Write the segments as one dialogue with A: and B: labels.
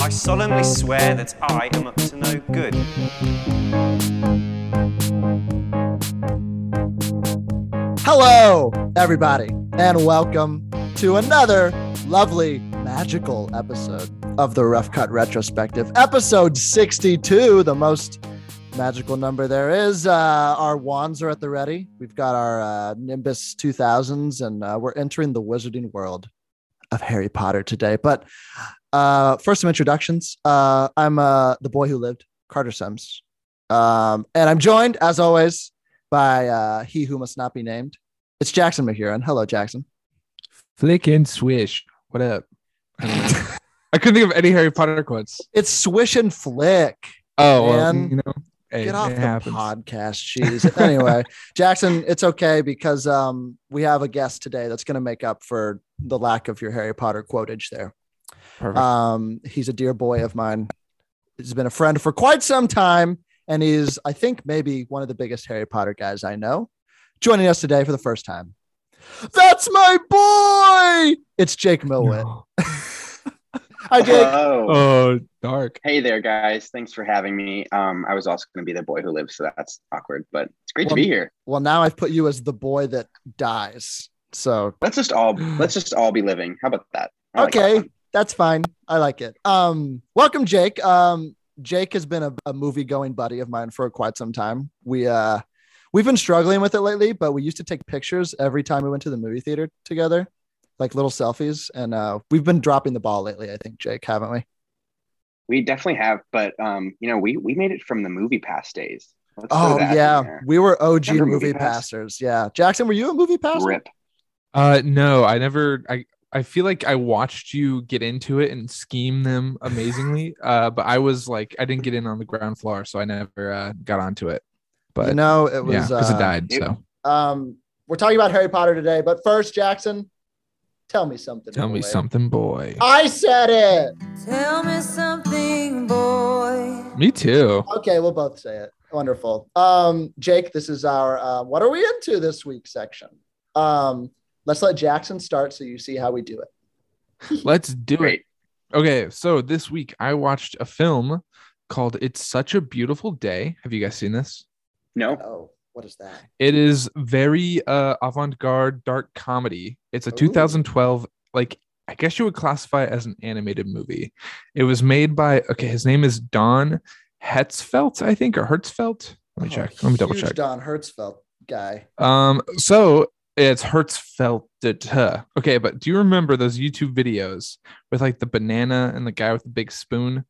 A: I solemnly swear that I am up to no good.
B: Hello, everybody, and welcome to another lovely, magical episode of the Rough Cut Retrospective, episode 62, the most magical number there is. Uh, our wands are at the ready. We've got our uh, Nimbus 2000s, and uh, we're entering the wizarding world of Harry Potter today. But uh, first, some introductions. Uh, I'm uh, the boy who lived, Carter Sims. Um, and I'm joined, as always, by uh, he who must not be named. It's Jackson McHuron. Hello, Jackson.
C: Flick and swish. What up? I, don't know. I couldn't think of any Harry Potter quotes.
B: It's Swish and Flick.
C: Oh, well,
B: Man,
C: you know, hey,
B: Get off
C: it
B: the
C: happens.
B: podcast, cheese. anyway, Jackson, it's okay because um, we have a guest today that's going to make up for the lack of your Harry Potter quotage there.
C: Perfect.
B: Um, he's a dear boy of mine. He's been a friend for quite some time, and he's, I think, maybe one of the biggest Harry Potter guys I know. Joining us today for the first time. That's my boy. It's Jake Millwit.
C: No.
B: Hi, Jake.
D: Hello.
C: Oh, dark.
D: Hey there, guys. Thanks for having me. Um, I was also going to be the boy who lives, so that's awkward, but it's great
B: Well-
D: to be here.
B: Well, now I've put you as the boy that dies. So
D: Let's just all let's just all be living. How about that? I like
B: Okay.
D: that one.
B: that's fine. I like it. Um, welcome, Jake. Um, Jake has been a, a movie going buddy of mine for quite some time. We uh, we've been struggling with it lately, but we used to take pictures every time we went to the movie theater together, like little selfies. And uh, we've been dropping the ball lately. I think, Jake, haven't we?
D: We definitely have, but um, you know, we we made it from the movie pass days. Let's throw
B: Oh
D: that in
B: yeah,
D: there.
B: we were OG
D: Remember
B: movie
D: MoviePass?
B: passers. Yeah, Jackson, were you a movie passer?
D: Rip.
C: Uh, no, I never. I I feel like I watched you get into it and scheme them amazingly. uh, but I was like, I didn't get in on the ground floor, so I never uh, got onto it. But
B: you know, it
C: yeah,
B: was.
C: because
B: uh,
C: it died.
D: it-
C: So
B: Um, we're talking about Harry Potter today, but first, Jackson, tell me something.
C: tell me
B: boy.
C: something, boy.
B: I said it.
E: Tell me something, boy.
C: me too.
B: Okay, we'll both say it. Wonderful. Um, Jake, this is our uh, what are we into this week section. Um, let's let Jackson start so you see how we do it.
C: Let's do it.
D: Great.
C: Okay, so this week I watched a film called It's Such a Beautiful Day. Have you guys seen this?
D: No.
B: Oh, what is that?
C: It is very uh avant-garde dark comedy. It's a
B: Ooh.
C: 2012 like I guess you would classify it as an animated movie. It was made by okay, his name is Don Hetzfeld, I think, or Hertzfeld. Let me
B: Oh,
C: check. Let me double
B: huge
C: check.
B: Don Hertzfeld guy.
C: Um, so it's Hertzfeld. Okay, but do you remember those YouTube videos with like the banana and the guy with the big spoon?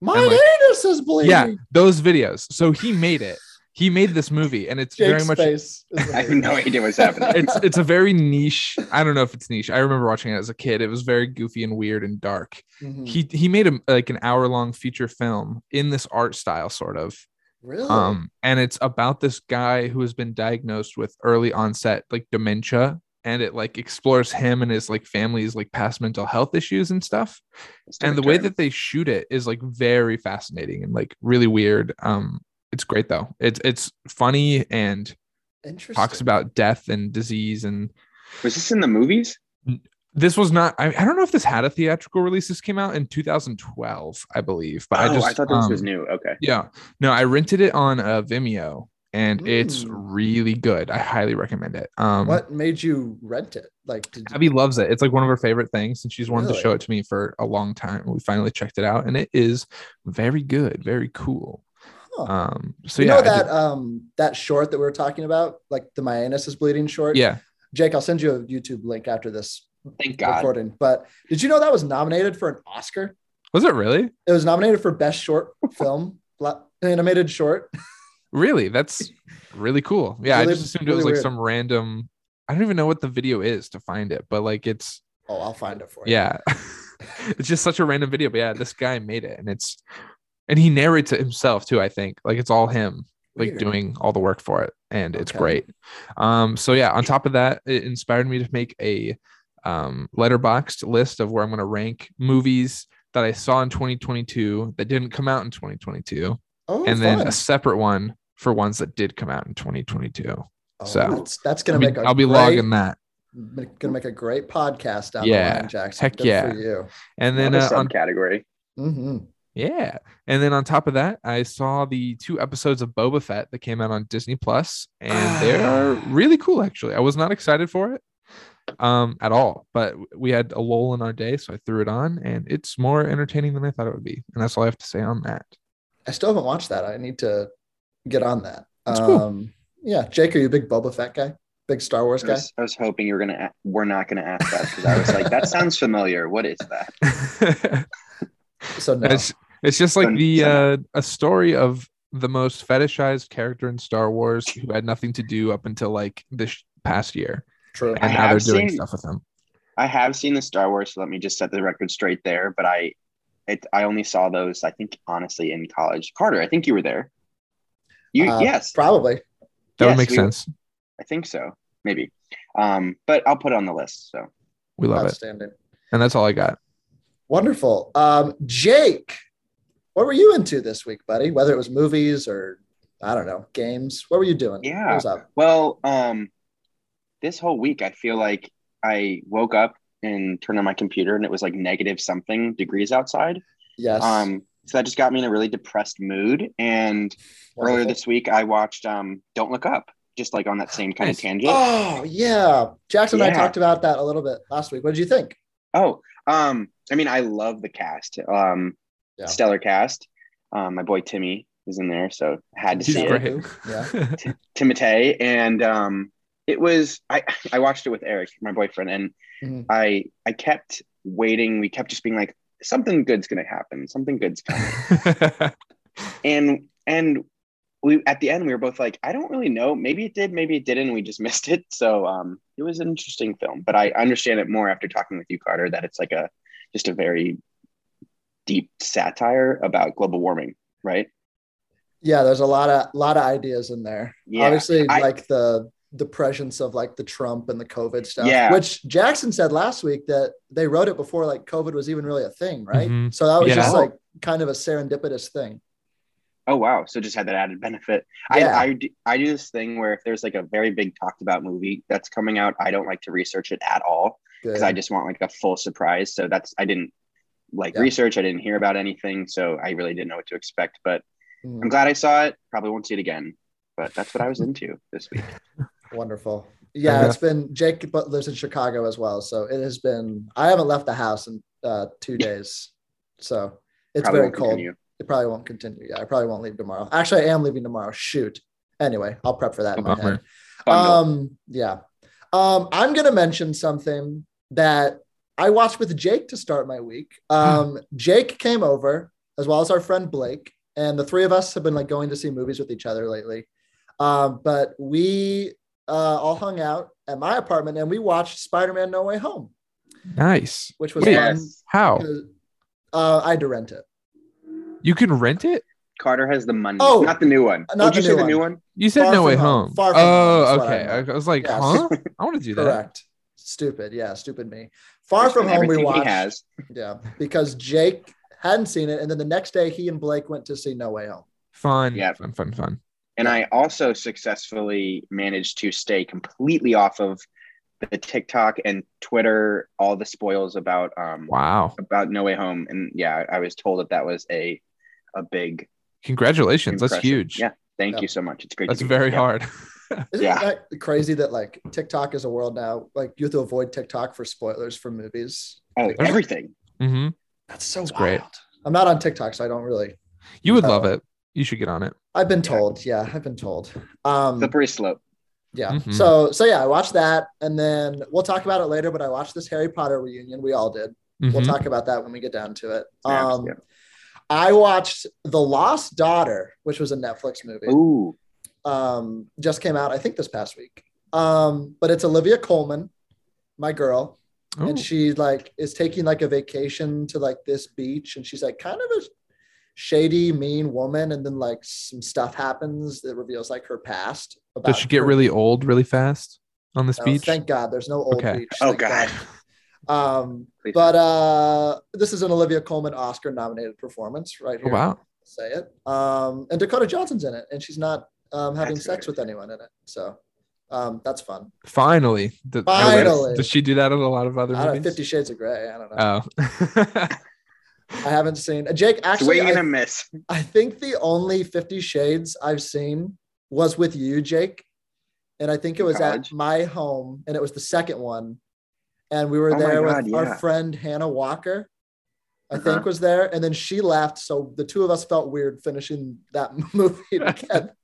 B: My
C: like-
B: anus is bleeding.
C: yeah those videos so he made it he made this movie and it's
B: Jake's
C: very much
B: face. is
D: I have no idea what's happening.
C: it's it's a very niche i don't know if it's niche i remember watching it as a kid it was very goofy and weird and dark
B: Mhm.
C: he he made a like an hour long feature film in this art style sort of
B: really.
C: um and it's about this guy who has been diagnosed with early onset like dementia and it like explores him and his like family's like past mental health issues and stuff
D: Let's do
C: and
D: it,
C: the way
D: Jeremy.
C: that they shoot it is like very fascinating and like really weird um it's great though it's it's funny and
B: Interesting.
C: talks about death and disease and
D: was this in the movies?
C: this was not I, I don't know if this had a theatrical release this came out in 2012 i believe but i
D: oh,
C: just
D: I thought this
C: um,
D: was new. Okay.
C: yeah no i rented it on uh, vimeo and it's
D: Hmm.
B: Mm.
C: really good i highly recommend it um
B: what made you rent it? Like, did
C: Abby loves it. It's like one of her favorite things, and she's wanted
B: Really?
C: to show it to me for a long time. We finally checked it out, and it is very good, very cool.
B: Huh.
C: Um, so
B: you
C: yeah,
B: know
C: I did-
B: that um that short that we were talking about, like the my anus is bleeding short.
C: yeah,
B: Jake, I'll send you a YouTube link after this
D: Thank God.
B: recording. But did you know that was nominated for an Oscar?
C: was it really?
B: It was nominated for best short film, bla- animated short.
C: Really, that's really cool. Yeah,
B: Really-
C: I just assumed
B: really
C: it was like
B: weird.
C: some random. I don't even know what the video is to find it, but like it's
B: Oh, I'll find it for you.
C: yeah, it's just such a random video. But yeah, this guy made it, and it's and he narrates it himself too. I think like it's all him. like
B: Weird.
C: doing all the work for it and it's
B: Okay.
C: great um so yeah on top of that it inspired me to make a um letterboxed list of where i'm going to rank movies that i saw in 2022 that didn't come out in 2022
B: Oh,
C: and then
B: fun.
C: a separate one for ones that did come out in 2022
B: Oh,
C: so-
B: that's, that's gonna
C: I'll be-
B: make a
C: i'll be
B: great,
C: logging that
B: Gonna make a great podcast down
C: Yeah.
B: the line, Jackson.
C: Heck
B: Good
C: yeah.
B: for you.
C: and then
D: Another
C: uh, on
D: subcategory.
B: hmm
C: Yeah. And then on top of that, I saw the two episodes of Boba Fett that came out on Disney Plus, and they are really cool actually. I was not excited for it um at all, but we had a lull in our day, so I threw it on and it's more entertaining than I thought it would be. And that's all I have to say on that.
B: I still haven't watched that. I need to get on that.
C: That's cool.
B: Um, yeah, Jake, are you a big Boba Fett guy? Big Star Wars
D: I
B: guy?
D: was, I was hoping you were gonna. a- We're not gonna ask that because I was like, that sounds familiar. What is that?
B: So no.
C: it's, it's just like
D: Dun-
C: the uh,
D: dun.
C: a story of the most fetishized character in Star Wars who had nothing to do up until like this past year,
B: True.
C: and
D: I
C: now they're
D: have
C: doing
D: seen-
C: stuff with them.
D: I have seen the Star Wars. So let me just set the record straight there. But I, it, I only saw those. I think honestly in college. Carter, I think you were there. You
B: Uh,
D: yes,
B: Probably.
C: That
D: Yes,
C: would make
D: we-
C: sense.
D: I think so. Maybe. Um, but I'll put it on the list. So
C: We love it,
B: Outstanding.
C: and that's all I got.
B: Wonderful. Um, Jake, what were you into this week, buddy? Whether it was movies or I don't know, games. What were you doing?
D: Yeah.
B: What was up?
D: well, um, this whole week I feel like I woke up and turned on my computer and it was like negative something degrees outside.
B: Yes.
D: Um, so that just got me in a really depressed mood. And earlier
B: Wonderful.
D: this week I watched um, Don't Look Up, just like on that same kind
C: Nice.
D: of tangent.
B: Oh yeah. Jackson and I
D: Yeah.
B: talked about that a little bit last week. What did you think?
D: Oh, um, I mean, I love the cast. Um,
B: Yeah.
D: stellar cast. Um, my boy Timmy is in there, so had to
C: He's
D: see
B: Yeah.
D: it.
C: great.
B: Yeah.
D: Timotei, and um, it was I. I watched it with Eric, my boyfriend, and
B: Mhm.
C: Mm-hmm.
D: I I kept waiting. We kept just being like, something good's gonna happen. Something good's coming. and and we at the end we were both like, I don't really know. Maybe it did. Maybe it didn't. We just missed it. So um, it was an interesting film, but I understand it more after talking with you, Carter, that it's like a just a very deep satire about global warming, right?
B: Yeah, there's a lot of lot of ideas in there.
D: Yeah,
B: Obviously,
D: I-
B: like the the prescience of like the Trump and the COVID stuff.
D: Yeah.
B: Which Jackson said last week that they wrote it before like COVID was even really a thing, right?
C: Mhm.
B: So that was
C: Yeah.
B: just like kind of a serendipitous thing.
D: Oh wow! So just had that added benefit.
B: Yeah.
D: I, I do, I do this thing where if there's like a very big talked about movie that's coming out, I don't like to research it at all
B: Good.
D: because I just want like a full surprise. So that's I didn't like
B: Yeah.
D: research. I didn't hear about anything, so I really didn't know what to expect. But
B: Mm,
D: I'm glad I saw it. Probably won't see it again. But that's what I was into this week.
B: wonderful. Yeah, it's been Jake but lives in Chicago as well. So it has been I haven't left the house in uh two days. So it's
D: Probably
B: very
D: won't
B: cold.
D: continue.
B: It probably won't continue. Yeah, I probably won't leave tomorrow. Actually, I am leaving tomorrow. Shoot. Anyway, I'll prep for that in my head.
C: Bummer.
D: Bundle.
B: Um, yeah. Um, I'm gonna mention something that I watched with Jake to start my week.
D: Hmm.
B: Um, Jake came over as well as our friend Blake, and the three of us have been like going to see movies with each other lately. Um, but we uh, all hung out at my apartment and we watched Spider-Man: No Way Home,
C: Nice.
B: which was
C: Wait.
B: fun.
D: yes. Oh.
C: How
B: 'cause, Uh, I had to rent it.
C: you can rent it?
D: Carter has the money.
B: Oh,
D: not the new one.
B: not
D: Would you
B: the
D: say
B: new
D: the
B: one.
D: new one?
C: You said
B: Far
C: no
B: from
C: way
B: home.
C: home.
B: Far from
C: oh,
B: home is what I
C: okay. I,
B: meant.
C: I was like,
B: Yes.
C: huh? I want to do that.
B: Correct. Stupid. Yeah, stupid me. Far
D: Based
B: from
D: on
B: home, we
D: everything
B: watched.
D: He has.
B: Yeah, because Jake hadn't seen it, and then the next day he and Blake went to see No Way Home.
C: Fun.
D: Yeah.
C: Fun. Fun. Fun.
D: And I also successfully managed to stay completely off of the TikTok and Twitter, all the spoils about um
C: Wow.
D: about No Way Home. And yeah, I was told that that was a a big
C: Congratulations.
D: impression.
C: That's huge.
D: Yeah, thank
B: Yeah.
D: you so much. It's great.
C: That's
D: to be
C: very
D: yeah.
C: hard.
B: Isn't
D: Yeah.
B: that crazy that like TikTok is a world now? Like you have to avoid TikTok for spoilers for movies.
D: Oh, everything.
C: hmm
B: That's so
C: It's
B: wild.
C: great.
B: I'm not on TikTok, so I don't really.
C: You would
B: Oh.
C: love it. You should get on it.
B: I've been told. Yeah, I've been told. Um,
D: Slippery slope.
B: yeah.
C: Mhm.
B: So so yeah, I watched that, and then we'll talk about it later. But I watched this Harry Potter reunion. We all did. We'll
C: Mhm.
B: talk about that when we get down to it.
D: Snaps,
B: um,
D: yeah.
B: I watched The Lost Daughter, which was a Netflix movie.
D: Ooh.
B: um, just came out, I think this past week. Um, but it's Olivia Coleman, my girl,
C: Oh,
B: and she like is taking like a vacation to like this beach, and she's like kind of a shady, mean woman, and then like some stuff happens that reveals like her past. About
C: Does she get
B: her-
C: really old really fast on this
B: No,
C: beach?
B: uh, Thank God, there's no old
C: Okay.
B: beach.
D: Oh
B: thank
D: God.
B: Um,
D: Please.
B: but uh, this is an Olivia Coleman Oscar-nominated performance, right
C: Oh,
B: here.
C: wow.
B: Say it. Um, and Dakota Johnson's in it, and she's not um, having
D: That's
B: sex
D: right.
B: with anyone in it, so um, that's fun.
C: Finally. Th- I like-
B: Finally.
C: Does she do that in a lot of other Oh.
B: I don't know,
C: movies?
B: Fifty Shades of Grey. I don't know.
C: Oh.
B: I haven't seen uh, Jake. Actually,
D: Swing and
B: I,
D: a miss.
B: I think the only Fifty Shades I've seen was with you, Jake, and I think it
D: In
B: was
D: college?
B: at my home, and it was the second one, and we were
D: Oh my
B: there with
D: God, yeah.
B: our friend Hannah Walker. I
D: Uh-huh.
B: think was there, and then she left, so the two of us felt weird finishing that movie together.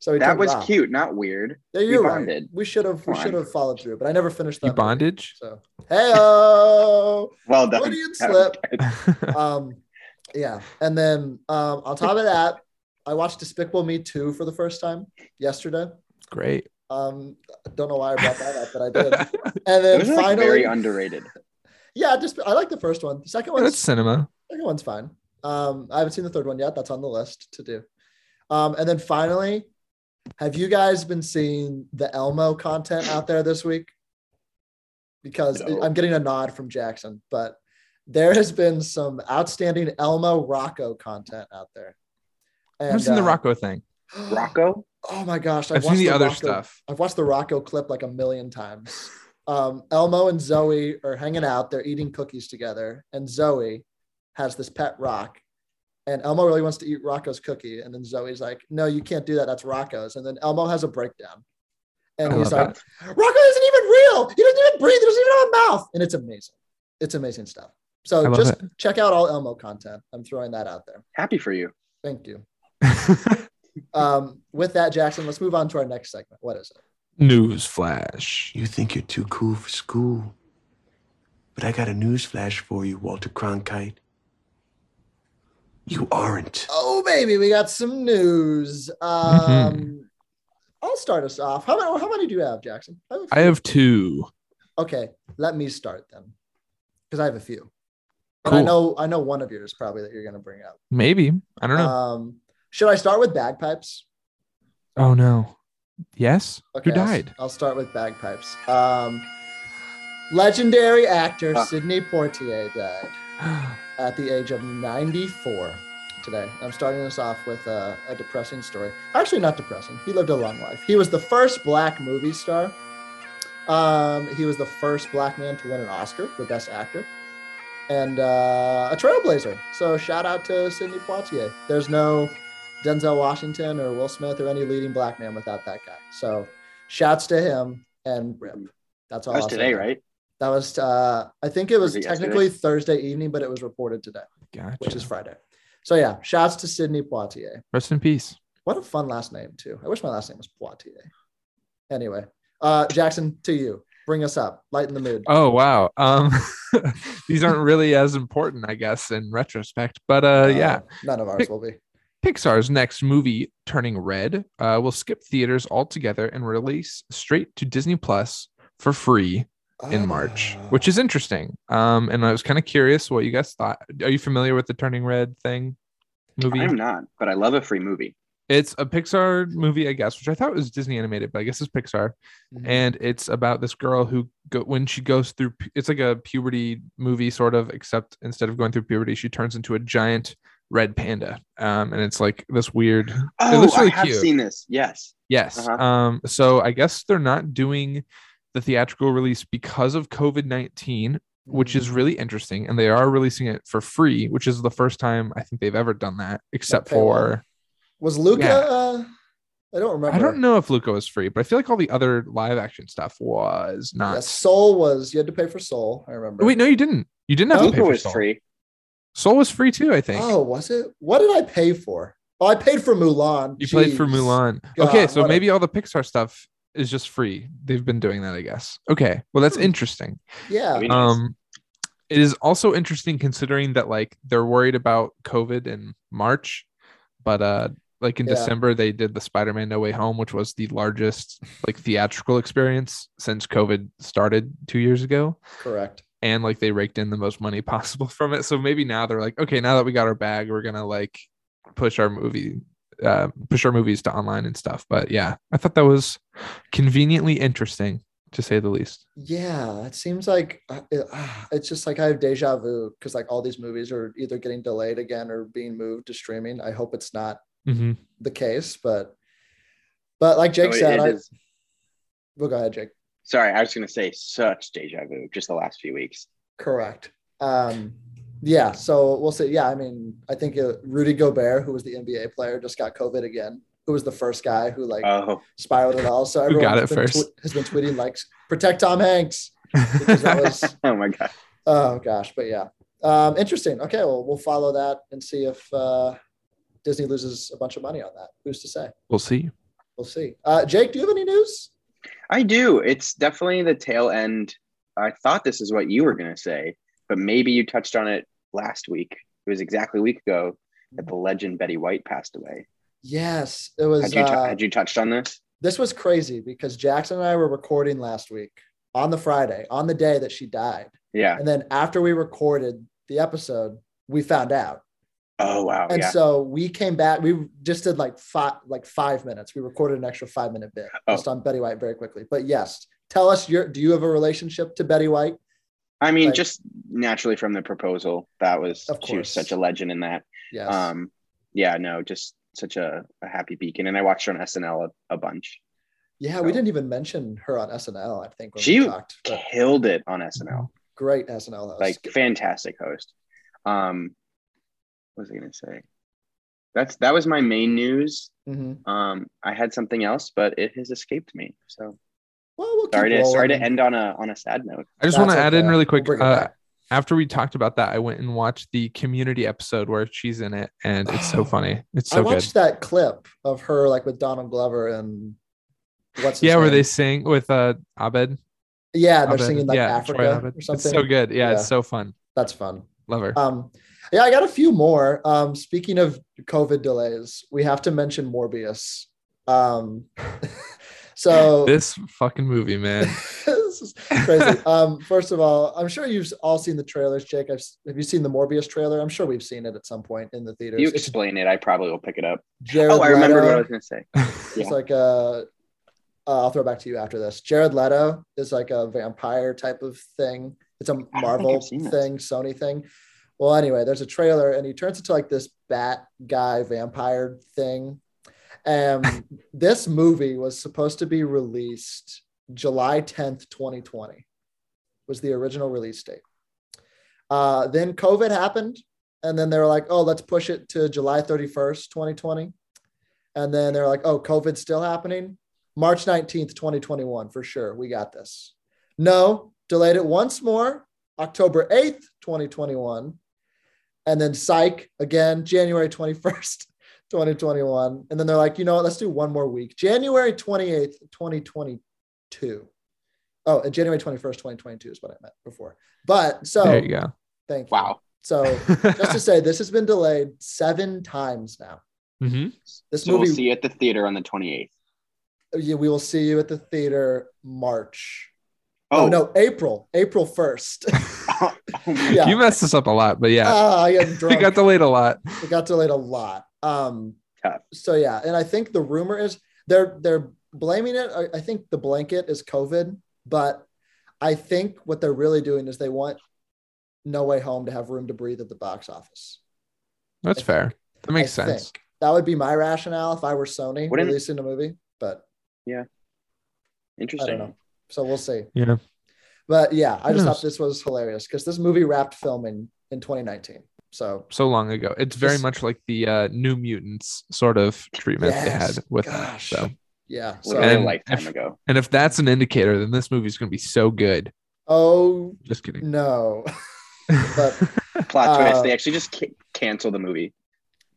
B: So we
D: That
B: turned it
D: was
B: off.
D: cute, not weird.
B: Yeah, you're right.
D: bonded.
B: We should have we
D: Come
B: should
D: on.
B: have followed through, but I never finished that.
C: You
B: movie.
C: bondage?
B: So hey
D: Well done.
B: What do you
D: That
B: slip?
D: was good.
B: um yeah and then um on top of that i watched despicable me 2 for the first time yesterday
C: Great.
B: um don't know why i brought that up but i did and then
D: Those are, like,
B: finally
D: very underrated.
B: yeah just i like the first one the second
C: That's
B: one's
C: cinema.
B: second one's fine um i haven't seen the third one yet that's on the list to do um and then finally have you guys been seeing the elmo content out there this week because
D: No.
B: i'm getting a nod from jackson but there has been some outstanding elmo rocco content out there
C: I
B: and,
C: haven't seen the
B: uh,
C: Rocco thing.
D: Rocco?
B: oh my gosh
C: I've seen the, other
B: Rocco-
C: stuff.
B: I've watched the Rocco clip like a million times. Um, Elmo and Zoe are hanging out. They're eating cookies together, and Zoe has this pet rock. And Elmo really wants to eat Rocco's cookie, and then Zoe's like, "No, you can't do that. That's Rocco's." And then Elmo has a breakdown, and
C: I
B: he's
C: love
B: like, "Rocco isn't even real. He doesn't even breathe. He doesn't even have a mouth." And it's amazing. It's amazing stuff.
C: I
B: So
C: love
B: just check out all Elmo content. I'm throwing that out there.
D: Happy for you.
B: Thank you.
C: that.
B: Um, with that, Jackson, let's move on to our next segment. What is it?
C: News flash.
F: You think you're too cool for school. But I got a news flash for you, Walter Cronkite. You aren't.
B: Oh, baby, we got some news. Um,
C: Mm-hmm.
B: I'll start us off. How many, how many do you have, Jackson? I have, a
C: I
B: few.
C: have two.
B: Okay, let me start then because I have a few. And I
C: Cool.
B: know I know one of yours probably that you're going to bring up.
C: Maybe. I don't know.
B: Um, should I start with bagpipes?
C: oh no. Yes.
B: Okay,
C: Who
B: I'll-
C: died?
B: I'll, start with bagpipes. Um, legendary actor
D: Ah.
B: Sidney Poitier died at the age of 94 today. I'm starting us off with a, a depressing story. Actually, not depressing. He lived a long life. He was the first black movie star. Um, he was the first black man to win an Oscar for Best Actor and uh, a trailblazer. So shout out to Sidney Poitier. There's no Denzel Washington or Will Smith or any leading black man without that guy. So shouts to him and rip. That's all.
D: That was
B: I'll say
D: today,
B: about it.
D: right?
B: That was uh, I think it was,
D: it yesterday?
B: technically Thursday evening, but it was reported today,
C: Gotcha.
B: which is Friday. So yeah, shouts to Sydney Poitier.
C: Rest in peace.
B: What a fun last name too. I wish my last name was Poitier. Anyway, uh, Jackson, to you, bring us up, lighten the mood.
C: Oh wow. Um these aren't really as important, I guess, in retrospect. But uh yeah.
B: none of ours will be.
C: Pixar's next movie, Turning Red, uh, will skip theaters altogether and release straight to Disney Plus for free
F: Ah.
C: in March, which is interesting. Um, and I was kind of curious what you guys thought. Are you familiar with the Turning Red thing movie?
D: I'm not, but I love a free movie.
C: It's a Pixar movie, I guess, which I thought was Disney animated, but I guess it's Pixar.
B: Mhm.
C: And it's about this girl who, go, when she goes through, pu- it's like a puberty movie, sort of, except instead of going through puberty, she turns into a giant red panda. Um, and it's like this weird,
D: Oh,
C: looks really
D: I have
C: cute.
D: seen this. Yes.
C: yes.
D: Uh-huh.
C: Um, so I guess they're not doing the theatrical release because of COVID 19, which
B: Mm.
C: is really interesting. And they are releasing it for free, which is the first time I think they've ever done that, except
B: Okay, well,
C: for
B: was Luca.
C: yeah.
B: Uh, I don't remember.
C: I don't know if Luca was free, but I feel like all the other live action stuff was not. Oh,
B: Yeah, Soul was. You had to pay for Soul. I remember.
C: Wait, no, you didn't. You didn't have
B: No?
C: to pay
D: Luca
C: for
D: was
C: Soul.
D: free.
C: Soul was free too, I think.
B: Oh, was it? What did I pay for? Oh, I paid for Mulan.
C: you played for
B: Jeez.
C: Mulan.
B: God,
C: okay, so
B: what a-
C: maybe all the Pixar stuff is just free. They've been doing that, I guess. Okay, well that's
B: Hmm.
C: interesting.
B: Yeah.
D: I mean, nice.
C: Um, it is also interesting considering that like they're worried about COVID in March, but uh, like in
B: Yeah.
C: December they did the Spider-Man No Way Home, which was the largest like theatrical experience since COVID started two years ago,
B: Correct.
C: and like they raked in the most money possible from it. So maybe now they're like, okay, now that we got our bag, we're gonna like push our movie. Uh, push our movies to online and stuff, but yeah, I thought that was conveniently interesting to say the least.
B: Yeah, it seems like uh, it- ah, it's just like I have deja vu because like all these movies are either getting delayed again or being moved to streaming. I hope it's not
C: Mhm.
B: the case, but but like Jake
D: So Oh, it-
B: said,
D: it
B: I
D: is-
B: well, go ahead, Jake.
D: sorry, I was going to say such deja vu just the last few weeks.
B: Correct. Um, Yeah, so we'll see. Yeah, I mean, I think uh, Rudy Gobert, who was the NBA player, just got COVID again. Who was the first guy who like
D: Oh,
B: spiraled it all? So everyone
C: got
B: has
C: it
B: been
C: first?
B: has been tweeting like "Protect Tom Hanks" because that was
D: oh my god.
B: Oh gosh, but yeah, um, interesting. Okay, well, we'll follow that and see if uh, Disney loses a bunch of money on that. Who's to say?
C: we'll see.
B: We'll see. Uh, Jake, do you have any news?
D: I do. It's definitely the tail end. I thought this is what you were going to say, but maybe you touched on it last week. It was exactly a week ago that the legend Betty White passed away.
B: Yes, it was.
D: Had you,
B: uh,
D: had you touched on this?
B: this was crazy because Jackson and I were recording last week on the Friday, on the day that she died,
D: Yeah.
B: and then after we recorded the episode, we found out.
D: Oh wow.
B: And
D: yeah.
B: so we came back. We just did like five, like five minutes. We recorded an extra five minute bit
D: Oh.
B: just on Betty White very quickly. But yes, tell us your. Do you have a relationship to Betty White?
D: I mean,
B: like-
D: just naturally from the proposal, that was
B: Of
D: she
B: course.
D: was such a legend in that.
B: Yes.
D: Um, yeah. No, just such a, a happy beacon. And I watched her on SNL a, a bunch.
B: yeah, we
D: so-
B: didn't even mention her on SNL. I think when
D: She-
B: we talked. But
D: Killed it on SNL.
B: great SNL host.
D: like fantastic host. Um, what was I gonna say? That's that was my main news.
B: Mhm.
D: Um, I had something else, but it has escaped me. So
B: Well, we'll keep
D: sorry to sorry to
B: rolling.
D: end on a on a sad note.
C: I just want to
B: That's
C: add in
B: okay.
C: really
B: We'll
C: quick.
B: bring it
C: uh,
B: back.
C: after we talked about that, I went and watched the community episode where she's in it, and it's so funny. It's
B: I
C: so good.
B: watched that clip of her like with Donald Glover and what's his
C: Yeah, where
B: name?
C: they sing with uh Abed.
B: yeah they're
C: Abed,
B: singing like
C: yeah, Troy
B: Africa
C: Abed.
B: or
C: It's
B: something.
C: so good. Yeah,
B: Yeah.
C: it's so fun.
B: That's fun.
C: Love her.
B: Um, yeah, I got a few more. Um, speaking of COVID delays, we have to mention Morbius. Um, so
C: this fucking movie, man.
B: this is crazy. um, first of all, I'm sure you've all seen the trailers, Jake. I've, have you seen the Morbius trailer? I'm sure we've seen it at some point in the theaters.
D: You
B: it's
D: explain it. I probably will pick it up.
B: Jared
D: Oh, I remembered what I
B: Leto.
D: was gonna say.
B: It's like a. Uh, I'll throw it back to you after this. Jared Leto is like a vampire type of thing. It's a Marvel
D: seen this.
B: thing, Sony thing. Well, anyway, there's a trailer and he turns into like this bat guy vampire thing. Um, this movie was supposed to be released July 10th, 2020, was the original release date. Uh, then COVID happened, and then they were like, "Oh, let's push it to July 31st, 2020." And then they're like, "Oh, COVID's still happening. March 19th, 2021, for sure. We got this." No, delayed it once more, October 8th, 2021, and then psych again, January 21st. 2021 and then they're like you know what let's do one more week january 28th 2022 oh and january 21st 2022 is what i meant before but so
C: there you go.
B: Thank you.
D: Wow.
B: So just to say, this has been delayed seven times now.
C: Mhm.
B: This
D: so
B: movie,
D: we'll see you at the theater on the twenty eighth.
B: yeah, we will see you at the theater March. Oh,
D: Oh, no.
B: no, April, April first. yeah,
C: You messed this up a lot, but yeah,
B: Ah, I am
C: we
B: drunk.
C: got delayed a lot.
B: it got delayed a lot. Um,
D: Tough.
B: so yeah, and I think the rumor is they're they're blaming it. I, I think the blanket is COVID, but I think what they're really doing is they want No Way Home to have room to breathe at the box office.
C: That's
B: I
C: fair. That makes
B: I
C: sense.
B: think. That would be my rationale if I were Sony
D: Wouldn't-
B: releasing a movie, but I
D: Interesting.
B: don't know. So we'll see.
C: Yeah.
B: But yeah, I
C: Who
B: just
C: knows?
B: thought this was hilarious because this movie wrapped filming in 2019. So
C: So long ago. It's very
B: This-
C: much like the uh, New Mutants sort of treatment
B: Yes,
C: they had with that.
B: gosh.
C: So,
B: yeah. So
D: Literally a
C: And
D: lifetime
C: if-
D: ago.
C: and if that's an indicator, then this movie's going to be so good.
B: oh
C: Just kidding.
B: no. but
D: Plot
B: uh,
D: twist. They actually just ca- cancel the movie.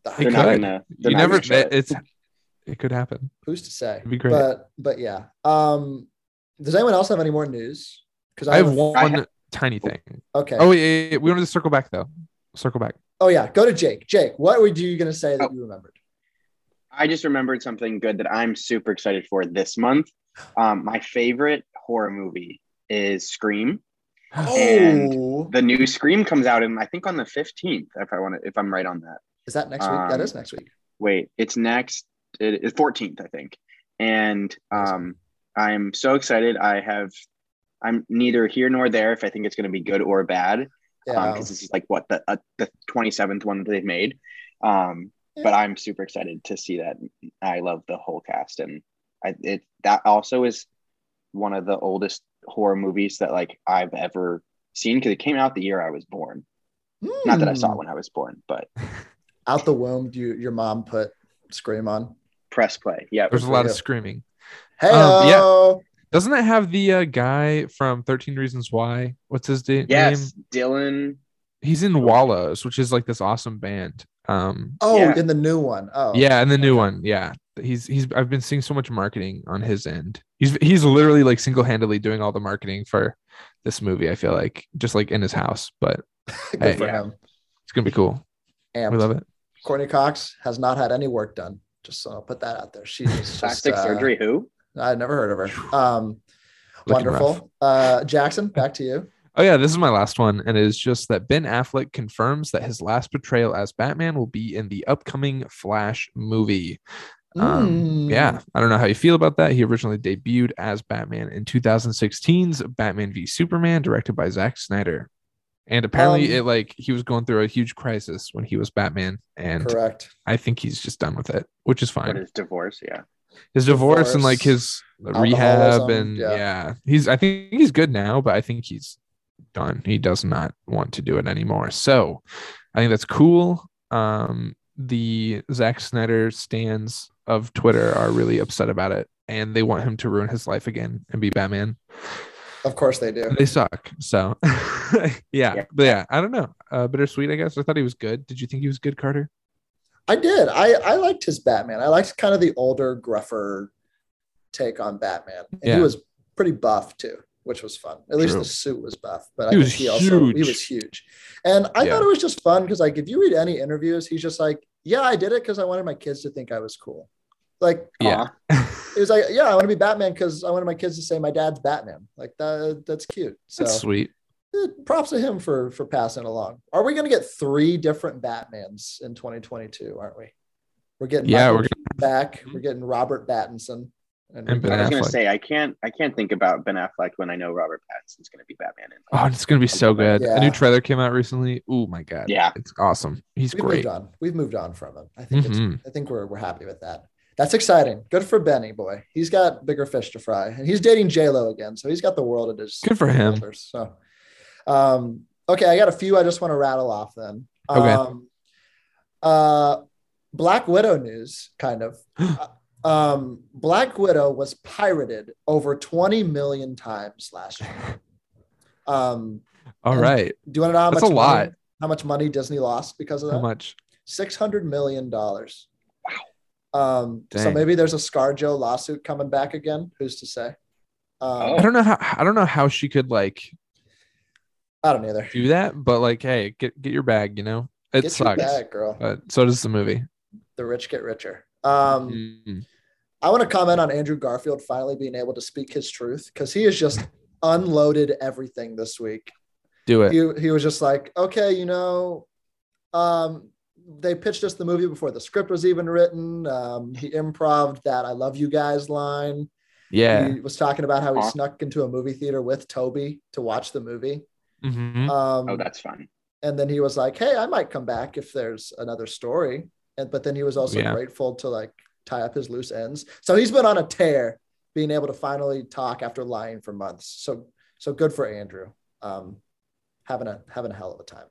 C: It
D: They're not
C: could.
D: gonna. they're
C: you
D: not
C: never.
D: gonna show it.
C: It, it's. It could happen.
B: who's to say?
C: It'd be great.
B: But but yeah. Um does anyone else have any more news? Because
C: I have one
D: I ha-
C: tiny thing.
B: Okay.
C: Oh, yeah, yeah, yeah. we wanted to circle back though. Circle back.
B: Oh yeah. Go to Jake. Jake, what were you gonna say that
D: Oh.
B: you remembered?
D: I just remembered something good that I'm super excited for this month. Um, my favorite horror movie is Scream. And
B: Oh,
D: The new Scream comes out, in I think on the 15th. If I want to, if I'm right on that.
B: is that next week? that
D: um,
B: is next week.
D: Wait, it's next. It is 14th, I think. And um, I'm so excited. I have. I'm neither here nor there if I think it's going to be good or bad.
B: Yeah.
D: because this is like what the uh, the 27th one that they've made um but i'm super excited to see that i love the whole cast and i it that also is one of the oldest horror movies that like i've ever seen because it came out the year i was born Not that I
B: Hmm.
D: saw it when I was born, but
B: out the womb. You, your mom put Scream on.
D: press play. Yeah.
C: There's a lot of
B: Yeah.
C: screaming.
B: Hey,
C: Um, Doesn't that have the uh, guy from 13 Reasons Why? What's his da- name?
D: Yes, Dylan.
C: He's in Wallows, which is like this awesome band. Um,
B: oh,
D: Yeah.
B: in the new one. Oh,
C: yeah, and the new one, yeah. He's he's I've been seeing so much marketing on his end. He's he's literally like single-handedly doing all the marketing for this movie, I feel like, just like in his house, but
B: Good
C: Hey,
B: for
C: yeah.
B: him.
C: it's going to be cool.
B: Amped.
C: We love it.
B: Courtney Cox has not had any work done. Just so I'll put that out there. She was just,
D: Plastic
B: uh,
D: surgery. Who?
B: I never heard of her. Um,
C: Looking rough.
B: wonderful. Uh, Jackson, back to you.
C: Oh yeah, this is my last one, and it is just that Ben Affleck confirms that his last portrayal as Batman will be in the upcoming Flash movie. Um,
B: Mm.
C: Yeah, I don't know how you feel about that. He originally debuted as Batman in 2016's Batman v Superman, directed by Zack Snyder. And apparently,
B: Um,
C: it like he was going through a huge crisis when he was Batman, and
B: correct.
C: I think he's just done with it, which is
D: What
C: fine.
D: is divorce? Yeah.
C: His divorce and like his
B: Divorce,
C: rehab,
B: alcoholism,
C: and
B: yeah.
C: yeah. he's I think he's good now, but I think he's done. He does not want to do it anymore. So I think that's cool. Um, the Zack Snyder stands of Twitter are really upset about it, and they want him to ruin his life again and be Batman.
B: Of course they do.
C: They suck. So yeah.
D: Yeah.
C: but yeah, I don't know. Uh, bittersweet, I guess. I thought he was good. Did you think he was good, Carter?
B: I did. I I liked his Batman. I liked kind of the older, gruffer take on Batman. And
C: Yeah.
B: he was pretty buff too, which was fun. At least
C: True.
B: the suit was buff, but I
C: He
B: think
C: was
B: he also he
C: huge.
B: was huge. And I
C: Yeah.
B: thought it was just fun because like if you read any interviews, he's just like, Yeah, I did it because I wanted my kids to think I was cool. Like
C: Yeah.
D: Aw,
B: it was like, yeah, I want to be Batman because I wanted my kids to say my dad's Batman. Like that that's cute. So
C: That's sweet.
B: eh, props to him for for passing it along. Are we gonna get three different Batmans in 2022, aren't we? We're getting
C: Yeah,
B: Michael
C: we're
B: Keaton back. We're getting Robert Pattinson.
C: And Ben
D: I was gonna
C: Affleck.
D: say I can't. I can't think about Ben Affleck when I know Robert Pattinson's gonna be Batman. In.
C: Oh, it's gonna be so good. A
B: Yeah.
C: new trailer came out recently. Oh my god.
D: Yeah.
C: It's awesome. He's
B: We've
C: great.
B: moved on. We've moved on from him. I think
C: Mhm.
B: it's, I think we're we're happy with that. That's exciting. Good for Benny boy. He's got bigger fish to fry, and he's dating J Lo again, so he's got the world at his
C: Good for him.
B: shoulders. So, um, okay, I got a few. I just want to rattle off then.
C: Okay.
B: Um, uh, Black Widow news, kind of. Uh, um, Black Widow was pirated over 20 million times last year. Um,
C: All right.
B: do you want to know how
C: That's
B: much
C: a
B: money-
C: lot.
B: how much money Disney lost because of that?
C: How much?
B: six hundred million dollars. Wow. Um, so
C: Dang.
B: maybe there's a ScarJo lawsuit coming back again. Who's to say? Um,
C: I don't know how I don't know how she could like
B: I don't either.
C: do that, but like, hey, get get your bag, you know? It
B: Get your
C: sucks. Uh,
B: bag, girl.
C: But so does the movie.
B: The rich get richer. Um,
C: Mhm.
B: I want to comment on Andrew Garfield finally being able to speak his truth because he has just unloaded everything this week.
C: Do it.
B: he, he was just like, okay, you know, um, they pitched us the movie before the script was even written. Um, he improved that I love you guys line.
C: yeah.
B: He was talking about how he
D: Aw.
B: snuck into a movie theater with Toby to watch the movie.
C: Mhm.
B: Um,
D: Oh, that's fun.
B: and then he was like, hey, I might come back if there's another story. And, but then he was also
C: Yeah.
B: grateful to like tie up his loose ends. So he's been on a tear being able to finally talk after lying for months. So, so good for Andrew. Um, having a, having a hell of a time.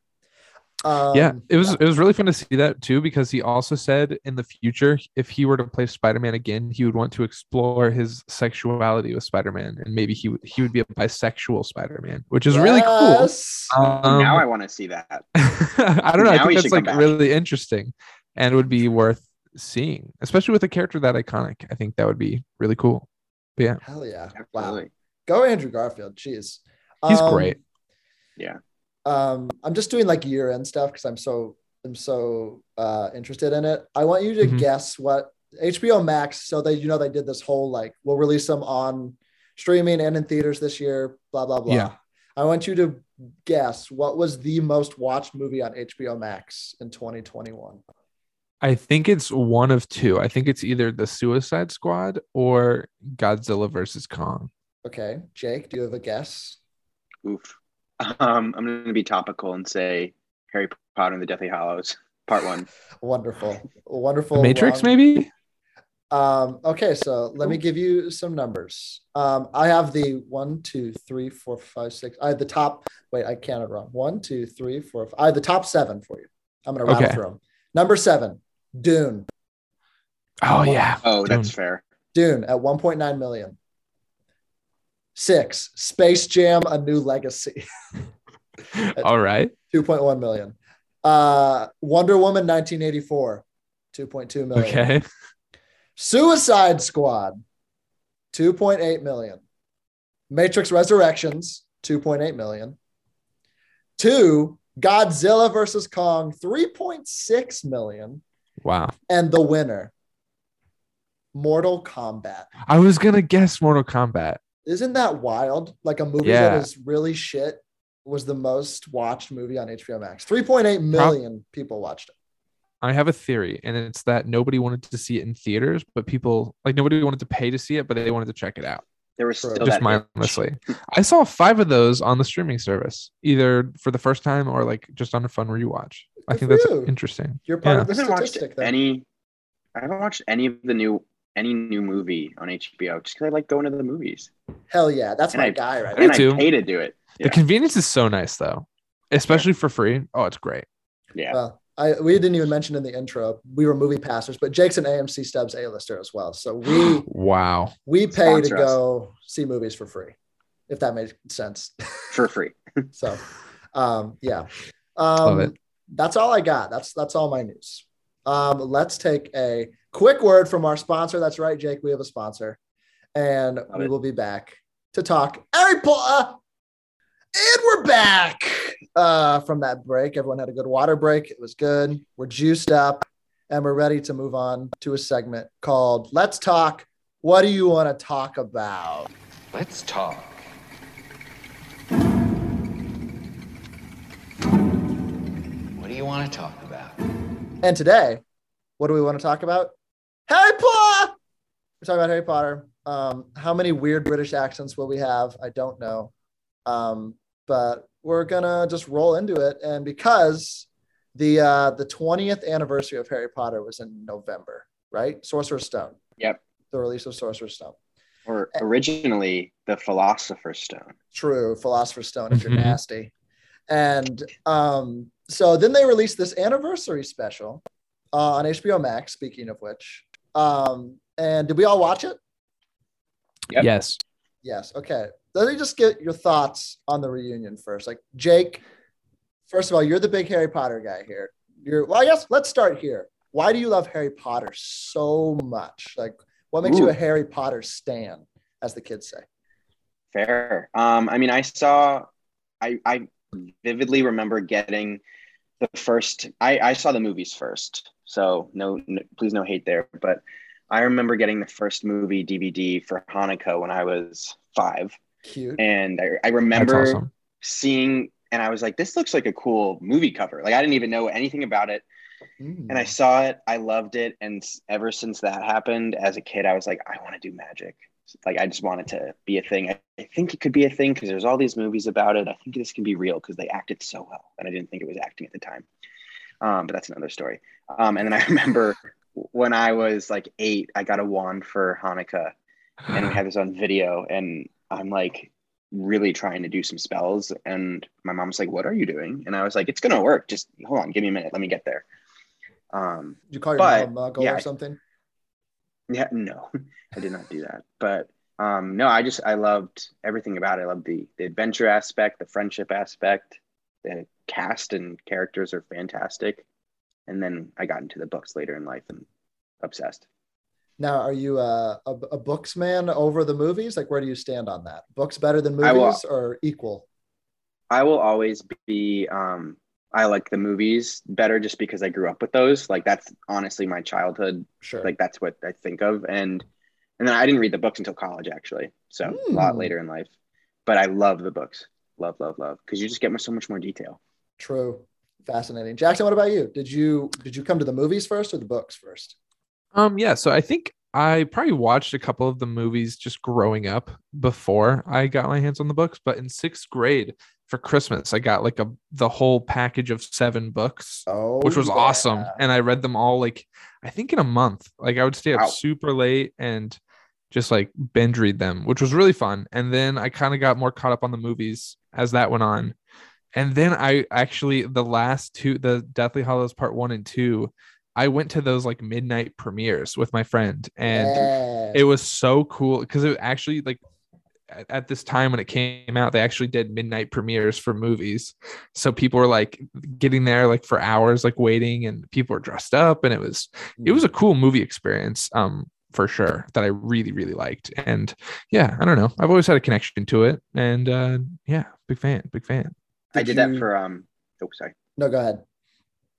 B: Um,
C: yeah. It was it was really fun to see that too, because he also said in the future, if he were to play Spider-Man again, he would want to explore his sexuality with Spider-Man. And maybe he would he would be a bisexual Spider-Man, which is really cool.
B: Yes.
C: Um,
D: now I want to see that.
C: I don't know.
D: Now
C: I
D: he
C: think
D: should
C: that's
D: come
C: like
D: back.
C: really interesting and would be worth seeing, especially with a character that iconic. I think that would be really cool.
B: Hell yeah. Wow.
D: Absolutely.
B: Go Andrew Garfield. Jeez.
C: He's great.
D: Yeah.
B: Um, I'm just doing like year end stuff because I'm so I'm so uh interested in it. I want you to
C: Mhm.
B: guess what HBO Max, so they you know they did this whole like we'll release them on streaming and in theaters this year, blah blah blah.
C: Yeah.
B: I want you to guess what was the most watched movie on HBO Max in 2021.
C: I think it's one of two. I think it's either the Suicide Squad or Godzilla versus Kong.
B: Okay, Jake, do you have a guess?
D: Oof. Um, I'm going to be topical and say Harry Potter and the Deathly Hollows, Part One.
B: Wonderful, wonderful.
C: The Matrix,
B: long-
C: maybe?
B: Um, okay, so let me give you some numbers. Um, I have the one, two, three, four, five, six. I had the top. Wait, I counted wrong. One, two, three, four. f- I had the top seven for you. I'm gonna rattle
C: Okay.
B: through them. Number seven, Dune.
C: Oh yeah.
D: Oh, that's
C: Dune.
D: fair.
B: Dune at 1.9 million. Six, Space Jam: A New Legacy,
C: All right.
B: 2.1 million. Uh, Wonder Woman 1984, 2.2 million.
C: Okay.
B: Suicide Squad, 2.8 million. Matrix Resurrections, 2.8 million. Two, Godzilla versus Kong, 3.6 million.
C: Wow.
B: And the winner, Mortal Kombat.
C: I was gonna guess Mortal Kombat.
B: Isn't that wild? Like a movie
C: Yeah.
B: that is really shit was the most watched movie on HBO Max. 3.8 million people watched it.
C: I have a theory, and it's that nobody wanted to see it in theaters, but people like nobody wanted to pay to see it, but they wanted to check it out
D: There was
B: True.
D: still
C: just
D: that
C: mindlessly. I saw five of those on the streaming service, either for the first time or like just on a fun rewatch. I
B: Good
C: think
B: for
C: that's
B: you.
C: interesting.
B: You're part
C: Yeah.
B: of
D: I
B: the
D: haven't watched
B: statistic there.
D: any. I haven't watched any of the new any new movie on HBO just because I like going to the movies
B: Hell yeah. That's
D: And
B: my
D: I-
B: guy right
C: Me
D: and
B: now.
D: I
C: too.
D: pay to do it. Yeah.
C: The convenience is so nice though, especially for free. Oh, it's great.
D: yeah.
C: Uh,
B: Well, I, we didn't even mention in the intro we were movie passers, but Jake's an AMC Stubbs A-lister as well. So we
C: wow.
B: we pay
D: Sponsor
B: to
D: us.
B: go see movies for free, if that makes sense.
D: for free.
B: so, um, yeah, um,
C: Love it.
B: that's all I got. That's that's all my news. Um, let's take a quick word from our sponsor. That's right, Jake. We have a sponsor, and we
D: it.
B: will be back to talk Harry Potter. And we're back uh, from that break. Everyone had a good water break. It was good. We're juiced up, and we're ready to move on to a segment called "Let's Talk." What do you want to talk about?
G: Let's talk. What do you want to talk about?
B: And today, what do we want to talk about? Harry Potter. We're talking about Harry Potter. Um, how many weird British accents will we have? I don't know. Um, but we're gonna just roll into it. And because the uh, the twentieth anniversary of Harry Potter was in November, right? Sorcerer's Stone.
D: Yep.
B: The release of Sorcerer's Stone.
D: Or originally the Philosopher's Stone.
B: True, Philosopher's Stone. If you're
C: Mhm.
B: nasty. And um, so then they released this anniversary special uh, on HBO Max. Speaking of which, um, and did we all watch it?
D: Yep.
C: Yes.
B: Yes. Okay. Let me just get your thoughts on the reunion first. Like Jake, first of all, you're the big Harry Potter guy here. You're well, I guess let's start here. Why do you love Harry Potter so much? Like what makes you
D: Ooh.
B: a Harry Potter stan, as the kids say?
D: Fair. Um, I mean, I saw, I, I vividly remember getting the first, I, I saw the movies first. So no, no, please no hate there. But I remember getting the first movie DVD for Hanukkah when I was five.
B: Cute.
D: And I, I
C: That's
D: remember
C: awesome.
D: seeing, and I was like, this looks like a cool movie cover. Like, I didn't even know anything about it.
B: Mm.
D: And I saw it, I loved it. And s- ever since that happened as a kid, I was like, I want to do magic. Like, I just want it to be a thing. I, I think it could be a thing because there's all these movies about it. I think this can be real because they act it so well. And I didn't think it was acting at the time. Um, but that's another story. Um, and then I remember when I was like eight, I got a wand for Hanukkah and we had this on video. And I'm like, really trying to do some spells and my mom's like what are you doing and i was like it's gonna work just hold on give me a minute let me get there um
B: Did you call your
D: but,
B: mom a muggle
D: yeah,
B: or something?
D: yeah, no, I did not do that. But um, no, I just I loved everything about it. I loved the the adventure aspect, the friendship aspect, the cast and characters are fantastic. And then I got into the books later in life and obsessed.
B: Now, are you uh, a, a books man over the movies? Like, where do you stand on that? Books better than
D: I will-
B: movies or equal?
D: I will always be um, I like the movies better just because I grew up with those. Like that's honestly my childhood.
B: Sure.
D: Like that's what I think of. And and then I didn't read the books until college actually. So a lot
B: Hmm.
D: later in life. But I love the books. Love, love, love. Because you just get so much more detail.
B: True. Fascinating. Jackson, what about you? Did you did you come to the movies first or the books first?
C: Um, yeah, so I think I probably watched a couple of the movies just growing up before I got my hands on the books, but in sixth grade, for Christmas. I got like a the whole package of seven books,
B: Oh,
C: which was
B: yeah.
C: awesome, and I read them all like I think in a month. Like I would stay up
D: Wow.
C: super late and just like binge read them, which was really fun. And then I kind of got more caught up on the movies as that went on. And then I actually the last two, the Deathly Hollows Part One and Two, I went to those like midnight premieres with my friend, and
B: Yeah.
C: it was so cool because it actually like at, at this time when it came out they actually did midnight premieres for movies so people were like getting there like for hours like waiting and people were dressed up and it was it was a cool movie experience um for sure that i really really liked and yeah i don't know i've always had a connection to it and uh yeah big fan big fan
D: I did that
B: you-
D: for um. Oh, sorry.
B: no, go ahead.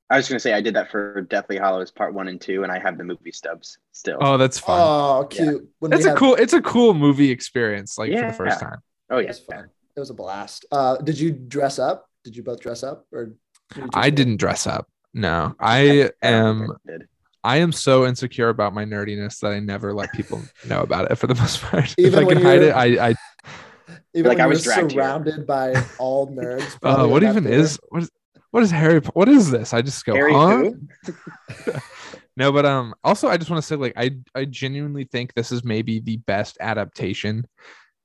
D: I was gonna say I did that for Deathly Hollows Part One and Two, and I have the movie stubs still. Oh,
C: oh that's fun
B: Oh, cute. When
C: that's
B: we
C: a
B: had-
C: cool it's a cool movie experience like for the first
D: Yeah.
C: time
B: It
D: Oh, yeah.
B: was fun. It was a blast. Uh, did you dress up? Did you both dress up, or did you just-
C: i didn't dress up no i am
D: I did.
C: I am so insecure about my nerdiness that I never let people know about it for the most part.
B: Even
C: if I
B: when
C: could hide
B: you're-
C: it, I, I
B: Even
D: Like,
B: when
D: I
B: you
D: was
B: were
D: dragged here.
B: surrounded by all nerds.
C: uh,
B: probably
C: what
B: in
C: even
B: that
C: is what is what is Harry? Po- What is this? I just go,
D: Harry
C: huh?
D: who?
C: No, but um, also I just want to say, like, I I genuinely think this is maybe the best adaptation,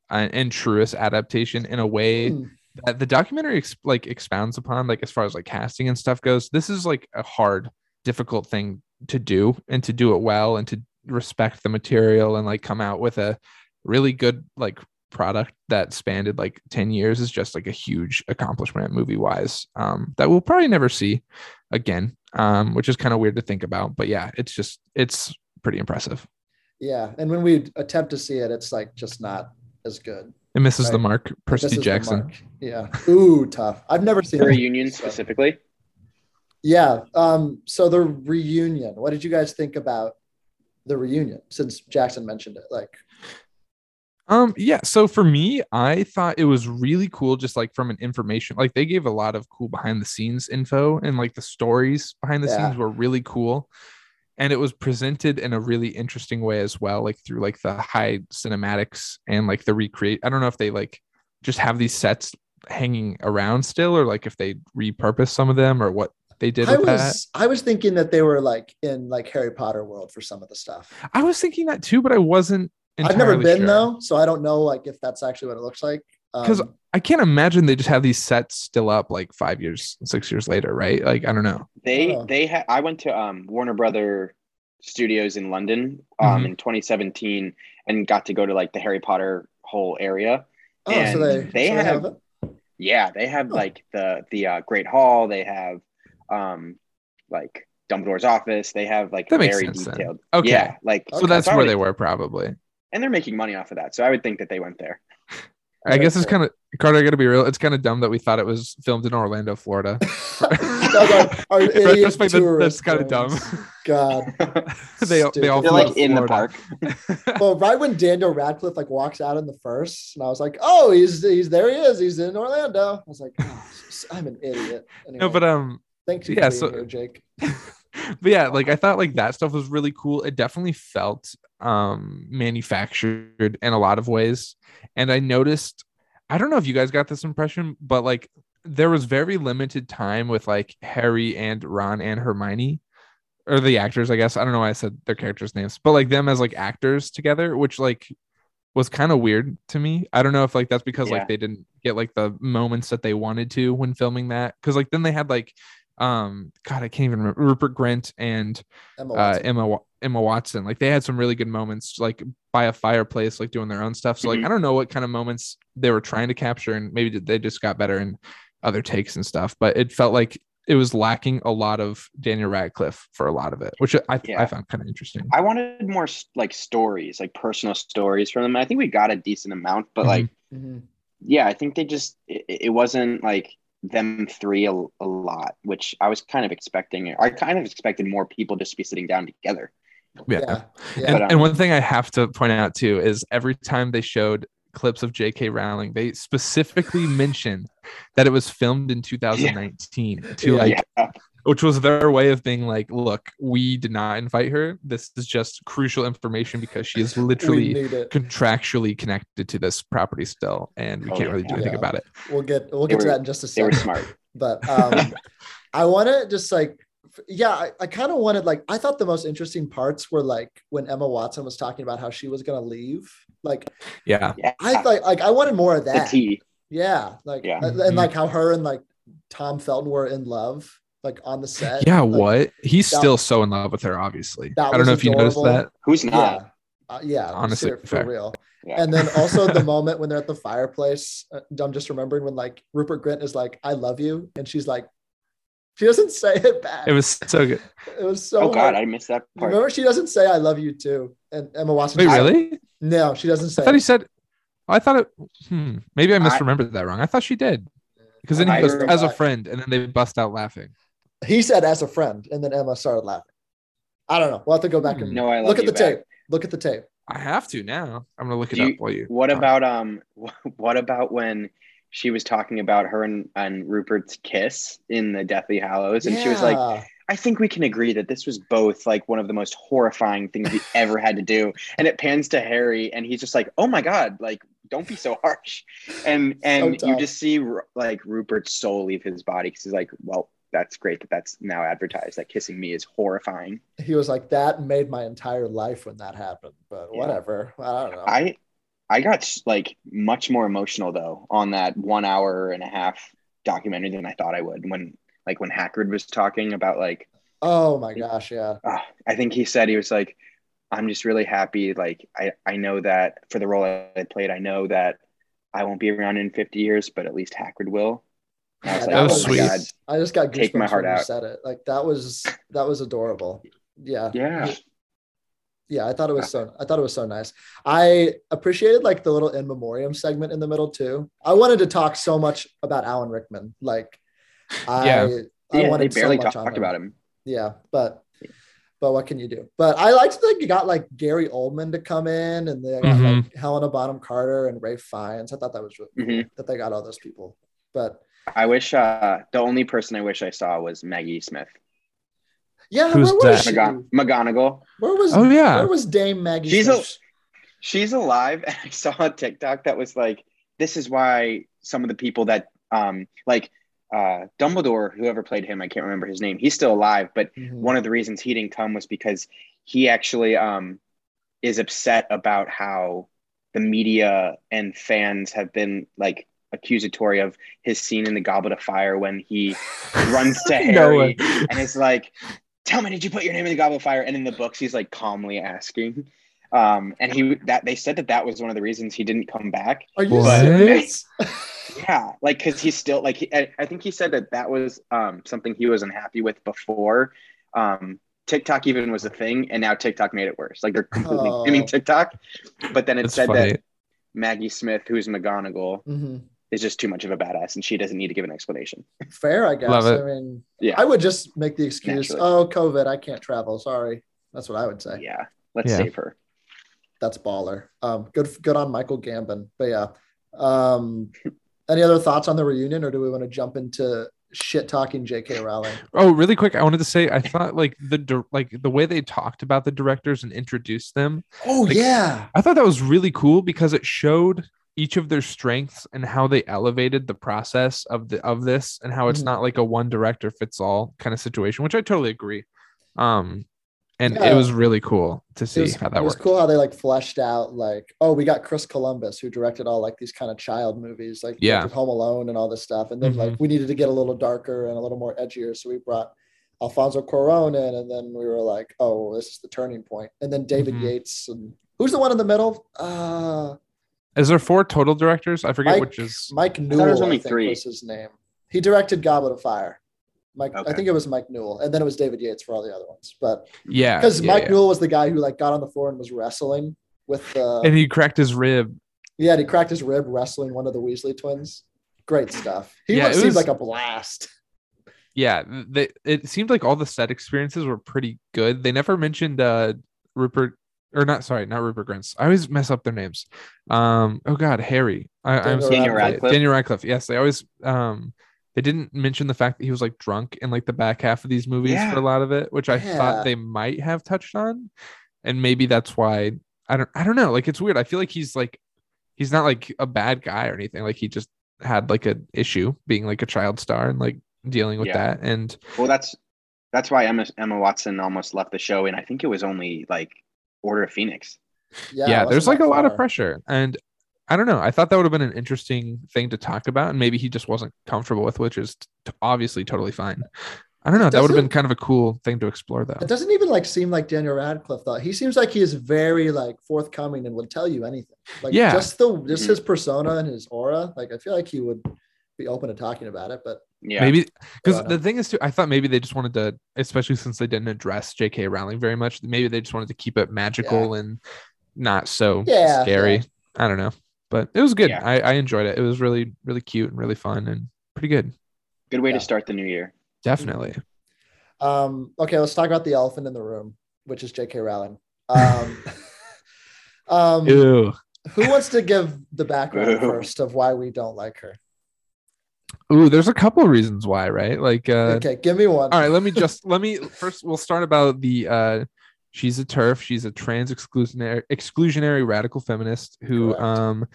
C: uh, and truest adaptation in a way
B: Hmm.
C: that the documentary ex- like expounds upon, like as far as like casting and stuff goes. This is like a hard, difficult thing to do, and to do it well, and to respect the material, and like come out with a really good like product that spanned like 10 years is just like a huge accomplishment movie wise um that we'll probably never see again, um, which is kind of weird to think about. But yeah, it's just it's pretty impressive.
B: Yeah, and when we attempt to see it, it's like just not as good.
C: It misses the
B: Right.
C: mark,
B: This is
C: Percy
B: the
C: Jackson.
B: mark. Yeah. Ooh, tough. I've never seen
D: The
B: it.
D: reunion specifically.
B: Yeah. Um, so the reunion. What did you guys think about the reunion? Since Jackson mentioned it, like,
C: Um, yeah. So for me, I thought it was really cool, just like from an information, like they gave a lot of cool behind the scenes info and like the stories behind the
B: Yeah.
C: scenes were really cool. And it was presented in a really interesting way as well, like through like the high cinematics and like the recreate. I don't know if they like just have these sets hanging around still or like if they repurpose some of them or what they did
B: I
C: with
B: was
C: that.
B: I was thinking that they were like in like Harry Potter world for some of the stuff.
C: I was thinking that too, but I wasn't.
B: I've never
C: entirely
B: been
C: sure.
B: though, so I don't know like if that's actually what it looks like.
C: 'Cause
B: Um,
C: I can't imagine they just have these sets still up like five years, six years later, right? Like I don't know.
D: They
B: Oh.
D: they had. I went to um, Warner Brother Studios in London um,
B: Mm-hmm.
D: in 2017 and got to go to like the Harry Potter whole area.
B: oh, so
D: and
B: they,
D: they
B: so they
D: have-
B: have it.
D: Yeah, they have
B: Huh.
D: like the the uh, Great Hall. They have um like Dumbledore's office. They have like
C: That makes
D: very
C: sense then.
D: detailed.
C: Okay.
D: Yeah, like
C: So that's
D: it's
C: where
D: already-
C: they were probably.
D: and they're making money off of that. So I would think that they went there.
C: I guess it's
B: Okay.
C: kind of Carter. I gotta be real. It's kind of dumb that we thought it was filmed in Orlando, Florida.
B: That's our- our
C: In
B: idiot
C: retrospect, that- that's
B: tourist
C: kind of dumb.
B: friends. God.
C: they all- they all
B: They're,
C: flew
D: They're like
C: to
D: in the
C: Florida.
D: park.
B: Well, right when Daniel Radcliffe like walks out in the first, and I was like, "Oh, he's he's there. He is. He's in Orlando." I was like, oh, "I'm an idiot." Anyway,
C: No, but um,
B: thank you
C: yeah,
B: for being
C: so-
B: here, Jake.
C: but yeah, like I thought like that stuff was really cool. It definitely felt um manufactured in a lot of ways. And I noticed I don't know if you guys got this impression, but like there was very limited time with like Harry and Ron and Hermione or the actors, I guess. I don't know why I said their characters' names, but like them as like actors together, which like was kind of weird to me. I don't know if like that's because
D: Yeah.
C: like they didn't get like the moments that they wanted to when filming that. Cause like then they had like um God, I can't even remember Rupert Grint and
B: Emma
C: uh,
B: Watson.
C: Emma Wa- Emma Watson. Like they had some really good moments, like by a fireplace, like doing their own stuff. So like
D: Mhm.
C: I don't know what kind of moments they were trying to capture, and maybe did- they just got better in other takes and stuff. But it felt like it was lacking a lot of Daniel Radcliffe for a lot of it, which I
D: Yeah.
C: I found kind of interesting.
D: I wanted more s- like stories, like personal stories from them. I think we got a decent amount, but
C: Mhm.
D: like
B: Mhm.
D: yeah, I think they just it, it wasn't like them three a, a lot, which I was kind of expecting. I kind of expected more people just to be sitting down together.
B: Yeah.
C: yeah.
B: yeah.
C: And,
D: But, um,
C: and one thing I have to point out too is every time they showed clips of J.K. Rowling, they specifically mentioned that it was filmed in 2019 to
B: Yeah.
C: like
D: yeah,
C: which was their way of being like, look, we did not invite her. This is just crucial information because she is
B: we
C: literally
B: need it.
C: contractually connected to this property still, and we can't
D: Oh,
C: really do anything
B: yeah.
C: about it.
B: We'll get we'll get
D: They
B: to
D: were-
B: that in just a
D: They were
B: second.
D: smart.
B: But um, I want to just like, f- yeah, I, I kind of wanted like I thought the most interesting parts were like when Emma Watson was talking about how she was gonna leave. Like
C: Yeah.
D: Yeah.
B: I like like I wanted more of
D: Ah. the
B: that.
D: tea.
B: Yeah, like
D: Yeah.
B: and
C: Mhm.
B: like how her and like Tom Felton were in love, like on the set.
C: Yeah,
B: Like,
C: what? He's
B: that-
C: still so in love with her, obviously.
B: that
C: I don't
B: was
C: know if you
B: adorable.
C: noticed
D: Who's
B: Yeah,
D: not?
B: uh, yeah,
C: Honestly,
B: ser- for
C: fair.
B: real.
D: Yeah.
B: And then also the moment when they're at the fireplace. uh, I'm just remembering when like Rupert Grint is like, "I love you," and she's like, she doesn't say it back.
C: that. It was so good.
B: it was so.
D: Oh
B: hard.
D: God, I missed that part.
B: remember she doesn't say "I love you" too. And Emma Watson.
C: Wait,
B: just-
C: really?
B: No, she doesn't say.
C: I thought he
B: it.
C: said. I thought it. Hmm, maybe I misremembered that wrong. I thought she did. Because then
D: I
C: he goes
D: remember
C: as a
B: that.
C: friend, and then they bust out laughing.
B: He said "as a friend," and then Emma started laughing. I don't know. We'll have to go back and
D: No, Hmm. I love
B: look at
D: you
B: the
D: back.
B: tape. Look at the tape.
C: I have to now. I'm gonna look it
D: Do
C: up
D: you-
C: while you.
D: What
C: talk.
D: about um? wh- What about when she was talking about her and, and Rupert's kiss in the Deathly Hallows, and she was like,
B: Yeah.
D: "I think we can agree that this was both like one of the most horrifying things we ever had to do." And it pans to Harry, and he's just like, "Oh my God! Like, don't be so harsh." And and you
B: tough.
D: just see Ru- like Rupert's soul leave his body because he's like, "Well, that's great that that's now advertised. That kissing me is horrifying."
B: he was like, "That made my entire life when that happened." But
D: Yeah.
B: whatever. I don't know.
D: I I got like much more emotional though on that one hour and a half documentary than I thought I would when like when Hackard was talking about like
B: oh my gosh, yeah.
D: ah, I think he said he was like I'm just really happy like I I know that for the role I played I know that I won't be around in 50 years but at least Hackard will. And
B: Yeah, that
D: I was like, oh
B: was
D: my
C: sweet.
D: god,
B: I just got goosebumps
D: Take my heart
B: when you
D: out.
B: said it. Like that was that was adorable. Yeah.
D: yeah,
B: Yeah, I thought it was so I thought it was so nice. I appreciated like the little in memoriam segment in the middle too. I wanted to talk so much about Alan Rickman. Like I
C: Yeah.
B: I
D: yeah they
B: wanted
D: barely
B: so much on
D: talked about him.
B: Yeah, but but what can you do? But I liked that you got like Gary Oldman to come in and they got
C: Mm-hmm.
B: like Helena Bonham Carter and Ray Fiennes. I thought that was really cool
D: Mhm.
B: that they got all those people. But
D: I wish uh the only person I wish I saw was Maggie Smith.
B: yeah,
C: Who's
B: where was
C: that?
B: she?
D: McGon- McGonagall.
B: Where was
C: Oh yeah.
B: Where was Dame Maggie?
D: She's
B: Smith?
D: she's alive and i saw a tiktok that was like this is why some of the people that um like uh dumbledore whoever played him i can't remember his name he's still alive but
B: Mhm.
D: one of the reasons he didn't come was because he actually um is upset about how the media and fans have been like accusatory of his scene in the goblet of fire when he runs to
C: No
D: harry
C: way.
D: and it's like, "Tell me, did you put your name in the Goblet of Fire?" And in the books, he's like calmly asking, um, and he that they said that that was one of the reasons he didn't come back.
B: Are you
C: What?
B: serious?
D: Yeah, like because he's still like he, I, I think he said that that was um, something he was unhappy with before um, TikTok even was a thing, and now TikTok made it worse. Like they're completely
B: Oh.
D: blaming TikTok, but then it
C: That's
D: said
C: funny.
D: that Maggie Smith, who's McGonagall,
B: hmm
D: is just too much of a badass, and she doesn't need to give an explanation.
B: Fair, I guess.
C: Love it.
B: I mean,
D: Yeah.
B: I would just make the excuse,
D: Naturally.
B: "Oh, COVID, I can't travel." Sorry, that's what I would say.
D: Yeah, let's
C: Yeah.
D: save her.
B: That's baller. Um, good, good on Michael Gambon. But yeah, um, any other thoughts on the reunion, or do we want to jump into shit talking J.K. Rowling?
C: Oh, really quick, I wanted to say I thought like the dir- like the way they talked about the directors and introduced them,
B: Oh
C: Like-
B: yeah,
C: I thought that was really cool because it showed each of their strengths and how they elevated the process of the of this and how it's
B: Mhm.
C: not like a one director fits all kind of situation, which I totally agree. Um, and
B: Yeah.
C: it was really cool to see
B: it was,
C: how that
B: it was
C: worked.
B: cool how they like fleshed out like, "Oh, we got Chris Columbus who directed all like these kind of child movies, like
C: Yeah. Mm-hmm.
B: directed Home Alone and all this stuff." And then like we needed to get a little darker and a little more edgier, so we brought Alfonso Cuarón in, and then we were like, "Oh, this is the turning point." And then David
C: Mhm.
B: Yates and who's the one in the middle? Uh,
C: Is there four total directors? I forget
B: Mike-
C: which is.
B: Mike
D: was
B: Newell. I
D: only
B: think,
D: three.
B: was his name. He directed Goblet of Fire. Mike, I
D: Okay.
B: think it was Mike Newell, and then it was David Yates for all the other ones, but
C: Ah, Yeah,
B: because
C: yeah,
B: Mike
C: yeah.
B: Newell was the guy who like got on the floor and was wrestling with the
C: and he cracked his rib.
B: Yeah, and he cracked his rib wrestling one of the Weasley twins. Great stuff. He
C: Yeah,
B: looked
C: it
B: seemed
C: was-
B: like a blast.
C: Yeah, they, it seemed like all the set experiences were pretty good. They never mentioned uh Rupert or not sorry, not Rupert Grint. I always mess up their names. Um oh god, Harry. I, uh, I'm
B: Daniel
C: so
B: Daniel
C: sorry.
D: Radcliffe.
C: Daniel Radcliffe. Yes, they always um They didn't mention the fact that he was like drunk in like the back half of these movies
D: Yeah.
C: for a lot of it, which I
B: Yeah.
C: thought they might have touched on, and maybe that's why I don't I don't know. Like it's weird. I feel like he's like he's not like a bad guy or anything. Like he just had like an issue being like a child star and like dealing with
D: Yeah.
C: that. And
D: Well, that's that's why Emma Emma Watson almost left the show, and I think it was only like Order of Phoenix.
B: Yeah,
C: yeah,
B: it
C: there's like
B: wasn't
C: a
B: that
C: lot of
B: far.
C: pressure. And I don't know. I thought that would have been an interesting thing to talk about, and maybe he just wasn't comfortable with, which is t- obviously totally fine. I don't know. That would have
B: doesn't-
C: been kind of a cool thing to explore, though.
B: It doesn't even like seem like Daniel Radcliffe though. He seems like he is very like forthcoming and would tell you anything. Like
C: Yeah.
B: just the just
D: Mhm.
B: his persona and his aura. Like I feel like he would be open to talking about it, but
D: Yeah,
C: Maybe because
B: Right.
C: the thing is too, I thought maybe they just wanted to, especially since they didn't address J.K. Rowling very much. Maybe they just wanted to keep it magical and not so
B: Yeah,
C: scary.
B: yeah.
C: I don't know, but it was good.
D: Yeah.
C: I, I enjoyed it. It was really, really cute and really fun and pretty good.
D: good way
B: Yeah.
D: to start the new year.
C: Definitely.
B: Um, okay, let's talk about the elephant in the room, which is J.K. Rowling. Um, um,
C: Ew.
B: who wants to give the background
D: Ew.
B: first of why we don't like her?
C: Ooh, there's a couple of reasons why, right? Like, uh,
B: okay, give me one.
C: all right, let me just let me first. We'll start about the. Uh, she's a turf. She's a trans exclusionary exclusionary radical feminist who
B: Correct.
C: um,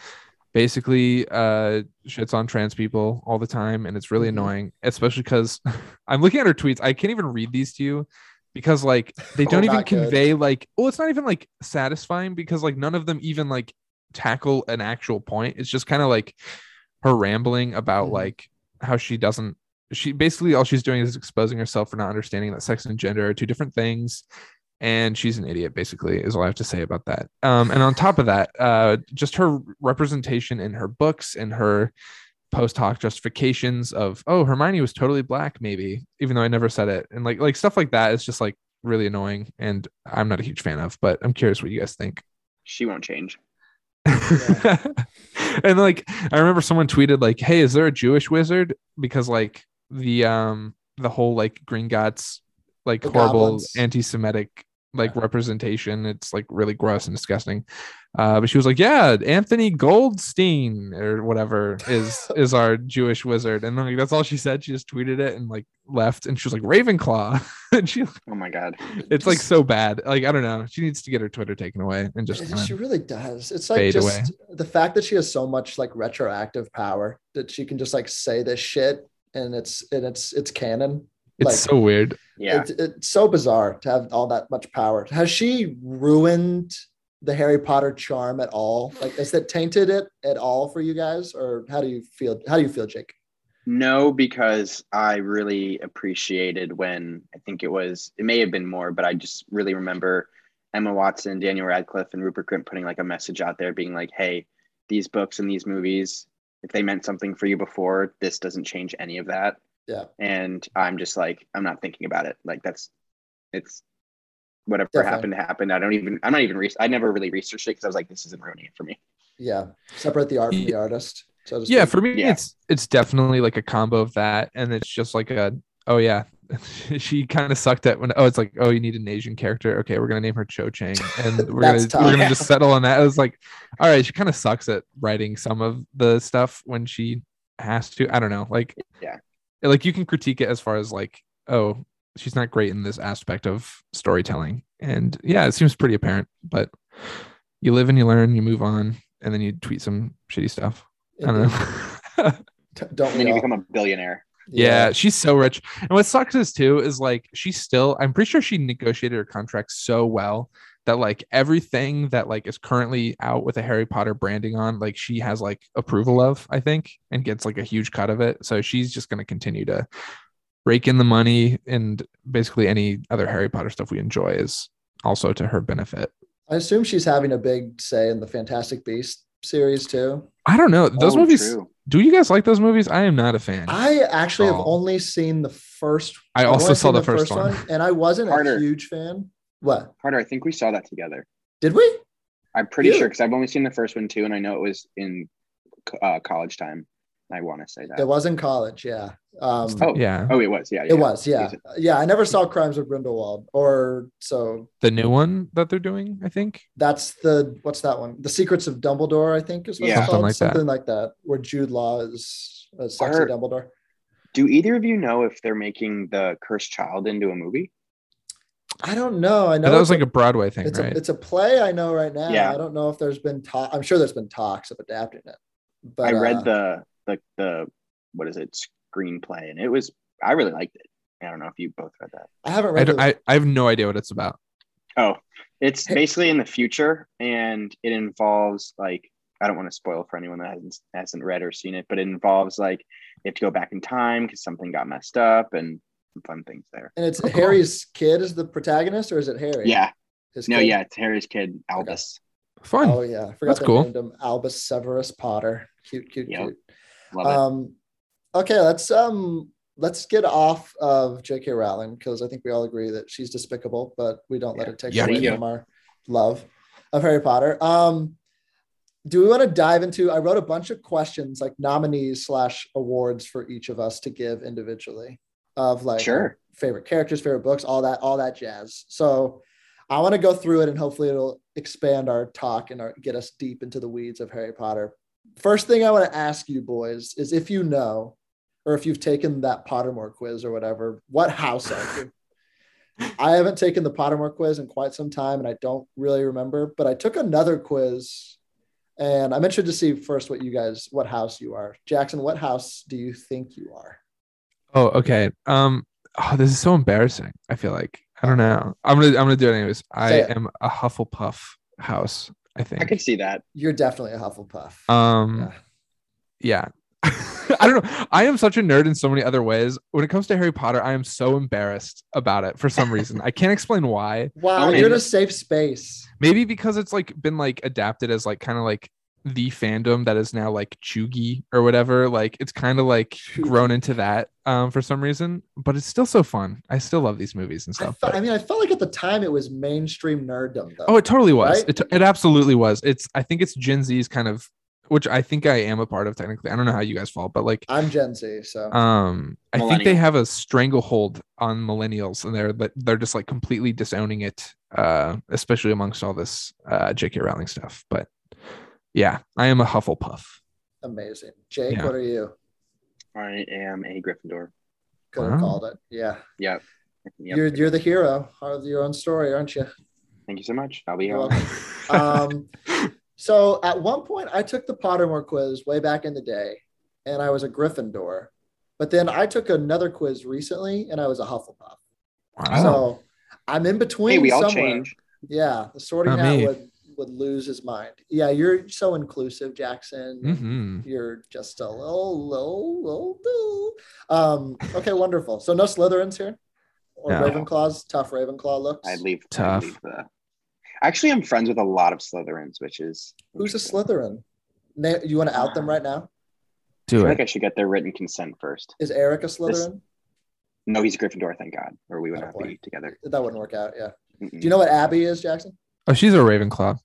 C: basically uh, shits on trans people all the time, and it's really
B: Mhm.
C: annoying, especially because I'm looking at her tweets. I can't even read these to you because like they
B: Oh,
C: don't even
B: not good.
C: convey like. Well, it's not even like satisfying because like none of them even like tackle an actual point. It's just kind of like her rambling about
B: Mhm.
C: like how she doesn't she basically all she's doing is exposing herself for not understanding that sex and gender are two different things and she's an idiot basically is all i have to say about that um, and on top of that uh, just her representation in her books and her post hoc justifications of oh hermione was totally black maybe even though i never said it and like like stuff like that is just like really annoying and i'm not a huge fan of but i'm curious what you guys think
D: She won't change.
C: and like i remember someone tweeted like hey is there a jewish wizard because like the um the whole like green gods like
B: The
C: horrible
B: goblins.
C: anti-semitic like representation it's like really gross and disgusting uh but she was like yeah anthony goldstein or whatever is is our jewish wizard and like that's all she said she just tweeted it and like left and she was like ravenclaw and she
D: Oh my god.
C: it's like so bad like i don't know she needs to get her twitter taken away and just
B: It-
C: kinda-
B: she really does. It's like
C: fade
B: just
C: away.
B: the fact that she has so much like retroactive power that she can just like say this shit and it's and it's it's canon.
C: it's
B: like,
C: so weird
D: Yeah.
B: It's, it's so bizarre to have all that much power. Has she ruined the Harry Potter charm at all? Like, has that tainted it at all for you guys, or how do you feel? How do you feel, Jake?
D: No, because I really appreciated when I think it was, it may have been more, but I just really remember Emma Watson, Daniel Radcliffe, and Rupert Grint putting like a message out there being like, hey, these books and these movies, if they meant something for you before, this doesn't change any of that.
B: Yeah.
D: And I'm just like, I'm not thinking about it. Like, that's, it's whatever
B: Definitely.
D: happened, happened. I don't even, I'm not even, re- I never really researched it because I was like, this isn't ruining it for me.
B: Yeah, separate the art from the artist. So to
C: yeah
B: speak.
C: for me
D: Yeah.
C: it's it's definitely like a combo of that and it's just like a oh yeah she kind of sucked at when oh it's like oh you need an asian character okay we're gonna name her cho chang and we're gonna
B: That's tough.
C: we're gonna
D: Yeah.
C: just settle on that i was like all right she kind of sucks at writing some of the stuff when she has to i don't know like
D: Yeah.
C: like you can critique it as far as like oh she's not great in this aspect of storytelling and yeah it seems pretty apparent but you live and you learn you move on and then you tweet some shitty stuff i don't know
B: Don't
D: And
B: we
D: then you
B: all?
D: become a billionaire.
C: Yeah, she's so rich. And what sucks is too is like she's still I'm pretty sure she negotiated her contract so well that like everything that like is currently out with a Harry Potter branding on, like she has like approval of, I think, and gets like a huge cut of it. So she's just gonna continue to rake in the money and basically any other Harry Potter stuff we enjoy is also to her benefit.
B: I assume she's having a big say in the Fantastic Beast series too.
C: I don't know. Those
D: Oh,
C: movies
D: true.
C: do you guys like those movies? I am not a fan. I,
B: I actually have
C: Oh.
B: only seen the first. I've
C: also
B: only
C: saw
B: seen
C: the, first, one.
B: and I wasn't
D: Carter.
B: a huge fan. What
D: Carter, I think we saw that together.
B: did we?
D: I'm pretty
B: Yeah.
D: sure because I've only seen the first one too, and I know it was in co- uh, college time. I want to say that.
B: It was in college. Yeah. Um,
D: Oh,
C: Yeah.
D: Oh, it was. Yeah, yeah.
B: It was, yeah,
D: Is it-
B: yeah. I never saw Crimes of Grindelwald, or so
C: The new one that they're doing, I think.
B: that's the what's that one? The Secrets of Dumbledore, I think is what
D: Yeah.
B: it's
C: Something
B: called,
C: like that.
B: something like that, where Jude Law is a sexy
D: Or-
B: Dumbledore.
D: Do either of you know if they're making the Cursed Child into a movie?
B: I don't know. I know
C: that
B: it's
C: was like a Broadway thing,
B: it's
C: right?
B: a it's a play I know right now.
D: Yeah.
B: I don't know if there's been talk. I'm sure there's been talks of adapting it. But
D: I
B: uh,
D: read the the the what is it screenplay, and it was I really liked it. I don't know if you both read that.
B: I haven't
C: I,
B: read.
C: don't-
B: the,
C: I, I have no idea what it's about.
D: Oh, it's basically in the future, and it involves like I don't want to spoil for anyone that hasn't hasn't read or seen it, but it involves like they have to go back in time because something got messed up and some fun things there.
B: and it's
C: Oh, cool.
B: Harry's kid is the protagonist, or is it Harry?
D: Yeah,
B: His
D: no,
B: kid?
D: yeah, it's Harry's kid Albus.
C: Fun.
B: Oh yeah, I forgot
C: That's
B: they
C: cool.
B: named him Albus Severus Potter. Cute, cute,
D: Yep.
B: cute.
D: Love it.
B: Um, okay, let's um let's get off of J.K. Rowling because I think we all agree that she's despicable, but we don't let it take
C: Yeah.
B: away
D: Yeah.
B: from our love of Harry Potter. Um, do we want to dive into? I wrote a bunch of questions like nominees slash awards for each of us to give individually of like
D: Sure.
B: our favorite characters, favorite books, all that, all that jazz. So. I want to go through it and hopefully it'll expand our talk and our, get us deep into the weeds of Harry Potter. First thing I want to ask you boys is if you know, or if you've taken that Pottermore quiz or whatever, what house are you? I haven't taken the Pottermore quiz in quite some time and I don't really remember, but I took another quiz and I'm interested to see first what you guys, what house you are. Jackson, what house do you think you are?
C: Oh, okay. Um, oh, this is so embarrassing. I feel like I don't know. I'm gonna I'm gonna do it anyways. I
B: Say it.
C: am a Hufflepuff house. I think.
D: I could see that.
B: You're definitely a Hufflepuff.
C: Um, yeah. I don't know. I am such a nerd in so many other ways. When it comes to Harry Potter, I am so embarrassed about it for some reason. I can't explain why.
B: wow,
D: Own
B: you're
D: it.
B: in a safe space.
C: Maybe because it's like been like adapted as like kind of like the fandom that is now like Chugi or whatever. Like it's kind of like grown into that um for some reason, but it's still so fun. I still love these movies and
B: I,
C: stuff.
B: felt,
C: but-
B: I mean, I felt like at the time it was mainstream nerddom, though.
C: Oh, it totally was.
B: Right?
C: It, t- it absolutely was. It's I think it's Gen Z's kind of which I think I am a part of technically. I don't know how you guys fall, but like
B: I'm Gen Z, so
C: um I think they
D: Millennial.
C: have a stranglehold on millennials and they're but they're just like completely disowning it uh especially amongst all this uh JK Rowling stuff, but yeah, I am a Hufflepuff.
B: amazing. Jake,
C: Yeah.
B: what are you?
D: I am a Gryffindor.
B: Could have
C: Wow.
B: called it. Yeah.
D: Yep.
B: You're you're the hero of your own story, aren't you?
D: Thank you so much. I'll be
B: You're
D: home.
B: welcome. um, so at one point, I took the Pottermore quiz way back in the day, and I was a Gryffindor. But then I took another quiz recently, and I was a Hufflepuff.
C: Wow.
B: So I'm in between.
D: Hey, we all
B: somewhere.
D: change.
B: Yeah, the Sorting
C: Not
B: Hat
C: me.
B: would would lose his mind. Yeah, you're so inclusive, Jackson.
C: hmm
B: You're just a little, little, little, little. Um, okay, wonderful. So no Slytherins here, or
C: No.
B: Ravenclaws. Tough Ravenclaw looks.
D: I'd leave. I'd
C: Tough.
D: leave the... Actually, I'm friends with a lot of Slytherins, which is
B: Who's a
D: interesting.
B: Slytherin? Na- you want to out them right now?
C: Do
D: I feel like
C: it.
D: I should get their written consent first.
B: Is Eric a Slytherin?
D: No, he's a Gryffindor, thank God, or we would not
B: Attaboy.
D: be together.
B: That wouldn't work out. Yeah.
D: Mm-mm.
B: Do you know what Abby is, Jackson?
C: Oh, she's a Ravenclaw.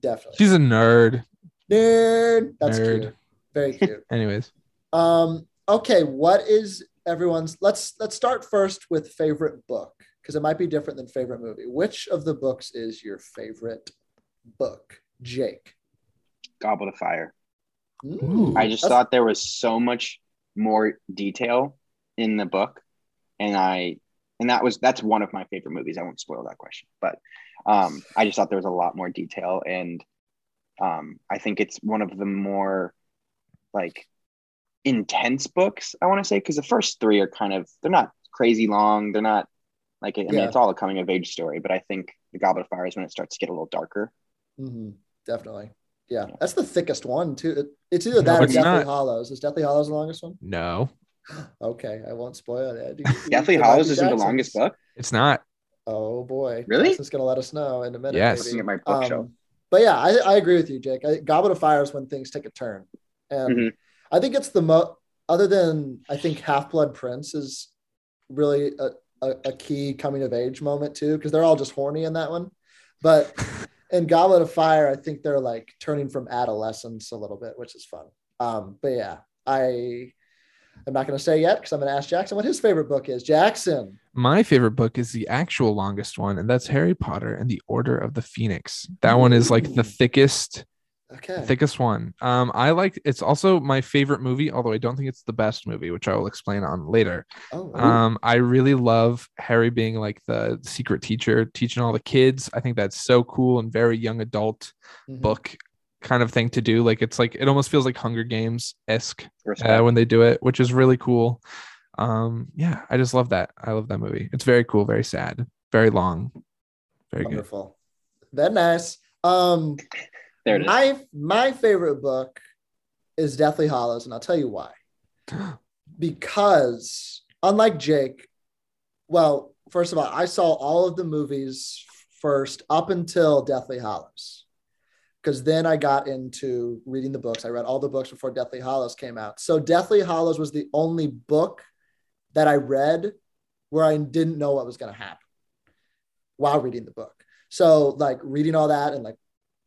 B: Definitely.
C: She's a nerd.
B: nerd. That's
C: Nerd.
B: cute. Very cute.
C: Anyways.
B: um. Okay. What is everyone's? Let's let's start first with favorite book because it might be different than favorite movie. Which of the books is your favorite book, Jake?
D: Goblet of Fire.
B: Mm,
C: Ooh.
D: I just
B: that's-
D: thought there was so much more detail in the book, and I and that was that's one of my favorite movies. I won't spoil that question, but um, I just thought there was a lot more detail, and um, I think it's one of the more like intense books. I want to say because the first three are kind of they're not crazy long. They're not like I mean
B: Yeah.
D: it's all a coming of age story, but I think the Goblet of Fire is when it starts to get a little darker.
B: mhm, definitely. Yeah, that's the thickest one too. It- It's either that or
C: it's
B: Deathly
C: not.
B: Hollows. Is Deathly Hollows the longest one?
C: No,
B: Okay, I won't spoil it.
D: Deathly Hollows isn't the longest book.
C: it's not.
B: Oh boy,
D: Really?
B: It's gonna let us know in a minute.
C: Yes.
B: maybe.
D: Looking at my bookshelf.
B: Um, but yeah, I, I agree with you, Jake. I, Goblet of Fire is when things take a turn, and
D: Mhm.
B: I think it's the most. Other than I think Half Blood Prince is really a, a, a key coming of age moment too, because they're all just horny in that one. But in Goblet of Fire, I think they're like turning from adolescence a little bit, which is fun. Um, but yeah, I I'm not gonna say yet because I'm gonna ask Jackson what his favorite book is. Jackson.
C: My favorite book is the actual longest one, and that's Harry Potter and the Order of the Phoenix. That one is like the thickest,
B: Okay.
C: Thickest one. Um, I like it's also my favorite movie, although I don't think it's the best movie, which I will explain on later.
B: oh,
C: Um, I really love Harry being like the secret teacher, teaching all the kids. I think that's so cool and very young adult
B: mhm.
C: book kind of thing to do. Like it's like it almost feels like Hunger Games esque
D: Respect.
C: uh, when they do it, which is really cool. Um, yeah, I just love that. I love that movie. It's very cool, very sad, very long, very good.
B: wonderful. Very nice. Um,
D: there it is.
B: My my favorite book is Deathly Hollows, and I'll tell you why. Because unlike Jake, well, first of all, I saw all of the movies first up until Deathly Hollows. Because then I got into reading the books. I read all the books before Deathly Hollows came out. So Deathly Hollows was the only book that I read where I didn't know what was going to happen while reading the book. So like reading all that and like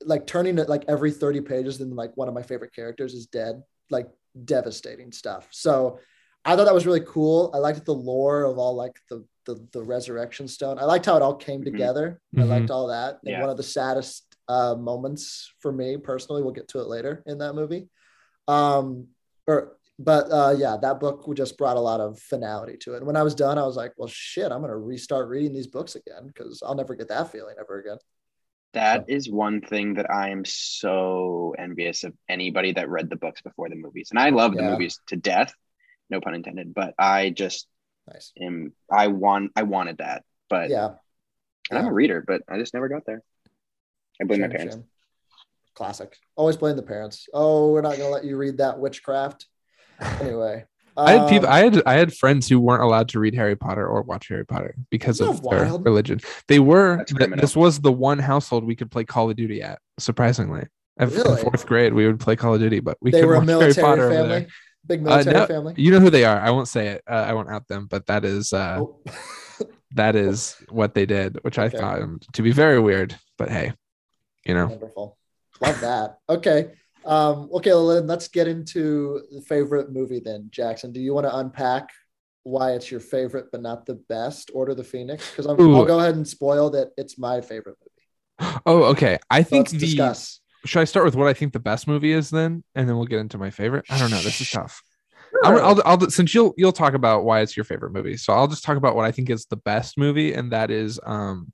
B: like turning it like every 30 pages then like one of my favorite characters is dead like devastating stuff so i thought that was really cool i liked the lore of all like the the, the resurrection stone i liked how it all came
D: Mhm.
B: together i
C: Mhm.
B: liked all that and
D: Yeah.
B: one of the saddest uh, moments for me personally we'll get to it later in that movie um or but uh yeah that book just brought a lot of finality to it and when i was done i was like well shit i'm gonna restart reading these books again because i'll never get that feeling ever again
D: That is one thing that I am so envious of anybody that read the books before the movies. And I love the
B: Yeah.
D: movies to death, no pun intended, but I just
B: nice
D: am I want I wanted that. But
B: yeah
D: and I'm
B: yeah.
D: a reader, but I just never got there. I blame my
B: Shame,
D: parents.
B: shame. Classic. Always blame the parents. Oh, we're not gonna let you read that witchcraft. Anyway,
C: I had people.
B: um,
C: I had I had friends who weren't allowed to read Harry Potter or watch Harry Potter because
B: Isn't
C: of
B: that
C: their
B: wild?
C: religion. They were.
D: That's
C: Th-
D: criminal.
C: this was the one household we could play Call of Duty at. Surprisingly, At- in
B: Really?
C: fourth grade we would play Call of Duty, but we
B: they
C: could
B: were a
C: watch Harry
B: military
C: Potter over there. Uh,
B: family, big military
C: no,
B: family.
C: You know who they are. I won't say it. Uh, I won't out them. But that is uh,
B: Oh.
C: that is what they did, which I
B: Okay.
C: thought um, to be very weird. But hey, you know.
B: Wonderful. Love that. Okay. Um, okay, Lynn, let's get into the favorite movie then. Jackson, do you want to unpack why it's your favorite but not the best, Order of the Phoenix? Because I'll
C: Ooh.
B: go ahead and spoil that it's my favorite movie.
C: Oh, okay. I
B: So
C: think
B: let's
C: the
B: discuss.
C: should I start with what I think the best movie is then, and then we'll get into my favorite. I don't know. This is tough. I'm,
B: Sure.
C: I'll, I'll since you'll you'll talk about why it's your favorite movie, so I'll just talk about what I think is the best movie, and that is um,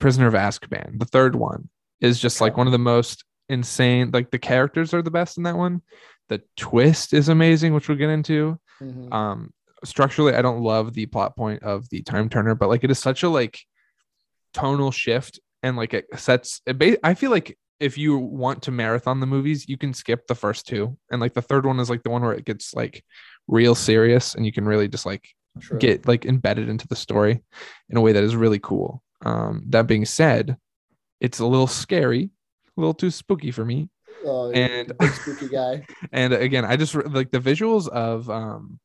C: Prisoner of Azkaban. The third one is just like one of the most insane. Like the characters are the best in that one. The twist is amazing, which we'll get into.
B: Mhm.
C: Um, structurally, I don't love the plot point of the time turner, but like it is such a like tonal shift, and like it sets. It ba- I feel like if you want to marathon the movies, you can skip the first two, and like the third one is like the one where it gets like real serious, and you can really just like
B: True.
C: get like embedded into the story in a way that is really cool. Um, that being said, it's a little scary, a little too spooky for me.
B: oh, you're a
C: and-
B: big spooky guy.
C: And again, I just re- like the visuals of um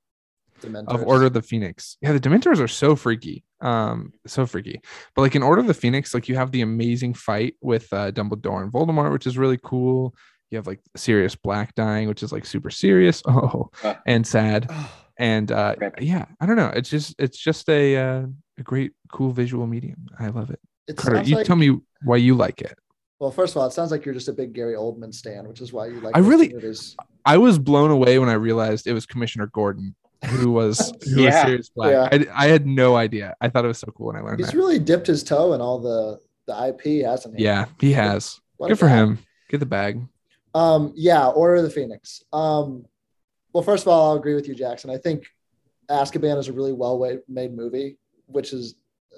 C: of
B: Dementors.
C: Order of the Phoenix. Yeah, the Dementors are so freaky. Um, so freaky. But like in Order of the Phoenix, like you have the amazing fight with uh, Dumbledore and Voldemort, which is really cool. You have like Sirius Black dying, which is like super serious. Oh,
D: Uh.
C: and sad. And uh,
D: Rip.
C: yeah, I don't know. It's just it's just a uh, a great, cool visual medium. I love it.
B: It
C: Carter,
B: sounds
C: you
B: like-
C: tell me why you like it.
B: Well, first of all, it sounds like you're just a big Gary Oldman stan, which is why you like.
C: I
B: those
C: really-
B: movies.
C: I was blown away when I realized it was Commissioner Gordon who was who was
D: Yeah.
C: Sirius Black. I, I had no idea. I thought it was so cool when I learned
B: He's
C: that.
B: really dipped his toe in all the the IP, hasn't he?
C: yeah, he has.
B: What a
C: Good for
B: guy.
C: him. Get the bag.
B: Um, yeah, Order of the Phoenix. Um, well, first of all, I'll agree with you, Jackson. I think Azkaban is a really well wa- made movie, which is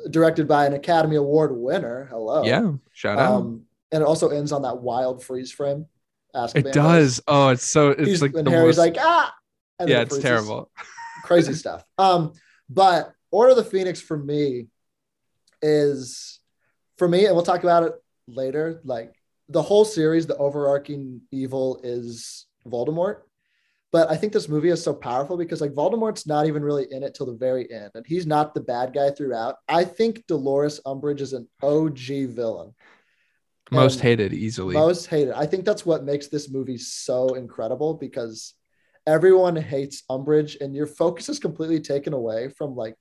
B: directed by an Academy Award winner. Hello.
C: Yeah, shout out.
B: Um, and it also ends on that wild freeze frame. Azkaban
C: it does. Oh, it's so it's
B: He's-
C: like
B: and
C: the
B: Harry's like
C: worst.
B: ah. and then
C: yeah,
B: it
C: it's
B: freezes.
C: terrible.
B: crazy stuff. Um, but Order of the Phoenix for me is for me, and we'll talk about it later. Like the whole series, the overarching evil is Voldemort. But I think this movie is so powerful because like Voldemort's not even really in it till the very end, and he's not the bad guy throughout. I think Dolores Umbridge is an OG villain.
C: Most
B: and
C: hated easily.
B: Most hated. I think that's what makes this movie so incredible because everyone hates Umbridge, and your focus is completely taken away from like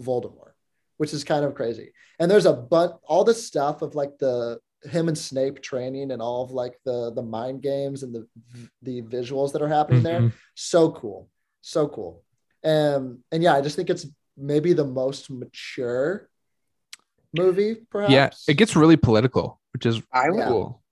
B: Voldemort, which is kind of crazy. And there's a but all this stuff of like the him and Snape training and all of like the the mind games and the the visuals that are happening there.
C: Mhm.
B: So cool, so cool. Um, and yeah, I just think it's maybe the most mature movie, perhaps.
C: Yeah, it gets really political, which is
D: I was
B: Yeah.
C: cool.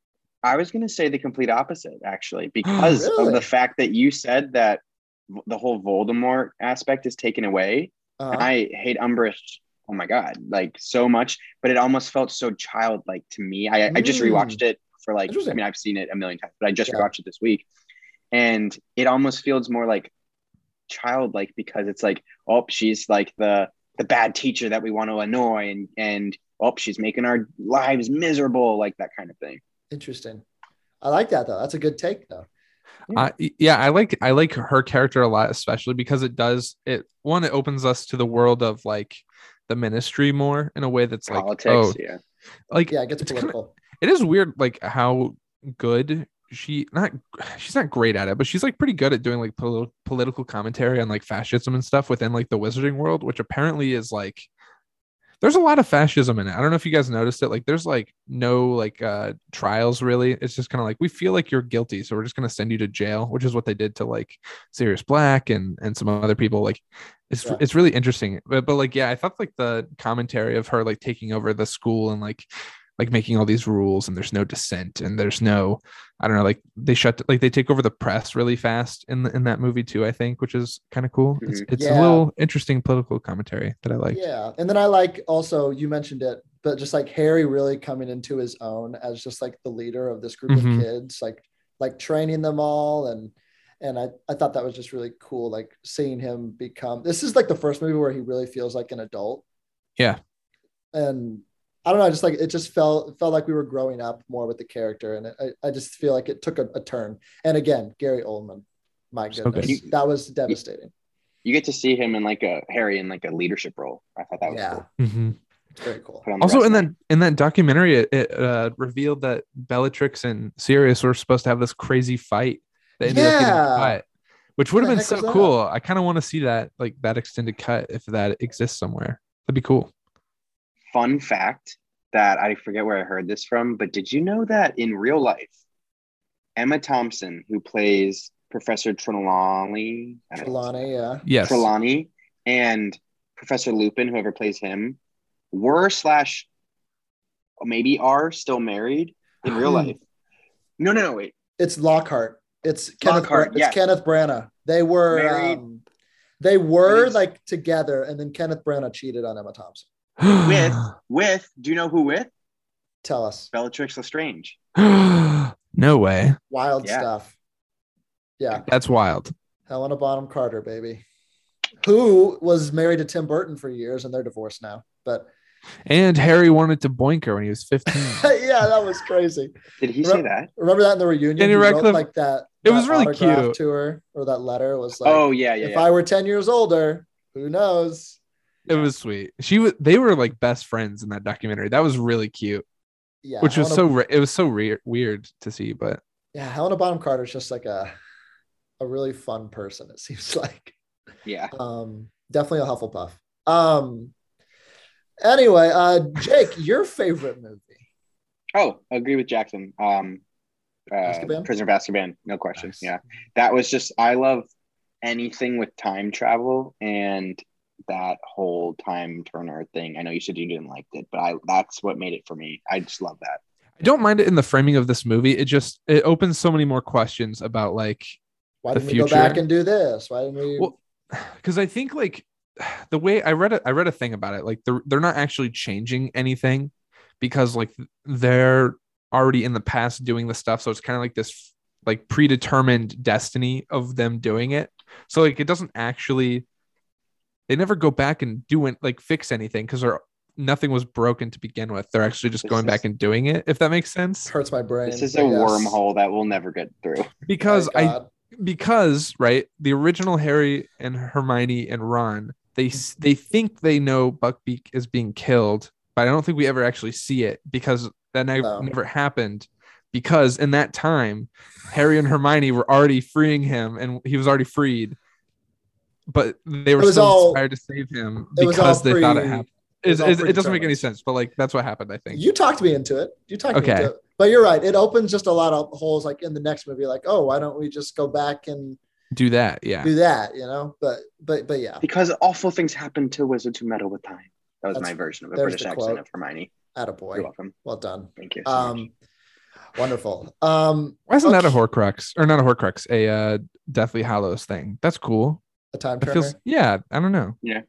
D: I was going to say the complete opposite actually because
B: Really?
D: of the fact that you said that v- the whole Voldemort aspect is taken away.
B: Uh-huh.
D: And I hate Umbridge. Oh my god, like so much, but it almost felt so childlike to me. I, I just
B: Mm.
D: rewatched it for like I
B: Interesting.
D: mean I've seen it a million times, but I just
B: Yeah.
D: rewatched it this week, and it almost feels more like childlike because it's like oh she's like the the bad teacher that we want to annoy and and oh she's making our lives miserable like that kind of thing.
B: Interesting. I like that though. That's a good take though.
C: Uh, yeah, I like I like her character a lot, especially because it does it one it opens us to the world of like the ministry more in a way that's like
D: Politics,
C: oh
D: yeah.
C: like
B: Yeah, it gets
C: it's kinda-
B: political.
C: it is weird like how good she not she's not great at it but she's like pretty good at doing like poli- political commentary on like fascism and stuff within like the wizarding world which apparently is like there's a lot of fascism in it i don't know if you guys noticed it like there's like no like uh trials really it's just kind of like we feel like you're guilty so we're just going to send you to jail which is what they did to like Sirius Black and and some other people like it's
B: Yeah.
C: it's really interesting but, but like yeah I thought like the commentary of her like taking over the school and like like making all these rules and there's no dissent and there's no I don't know like they shut like they take over the press really fast in the, in that movie too I think which is kind of cool it's it's
B: Mm-hmm. Yeah.
C: a little interesting political commentary that I like
B: yeah. And then I like also you mentioned it, but just like Harry really coming into his own as just like the leader of this group
C: Mhm.
B: of kids, like like training them all and and I, I thought that was just really cool, like seeing him become this is like the first movie where he really feels like an adult.
C: Yeah.
B: And I don't know, just like it just felt felt like we were growing up more with the character. And it, I, I just feel like it took a, a turn. And again, Gary Oldman, my
C: So good.
B: goodness, that was devastating.
D: You get to see him in like a Harry in like a leadership role. I thought that was
B: Yeah.
D: cool.
C: Mhm.
B: Very cool.
D: Put on the
C: also in
D: resume.
C: that in that documentary it, it uh, revealed that bellatrix and sirius were supposed to have this crazy fight that ended up
B: Yeah.
C: getting cut which would
B: What
C: have
B: the
C: been
B: heck was
C: so
B: that?
C: cool i kind of want to see that like that extended cut if that exists somewhere that'd be cool
D: fun fact that I forget where I heard this from, but did you know that in real life, Emma Thompson, who plays Professor Trelawney, I don't know what's-
B: Trelawney, yeah.
C: yes
D: Trelawney, and Professor Lupin, whoever plays him, were slash maybe are still married in real
B: Hmm.
D: life. No, no, no, wait.
B: It's Lockhart. It's Kenneth.
D: Lockhart,
B: Bra-
D: yes.
B: It's Kenneth Branagh. They were
D: Married.
B: um, they were
D: Married.
B: like together, and then Kenneth Branagh cheated on Emma Thompson.
D: With with do you know who with
B: Tell us,
D: Bellatrix Lestrange?
C: no way
B: wild
D: Yeah.
B: stuff. Yeah,
C: that's wild
B: Helena Bonham Carter, baby, who was married to Tim Burton for years, and they're divorced now. But
C: and harry wanted to boink her when he was 15
B: yeah, that was crazy.
D: Did he say
B: Re-
D: that?
B: Remember that in the reunion?
C: Daniel
B: He wrote,
C: Radcliffe-
B: like that.
C: It
B: that
C: was really
B: autograph
C: cute.
B: to her, or that letter was like,
D: Oh yeah, yeah.
B: if
D: yeah.
B: I were ten years older, who knows?
C: it was sweet she was they were like best friends in that documentary that was really cute
B: Yeah,
C: which was
B: Helena
C: so re- it was so re- weird to see but
B: yeah, Helena Bonham Carter is just like a a really fun person. It seems like
D: yeah.
B: um, definitely a Hufflepuff. Um, anyway, uh, Jake, your favorite movie?
D: Oh, I agree with Jackson. Um, uh,
B: Azkaban?
D: Prisoner of Azkaban, no question.
B: Nice.
D: Yeah, that was just I love anything with time travel and that whole time turner thing. I know you said you didn't like it, but I that's what made it for me. I just love that.
C: I don't mind it in the framing of this movie. It just it opens so many more questions about like
B: Why
C: The
B: didn't we go back
C: future.
B: and do this? Why didn't we?
C: Well, because I think like the way I read it, I read a thing about it. Like they're they're not actually changing anything because like they're already in the past doing the stuff. So it's kind of like this like predetermined destiny of them doing it. So like it doesn't actually they never go back and do it like fix anything because they're nothing was broken to begin with. They're actually just
D: This
C: going
D: is-
C: back and doing it, if that makes sense.
B: hurts my brain.
D: This is a
B: but yes.
D: wormhole that we'll never get through.
C: Because
B: My
C: I
B: God.
C: because right the original harry and hermione and ron they s-
B: Mm-hmm.
C: they think they know buckbeak is being killed but i don't think we ever actually see it because that ne-
B: No.
C: never happened because in that time harry and hermione were already freeing him and he was already freed but they were
B: It was
C: still
B: all-
C: inspired to save him
B: it was all
C: because they thought it
B: pre-
C: happened It's,
B: all
C: it's, it doesn't make
B: predetermined.
C: any sense, but like that's what happened. I think.
B: You talked me into it. You talked
C: Okay.
B: me into it. But you're right. It opens just a lot of holes like in the next movie, like, oh, why don't we just go back and
C: do that, yeah.
B: do that? You know? But but but yeah,
D: because awful things happen to wizards who meddle with time. That was
B: That's-
D: my version of a
B: there's
D: British
B: the
D: accent
B: quote.
D: of Hermione. You're
B: attaboy.
D: welcome.
B: Well done.
D: Thank you. so much.
B: Um wonderful. Um
C: Why isn't that a
B: okay.
C: Horcrux or not a Horcrux? A uh, Deathly Hallows thing. That's cool.
B: a time
C: It
B: turner.
C: feels. Yeah, I don't know.
D: Yeah.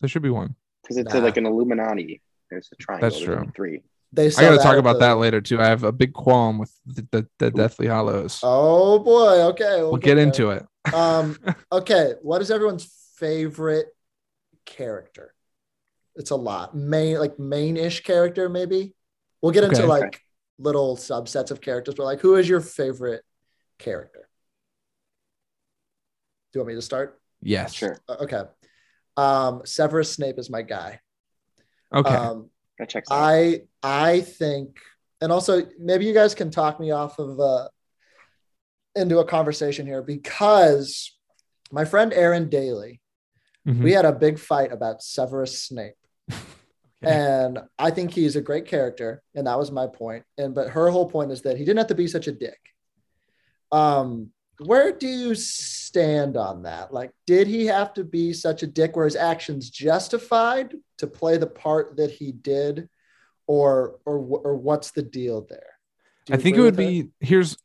C: there should be one.
D: because it's
B: Nah.
D: a, like an Illuminati. There's a triangle.
C: That's
D: between
C: true.
D: Three.
B: They
C: I gotta
B: saw
C: talk
B: at
C: about
B: the-
C: that later too. I have a big qualm with the the, the Deathly Hollows.
B: Oh boy. Okay.
C: we'll get into it.
B: Um okay. What is everyone's favorite character? It's a lot. Main like main-ish character, maybe. We'll get into
C: Okay.
B: like little subsets of characters, but like who is your favorite character? Do you want me to start?
C: Yes.
D: Sure.
B: Uh, Okay. Um Severus Snape is my guy.
C: Okay.
B: Um
D: That checks out.
B: I I think, and also maybe you guys can talk me off of uh, into a conversation here because my friend Aaron Daly,
C: Mhm.
B: we had a big fight about Severus Snape,
C: Okay.
B: and I think he's a great character, and that was my point. And but her whole point is that he didn't have to be such a dick. Um, where do you stand on that? Like, did he have to be such a dick where his actions justified to play the part that he did, or or wh- or what's the deal there? Do
C: I
B: you
C: think it
B: agree
C: would
B: with
C: be here's.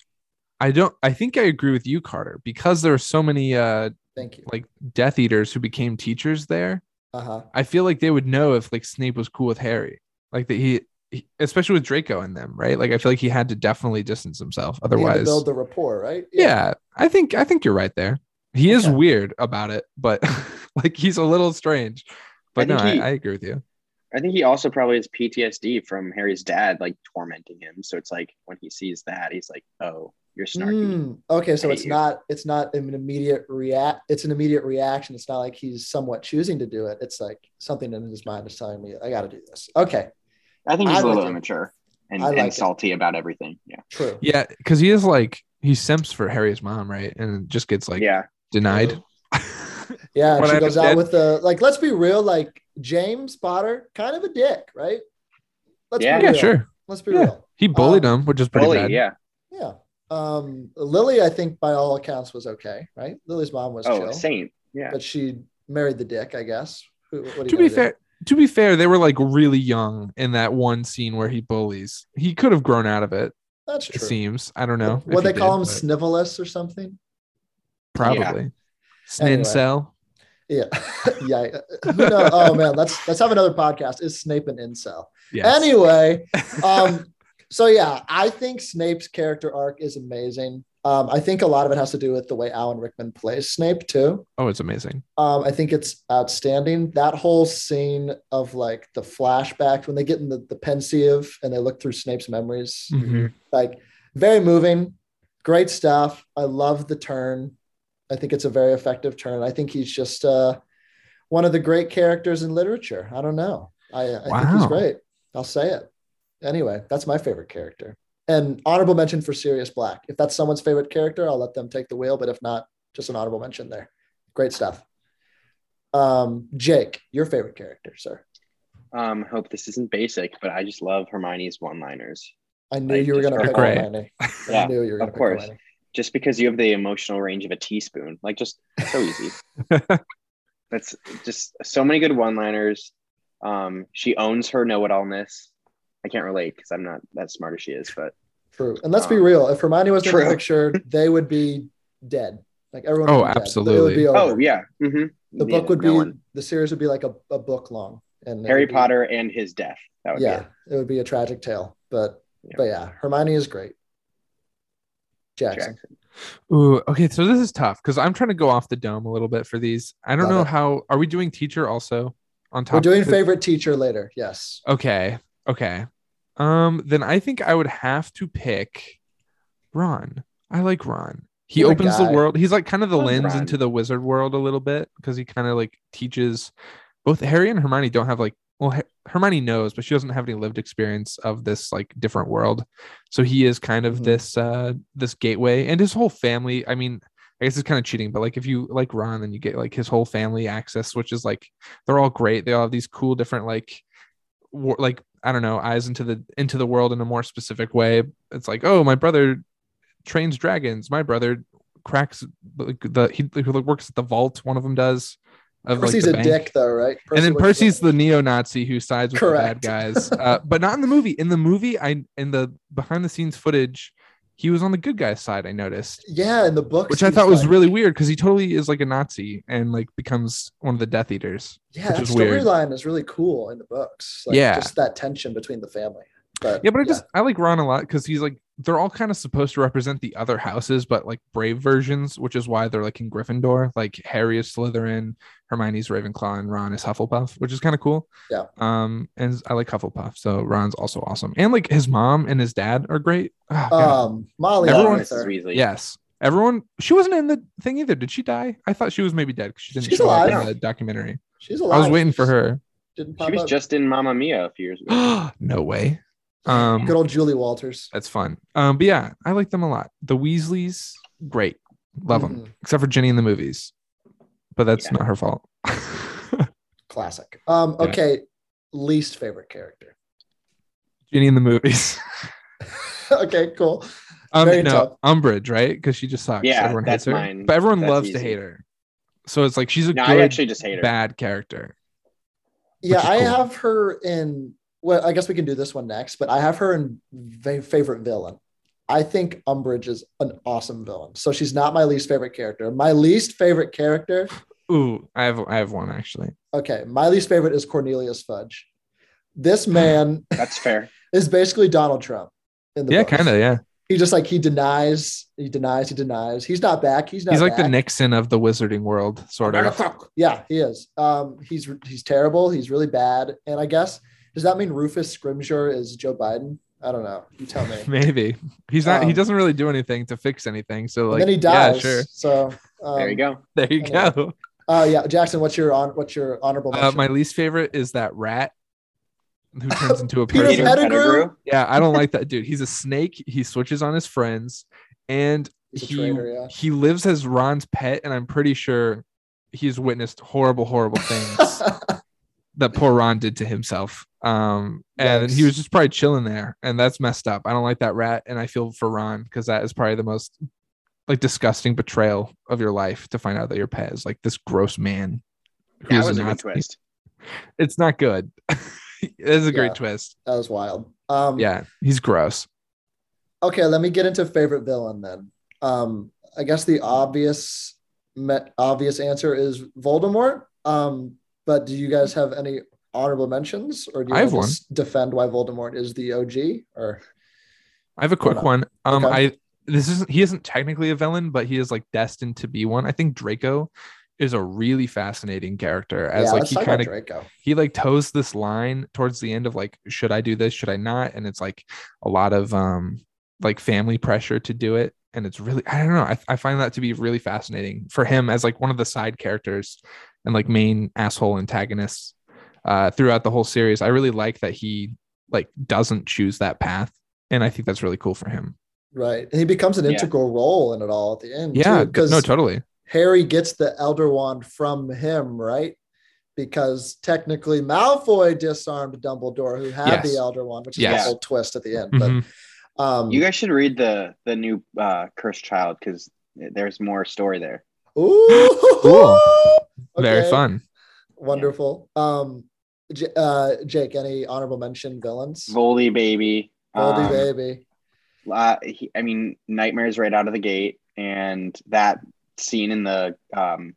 C: I don't. I think I agree with you, Carter, because there are so many uh
B: Thank you.
C: like Death Eaters who became teachers there.
B: Uh huh.
C: I feel like they would know if like Snape was cool with Harry, like that he, he especially with Draco and them, right? Like I feel like he had to definitely distance himself, otherwise.
B: build the rapport, right?
C: yeah. I think I think you're right there. He is
B: Okay.
C: weird about it, but like he's a little strange. But no,
D: think he-
C: I, I agree with you.
D: I think he also probably has PTSD from Harry's dad like tormenting him. So it's like when he sees that, he's like, "Oh, you're snarky."
B: Mm, okay, so
D: Hey,
B: it's
D: you.
B: not it's not an immediate react. It's an immediate reaction. It's not like he's somewhat choosing to do it. It's like something in his mind is telling me I got to do this. Okay,
D: I think he's
B: I
D: a little
B: like it.
D: immature and,
B: I like
D: and
B: it.
D: salty about everything. Yeah.
B: true.
C: Yeah, because he is like he simps for Harry's mom, right? And it just gets like
D: yeah.
C: denied.
B: Yeah,
C: What
B: she
C: I
B: goes out
C: understand-
B: with the like. Let's be real. Like James Potter, kind of a dick, right? Let's
D: Yeah.
B: be
C: yeah,
B: real.
C: sure.
B: Let's be
C: Yeah.
B: real.
C: He bullied
B: Um,
C: him, which is pretty
D: Bully.
C: bad.
D: Yeah.
B: Yeah. Um, Lily, I think by all accounts was okay, right? Lily's mom was
D: Oh,
B: chill,
D: saint. Yeah.
B: but she married the dick, I guess. Who, what are you
C: to be
B: gonna do?
C: fair to be fair they were like really young in that one scene where he bullies he could have grown out of it
B: that's
C: it
B: true.
C: seems i don't know
B: What
C: if he
B: they call him,
C: did, but
B: Snivelus or something?
C: probably
B: Anyway.
C: snincel
B: Yeah, yeah. Who knows? Oh man, let's let's have another podcast. Is Snape an incel?
C: yes.
B: Anyway, um, so yeah, I think Snape's character arc is amazing. Um, I think a lot of it has to do with the way Alan Rickman plays Snape too.
C: oh it's amazing
B: Um, I think it's outstanding. That whole scene of like the flashbacks when they get in the, the pensieve and they look through Snape's memories,
C: Mhm.
B: like very moving, great stuff. I love the turn. I think it's a very effective turn. I think he's just uh, one of the great characters in literature. I don't know. I, I think he's
C: Wow.
B: great. I'll say it. Anyway, that's my favorite character. And honorable mention for Sirius Black. If that's someone's favorite character, I'll let them take the wheel. But if not, just an honorable mention there. Great stuff. Um, Jake, your favorite character, sir.
D: Um, hope this isn't basic, but I just love Hermione's one-liners.
B: I knew
D: Like,
B: you were
D: just
B: going to
D: her
B: pick
C: great.
B: Hermione. I
D: Yeah.
B: knew you were going to
D: of
B: pick
D: course.
B: Hermione.
D: Just because you have the emotional range of a teaspoon, like just so easy. That's just so many good one-liners. Um, she owns her know-it-allness. I can't relate because I'm not that smart as she is, but
B: True. And let's be
D: Um,
B: real. If Hermione was in the
D: true.
B: picture, they would be dead. Like everyone. would
C: Oh,
B: be dead. It would
C: absolutely.
B: be over.
D: oh yeah, hmm
B: The book would be the series would be like a, a book long. And it
D: Harry
B: would be-
D: Potter and his death. That would
B: yeah,
D: be
B: it. would be a tragic tale. But
D: Yeah.
B: but yeah, Hermione is great.
D: it.
B: Jackson.
C: Ooh, okay so this is tough because i'm trying to go off the dome a little bit for these i don't
B: Love
C: know
B: it.
C: how are we doing teacher also on top
B: We're doing
C: because-
B: favorite teacher later. Yes.
C: okay okay um then i think i would have to pick ron i like ron he
B: What a
C: opens the
B: guy.
C: world he's like kind of the
D: Love
C: lens
D: Ron.
C: into the wizard world a little bit because he kind of like teaches both harry and hermione don't have like well Her- hermione knows but she doesn't have any lived experience of this like different world so he is kind of
B: Mhm.
C: this uh this gateway and his whole family i mean i guess it's kind of cheating but like if you like ron then you get like his whole family access which is like they're all great they all have these cool different like war, like I don't know, eyes into the into the world in a more specific way. It's like, oh, my brother trains dragons. My brother cracks like the he like, works at the vault. One of them does. Of, like,
B: Percy's
C: the
B: a
C: bank.
B: dick, though, right?
C: and
B: Percy
C: then
B: was a
C: Percy's
B: dick.
C: the neo-Nazi who sides with
B: Correct.
C: the bad guys, uh, but not in the movie. In the movie, I in the behind-the-scenes footage, he was on the good guy's side. I noticed,
B: yeah in the books,
C: which I
B: he's
C: thought was
B: like-
C: really weird because he totally is like a Nazi and like becomes one of the Death Eaters.
B: yeah.
C: which
B: That
C: is weird.
B: storyline is really cool in the books. Like,
C: Yeah.
B: just that tension between the family. But
C: Yeah, but I just I like Ron a lot because he's like they're all kind of supposed to represent the other houses, but like brave versions, which is why they're like in Gryffindor. Like Harry is Slytherin, Hermione's Ravenclaw, and Ron is Hufflepuff, which is kind of cool.
B: Yeah.
C: Um, and I like Hufflepuff, so Ron's also awesome, and like his mom and his dad are great. Ah, God.
B: um, Molly
C: Everyone-
D: Mrs.
B: Arthur.
D: Weasley.
C: yes, everyone. She wasn't in the thing either. Did she die? I thought she was maybe dead because she didn't
B: She's
C: show up
B: alive.
C: in the documentary.
B: She's
C: I
B: alive.
C: was waiting for her.
B: Didn't pop
D: She was
B: up.
D: just in Mamma Mia a few years ago.
C: no way. Um,
B: good old Julie Walters.
C: That's fun. Um, but yeah, I like them a lot. The Weasleys, great, love them.
B: Mhm.
C: Except for Ginny in the movies, but that's
D: Yeah.
C: not her fault.
B: Classic. Um,
C: Yeah.
B: okay, least favorite character.
C: Ginny in the movies.
B: okay, cool.
C: Um,
B: Very
C: no,
B: tough.
C: Umbridge, right? Because she just sucks.
D: Yeah,
C: everyone
D: that's
C: hates her,
D: mine.
C: but everyone
D: That's
C: loves to
D: easy.
C: hate her. So it's like she's a
D: No,
C: good
D: I actually just hate her.
C: bad character.
B: Yeah,
C: Which is
B: I
C: cool.
B: have her in. Well, I guess we can do this one next, but I have her in va- favorite villain. I think Umbridge is an awesome villain. So she's not my least favorite character. My least favorite character,
C: Ooh, I have I have one actually.
B: okay, my least favorite is Cornelius Fudge. This man
D: That's fair.
B: is basically Donald Trump. In the
C: Yeah,
B: books.
C: kind of. Yeah,
B: He just like he denies, he denies, he denies. He's not back. He's not.
C: he's like the
B: back.
C: Nixon of the wizarding world, sort of.
B: Yeah, he is. Um, he's he's terrible. He's really bad. And I guess does that mean Rufus Scrimgeour is Joe Biden? I don't know. You tell me.
C: Maybe he's not. he
B: Um,
C: doesn't really do anything to fix anything. So
B: and
C: like,
B: then he dies.
C: yeah, sure.
B: So um,
D: there you go.
C: There you
B: Anyway.
C: go.
B: Oh yeah, Jackson. What's your on? What's your honorable?
C: Uh,
B: mention?
C: my least favorite is that rat who turns into a
B: Peter
C: person.
B: Pettigrew?
C: Yeah, I don't like that dude. He's a snake. He switches on his friends, and
B: He's a
C: he
B: traitor, yeah.
C: he lives as Ron's pet. And I'm pretty sure he's witnessed horrible, horrible things that poor Ron did to himself. Um, and he
B: Yikes.
C: was just probably chilling there, and that's messed up. I don't like that rat, and I feel for Ron because that is probably the most like disgusting betrayal of your life to find out that your pet is like this gross man. who
D: That
C: is
D: was a good
C: Nazi
D: twist.
C: it's not good. it's a great
B: Yeah.
C: twist.
B: that was wild. Um,
C: Yeah, he's gross.
B: Okay, let me get into favorite villain then. Um, I guess the obvious me- obvious answer is Voldemort. Um, but do you guys have any honorable mentions, or do you
C: I have
B: wanna just defend why Voldemort is the OG? Or
C: I have a quick
B: Hold
C: one. Um,
B: Okay.
C: I this isn't he isn't technically a villain, but he is like destined to be one. I think Draco is a really fascinating character as
B: yeah,
C: like
B: let's
C: he
B: talk about
C: kind of
B: Draco.
C: he like toes this line towards the end of like should i do this should i not and it's like a lot of um like family pressure to do it and it's really i don't know i, I find that to be really fascinating for him as like one of the side characters and like main asshole antagonists uh throughout the whole series i really like that he like doesn't choose that path and i think that's really cool for him
B: Right, and he becomes an
D: Yeah.
B: integral role in it all at the end.
C: yeah
B: because
C: no totally
B: Harry gets the Elder Wand from him, right? Because technically Malfoy disarmed Dumbledore, who had
C: Yes.
B: the Elder Wand, which is
C: Yes.
B: the whole twist at the end.
C: Mhm.
B: But um,
D: You guys should read the the new uh, Cursed Child because there's more story there.
B: ooh,
C: Cool.
B: Okay,
C: very fun
B: wonderful. Um, J- uh, Jake, any honorable mention villains?
D: Voldy baby.
B: Voldy
D: um,
B: baby.
D: uh, he, I mean, nightmares right out of the gate, and that scene in the um,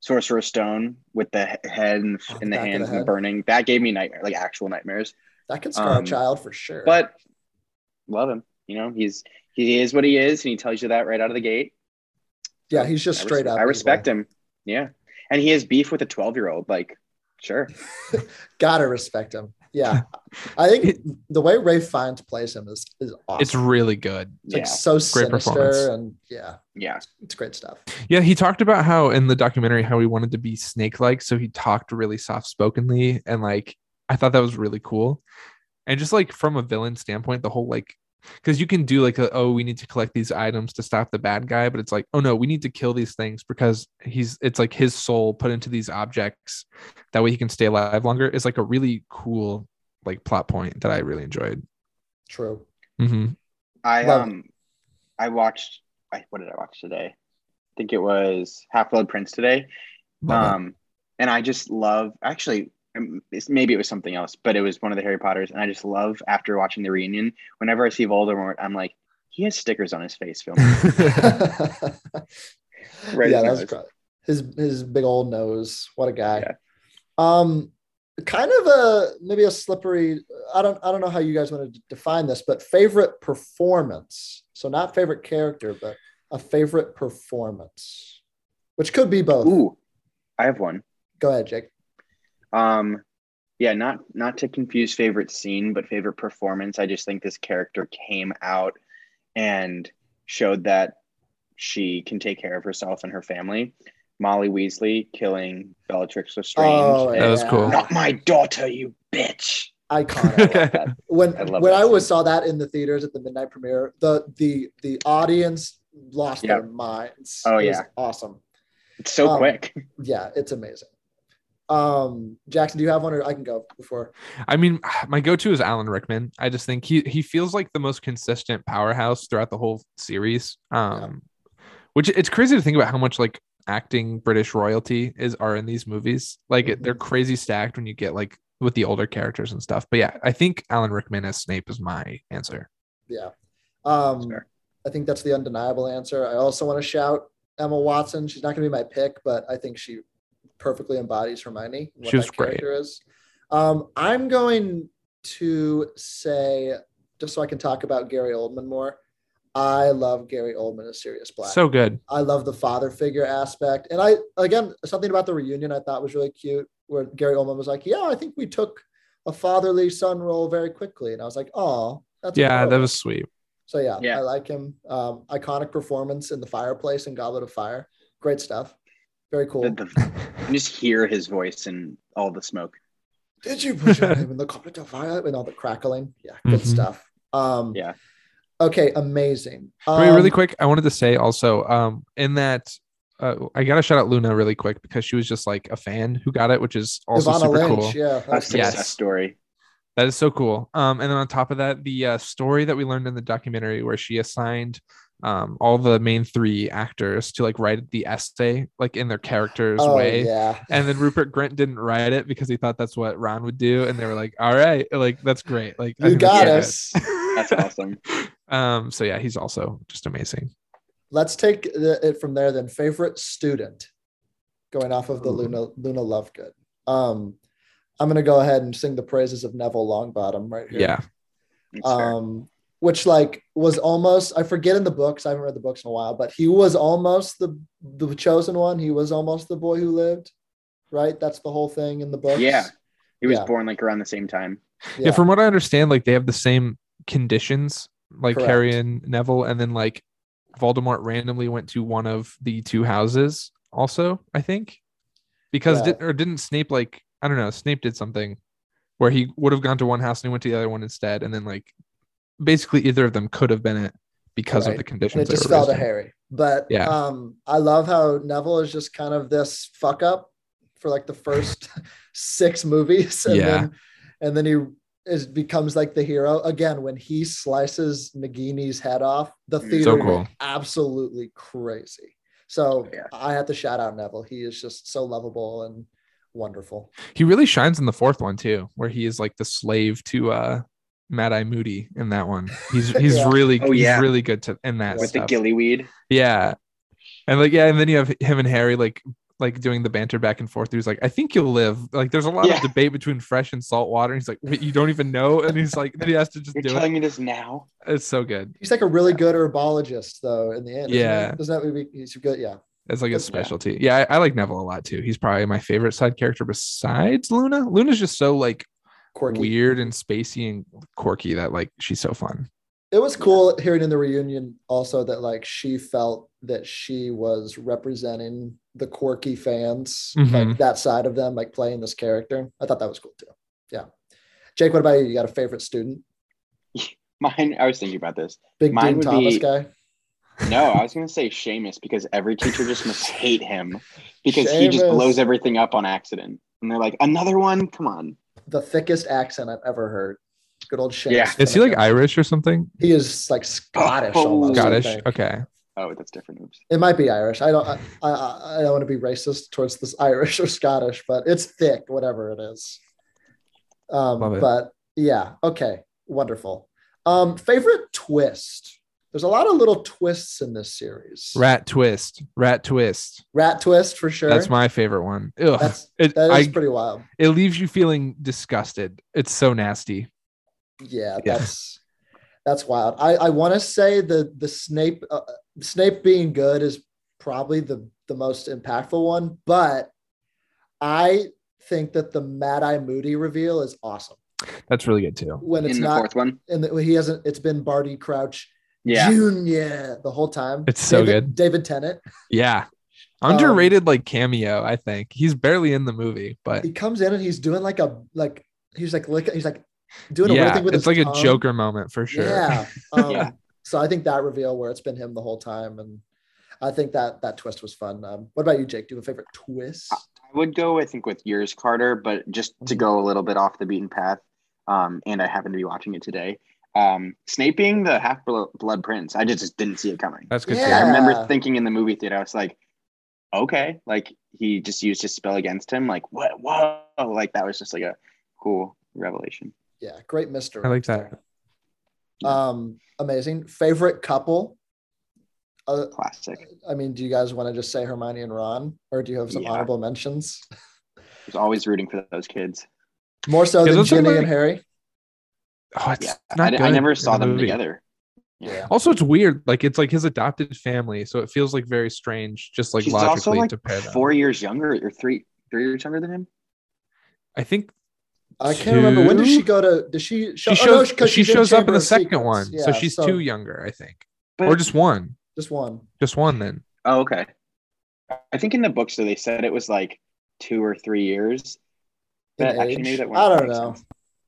D: Sorcerer's Stone with the he- head and,
B: Oh, the
D: and the
B: back of the
D: hands and the
B: head.
D: burning that gave me nightmare, like actual nightmares.
B: That could scar
D: um,
B: a child for sure.
D: But love him, you know. He's he is what he is, and he tells you that right out of the gate.
B: yeah, he's just
D: I
B: straight
D: res-
B: up.
D: I respect him. Yeah, and he has beef with a twelve-year-old. Like, sure.
B: Gotta respect him. Yeah, I think the way Ray Fiennes plays him is is awesome.
C: it's really good
B: It's, like
D: yeah.
B: so
C: performance.
B: sinister and yeah,
D: Yeah.
B: it's great stuff.
C: Yeah, he talked about how in the documentary how he wanted to be snake like, so he talked really soft spokenly, and like I thought that was really cool. And just like from a villain standpoint, the whole like because you can do like a, oh we need to collect these items to stop the bad guy, but it's like oh no we need to kill these things because he's it's like his soul put into these objects that way he can stay alive longer is like a really cool like plot point that I really enjoyed.
B: True.
C: hmm
D: I
B: Love it.
D: um, I watched. I what did I watch today? I think it was Half Blood Prince today. Um, and I just love. Actually, um, it's, maybe it was something else, but it was one of the Harry Potters. And I just love after watching the reunion. Whenever I see Voldemort, I'm like, he has stickers on his face. Film. Right
B: yeah,
D: in
B: that's
D: his-
B: cr- his his big old nose. What a guy.
D: Yeah.
B: Um, kind of a maybe a slippery. I don't I don't know how you guys want to define this, but favorite performance. So not favorite character, but a favorite performance, which could be both.
D: Ooh, I have one.
B: Go ahead, Jake.
D: Um, yeah, not not to confuse favorite scene, but favorite performance. I just think this character came out and showed that she can take care of herself and her family. Molly Weasley killing Bellatrix Lestrange.
B: Oh,
D: and-
C: That was cool.
D: Not my daughter, you bitch.
B: Iconic.
D: That-
B: when
D: I love
B: when
D: that
B: I always
D: scene.
B: saw that in the theaters at the midnight premiere, the the the audience lost
D: Yeah.
B: their minds.
D: Oh,
B: It was
D: yeah.
B: awesome.
D: It's so
B: Um,
D: quick.
B: Yeah, it's amazing. Um, Jackson, do you have one, or I can go before?
C: I mean, my go-to is Alan Rickman. I just think he he feels like the most consistent powerhouse throughout the whole series. Um, which it's crazy to think about how much like acting British royalty is are in these movies. Like it, they're
B: Mm-hmm.
C: crazy stacked when you get like with the older characters and stuff. But yeah, I think Alan Rickman as Snape is my answer.
B: Yeah. Um,
D: Sure.
B: I think that's the undeniable answer. I also want to shout Emma Watson. She's not going to be my pick, but I think she perfectly embodies Hermione. and
C: She was
B: that character is. Um, I'm going to say, just so I can talk about Gary Oldman more. I love Gary Oldman as Sirius Black.
C: So good.
B: I love the father figure aspect. And I, again, something about the reunion I thought was really cute where Gary Oldman was like, Yeah, I think we took a fatherly son role very quickly. And I was like, Oh, that's
C: yeah, that
B: adorable."
C: was sweet.
B: so. Yeah,
D: Yeah.
B: I like him. Um, iconic performance in the fireplace in Goblet of Fire. Great stuff. Very cool.
D: The- the- you just hear his voice and all the smoke.
B: Did you put your name in the Goblet of Fire and all the crackling? Yeah, good
C: Mhm.
B: stuff. Um,
D: Yeah.
B: Okay, amazing.
C: Wait, really
B: Um,
C: quick, I wanted to say also, um, in that uh, I gotta shout out Luna really quick because she was just like a fan who got it, which is also
B: Ivana
C: super
B: Lynch.
C: cool.
B: Yeah,
D: A
B: that's-
D: success
C: Yes.
D: story.
C: That is so cool. Um, and then on top of that, the uh, story that we learned in the documentary where she assigned um, all the main three actors to like write the essay like in their characters
B: oh,
C: way.
B: yeah.
C: And then Rupert Grint didn't write it because he thought that's what Ron would do, and they were like, "All right, like that's great, like I
B: You
C: think that's
B: got
C: good."
B: us.
D: That's awesome.
C: um, so yeah, he's also just amazing.
B: let's take the, it from there then favorite student going off of the
C: Ooh.
B: luna luna lovegood um i'm going to go ahead and sing the praises of neville longbottom right here
C: Yeah,
D: It's fair.
B: um which like was almost i forget in the books i haven't read the books in a while but he was almost the the chosen one he was almost the boy who lived right that's the whole thing in the books
D: Yeah. he was
B: yeah.
D: born like around the same time.
C: yeah. From what I understand, like they have the same conditions, like
B: Correct.
C: Harry and Neville, and then like Voldemort randomly went to one of the two houses. Also, I think because
B: Yeah.
C: did, or didn't Snape like I don't know. Snape did something where he would have gone to one house and he went to the other one instead, and then like basically either of them could have been it because
B: Right.
C: of the
B: And
C: conditions.
B: it
C: that
B: just
C: were
B: fell to
C: raised in.
B: Harry. But
C: Yeah.
B: um, I love how Neville is just kind of this fuck up for like the first six movies, and
C: Yeah.
B: then and then he is becomes like the hero again when he slices Nagini's head off. The
D: Mm. So
B: theater went
C: cool.
B: absolutely crazy. So
D: Oh, Yeah.
B: I have to shout out Neville. He is just so lovable and wonderful.
C: He really shines in the fourth one too, where he is like the slave to uh Mad Eye Moody in that one. He's he's
B: Yeah.
C: really
D: Oh, yeah.
C: he's really good to in that
D: With the
C: stuff.
D: gillyweed.
C: Yeah. And like, yeah, and then you have him and Harry like like doing the banter back and forth. He was like, I think you'll live. Like there's a lot
D: Yeah.
C: of debate between fresh and salt water. And he's like, Wait, you don't even know? And he's like, then he has to just
D: You're
C: do
D: telling
C: it.
D: me this now?
C: It's so good.
B: He's like a really good herbologist though. In the end, isn't he?
C: Yeah.
B: doesn't that maybe he's good? Yeah,
C: It's like
B: Yeah.
C: a specialty. Yeah, I, I like Neville a lot too. He's probably my favorite side character besides Luna. Luna's just so like
B: quirky.
C: weird and spacey and quirky that like she's so fun.
B: it was cool hearing in the reunion also that like she felt that she was representing the quirky fans like
C: Mhm.
B: that side of them like playing this character i thought that was cool too yeah jake what about you you got a favorite student
D: Mine. I was thinking about this.
B: big
D: Mine
B: dean
D: would
B: thomas
D: be-
B: guy
D: No, I was gonna say Seamus because every teacher just must hate him because he just
B: Seamus.
D: blows everything up on accident. And they're like, another one? Come on.
B: the thickest accent I've ever heard. Good old Shane.
D: Yeah.
C: Is he like Irish or something?
B: He is like Scottish
D: Oh.
B: almost. I
C: Scottish.
B: think.
C: Okay.
D: Oh, that's different. Oops.
B: It might be Irish. I don't. I, I, I don't want to be racist towards this Irish or Scottish, but it's thick, whatever it is. Um,
C: Love it.
B: But yeah, okay, wonderful. Um, favorite twist. There's a lot of little twists in this series.
C: Rat twist. Rat twist.
B: Rat twist for sure.
C: That's my favorite one. Ugh.
B: That's
C: it,
B: that is
C: I-
B: pretty wild.
C: it leaves you feeling disgusted. It's so nasty.
B: Yeah,
C: Yeah.
B: that's that's wild. I I want to say the the Snape uh, Snape being good is probably the the most impactful one, but I think that the Mad Eye Moody reveal is awesome
C: That's really good too.
B: when it's
D: In the
B: not
D: fourth one.
B: and that he hasn't. It's been Barty Crouch
D: Yeah.
B: Junior the whole time.
C: It's so
B: David-
C: good.
B: David Tennant.
C: Yeah.
B: Um,
C: Underrated like cameo, I think. He's barely in the movie, but
B: He comes in and he's doing like a like he's like lick, he's like doing a weird
C: yeah,
B: thing with
C: it's like
B: his
C: a
B: tongue.
C: Joker moment for sure.
B: Yeah. Um,
D: Yeah.
B: So I think that reveal where it's been him the whole time, and I think that that twist was fun. Um, what about you, Jake? Do you have a favorite twist?
D: I would go, I think, with yours, Carter, but just to go a little bit off the beaten path, um, and I happen to be watching it today. Um, Snape being the half blo- blood prince, I just, just didn't see it coming.
C: That's good.
B: Yeah.
D: I
C: too.
D: remember thinking in the movie theater, I was like, okay, like he just used his spell against him. Like, what? Whoa. Like, that was just like a cool revelation.
B: Yeah, great mystery.
C: I like that.
B: Um, amazing. Favorite couple? Uh,
D: Classic.
B: I mean, do you guys want to just say Hermione and Ron, or do you have some
D: Yeah.
B: honorable mentions?
D: I was always rooting for those kids.
B: More so
C: Yeah,
B: than
C: those are
B: Ginny
C: like-
B: and Harry.
C: Oh, it's
D: Yeah.
C: not
D: I, I
C: good
D: never
C: in
D: saw
C: the
D: them
C: movie.
D: together.
B: Yeah.
C: Also, it's weird. Like it's like his adopted family, so it feels like very strange. Just like
D: She's also
C: logically
D: like
C: to pair them.
D: four years younger or three, three years younger than him.
C: I think
B: I can't remember. When did
C: Two?
B: she go to? Does she?
C: she
B: oh, no,
C: shows
B: 'cause
C: she
B: she's
C: shows up
B: Chamber
C: in the
B: of
C: second
B: Secrets.
C: one, so
B: Yeah,
C: she's two younger, I think,
D: But
C: or just one,
B: Just one.
C: just one. Then
D: Oh, okay. I think in the books, though, they said it was like two or three years.
B: In
D: That actually,
B: age.
D: maybe that
B: I
D: wouldn't
B: don't
D: make
B: know.
D: sense.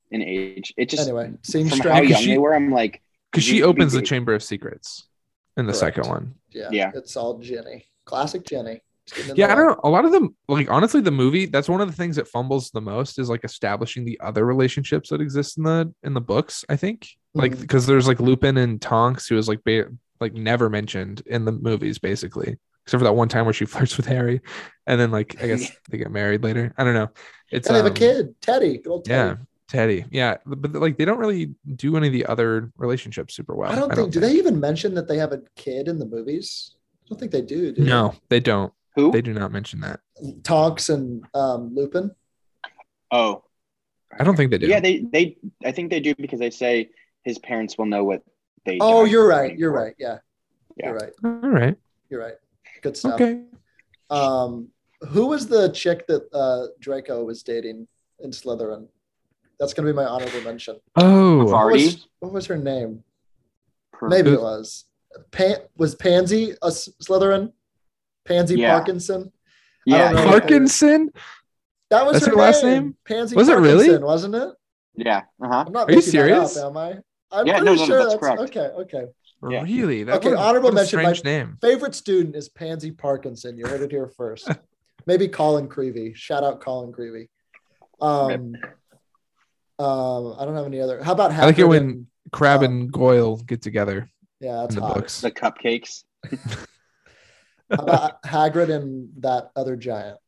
D: In age, it just
B: anyway, seems
D: from
B: strange.
D: how
C: Because
D: young
C: she-
D: they were, I'm like,
C: because she
D: You-
C: opens
D: you-
C: the Chamber of Secrets in the
B: Correct.
C: second one.
B: yeah,
D: Yeah.
B: it's all Jenny. Classic Jenny. Just getting in
C: Yeah,
B: the
C: I
B: way.
C: don't know. A lot of them, like honestly, the movie. That's one of the things that fumbles the most is like establishing the other relationships that exist in the in the books. I think like
B: Mhm.
C: because there's like Lupin and Tonks, who is like ba- like never mentioned in the movies, basically, except for that one time where she flirts with Harry, and then like I guess they get married later. I don't know. It's
B: And they have
C: um,
B: a kid, Teddy. Good old Teddy.
C: Yeah, Teddy. Yeah, but like they don't really do any of the other relationships super well.
B: I don't think. do they even mention that they have a kid in the movies? I don't think they do. do they?
C: No, they don't.
D: who?
C: They do not mention that.
B: Tonks and um, Lupin.
D: oh,
C: I don't think they do.
D: yeah, they they. I think they do because they say his parents will know what they.
B: Oh,
D: died
B: you're
D: for
B: right.
D: and
B: You're
D: for.
B: right. Yeah. You're right.
C: All right.
B: You're right. Good stuff.
C: Okay.
B: Um, who was the chick that uh, Draco was dating in Slytherin? That's gonna be my honorable mention.
C: Oh.
B: What
D: Party?
B: was, what was her name?
D: Per-
B: Maybe it was. Pan- was Pansy a S- Slytherin? Pansy
D: Yeah.
B: Parkinson.
D: Yeah,
B: I don't know.
D: yeah,
C: Parkinson?
B: That was
C: That's
B: her,
C: her last
B: name.
C: name?
B: Pansy.
C: Was it really?
B: Parkinson, Wasn't it?
D: yeah. Uh huh.
B: I'm not
C: Are you
B: making that
C: serious?
B: Up, am I? I'm
D: Yeah,
B: pretty
D: no, no, no,
B: sure
D: that's
B: that's,
D: correct.
B: okay. Okay.
D: Yeah.
C: Really? That
B: Okay,
C: what a-
B: honorable
C: what a
B: mention,
C: Strange
B: my-
C: name.
B: Favorite student is Pansy Parkinson. You heard it here first. Maybe Colin Creevy. Shout out Colin Creevy. Um, um, I don't have any other. How about
C: I like it
B: Hagrid
C: when-
B: and-
C: Crab
B: uh,
C: and Goyle get together
B: yeah, that's
C: in the
B: hot.
C: books.
D: The cupcakes.
B: How about Hagrid and that other giant?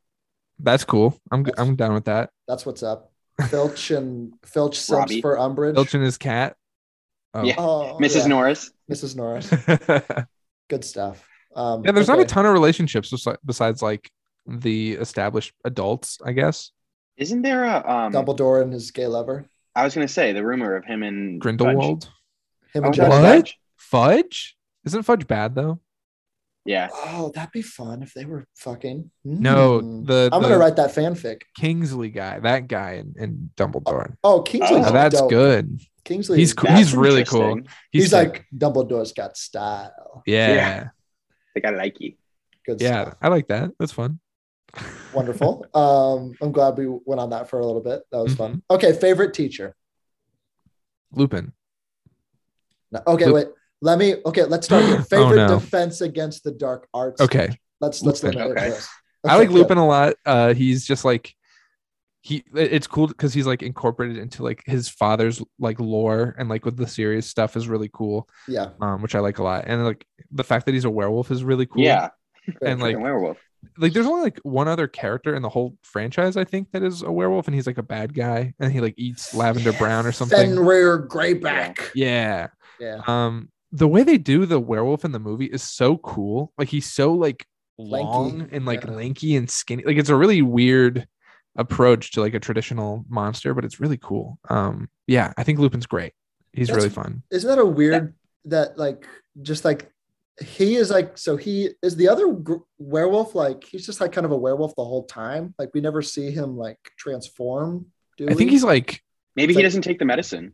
C: That's cool. I'm
B: That's-
C: I'm down with that.
B: That's what's up. Filch and Filch subs
D: Robbie.
B: for Umbridge.
C: Filch and his cat. Oh.
D: Yeah.
B: Oh,
D: Mrs.
B: yeah,
D: Norris.
B: Mrs. Norris.
C: yeah,
B: Good stuff. Um,
C: there's not a
B: okay.
C: ton of relationships besi- besides like the established adults, I guess.
D: Isn't there a um?
B: Dumbledore and his gay lover.
D: I was gonna say the rumor of him and Fudge.
C: Grindelwald.
B: Him
D: Oh,
B: and
D: Judge
B: Judge Dredd.
C: What?
D: Fudge?
C: Fudge? Isn't Fudge bad though?
D: Yeah.
B: Oh, that'd be fun if they were fucking.
C: No,
B: Hmm.
C: the,
B: I'm
C: the
B: gonna write that fanfic.
C: Kingsley guy, that guy in, in Dumbledore.
B: Oh, Kingsley.
D: Oh,
C: Now, that's
B: dope.
C: good.
B: Kingsley.
C: He's
B: is
C: cool.
B: dope.
C: He's really cool.
D: interesting.
B: He's,
C: sick.
B: like Dumbledore's got style.
C: yeah, yeah,
D: Yeah. Like I like you.
B: Good stuff.
C: I like that. That's fun.
B: Wonderful. um, I'm glad we went on that for a little bit. That was fun.
C: Mm-hmm.
B: Okay, favorite teacher.
C: Lupin.
B: No, okay,
C: Lu-
B: wait. Let me. Okay, let's start here.
C: Oh,
B: Favorite
C: no.
B: defense against the dark arts.
C: Okay,
B: Let's let's
C: Lupin.
B: limit it to
D: Okay.
B: this.
C: I like
B: good.
C: Lupin a lot. Uh, he's just like he it- it's cool because he's like incorporated into like his father's like lore and like with the series stuff is really cool
B: Yeah.
C: um which i like a lot and like the fact that he's a werewolf is really cool
D: Yeah,
C: and like
D: freaking werewolf.
C: like there's only like one other character in the whole franchise i think that is a werewolf and he's like a bad guy and he like eats lavender brown or something
B: Fenrir Greyback.
C: yeah
B: Yeah.
C: um the way they do the werewolf in the movie is so cool like he's so like
B: Lanky,
C: long and like
B: yeah.
C: lanky and skinny like it's a really weird approach to like a traditional monster but it's really cool um yeah i think lupin's great he's
B: That's-
C: really fun
B: Isn't that a weird that like just like he is like so he is the other gr- werewolf like he's just like kind of a werewolf the whole time like we never see him like transform. Do
C: i think
B: we?
C: he's like
D: Maybe
B: It's
D: he
B: like-
D: doesn't take the medicine.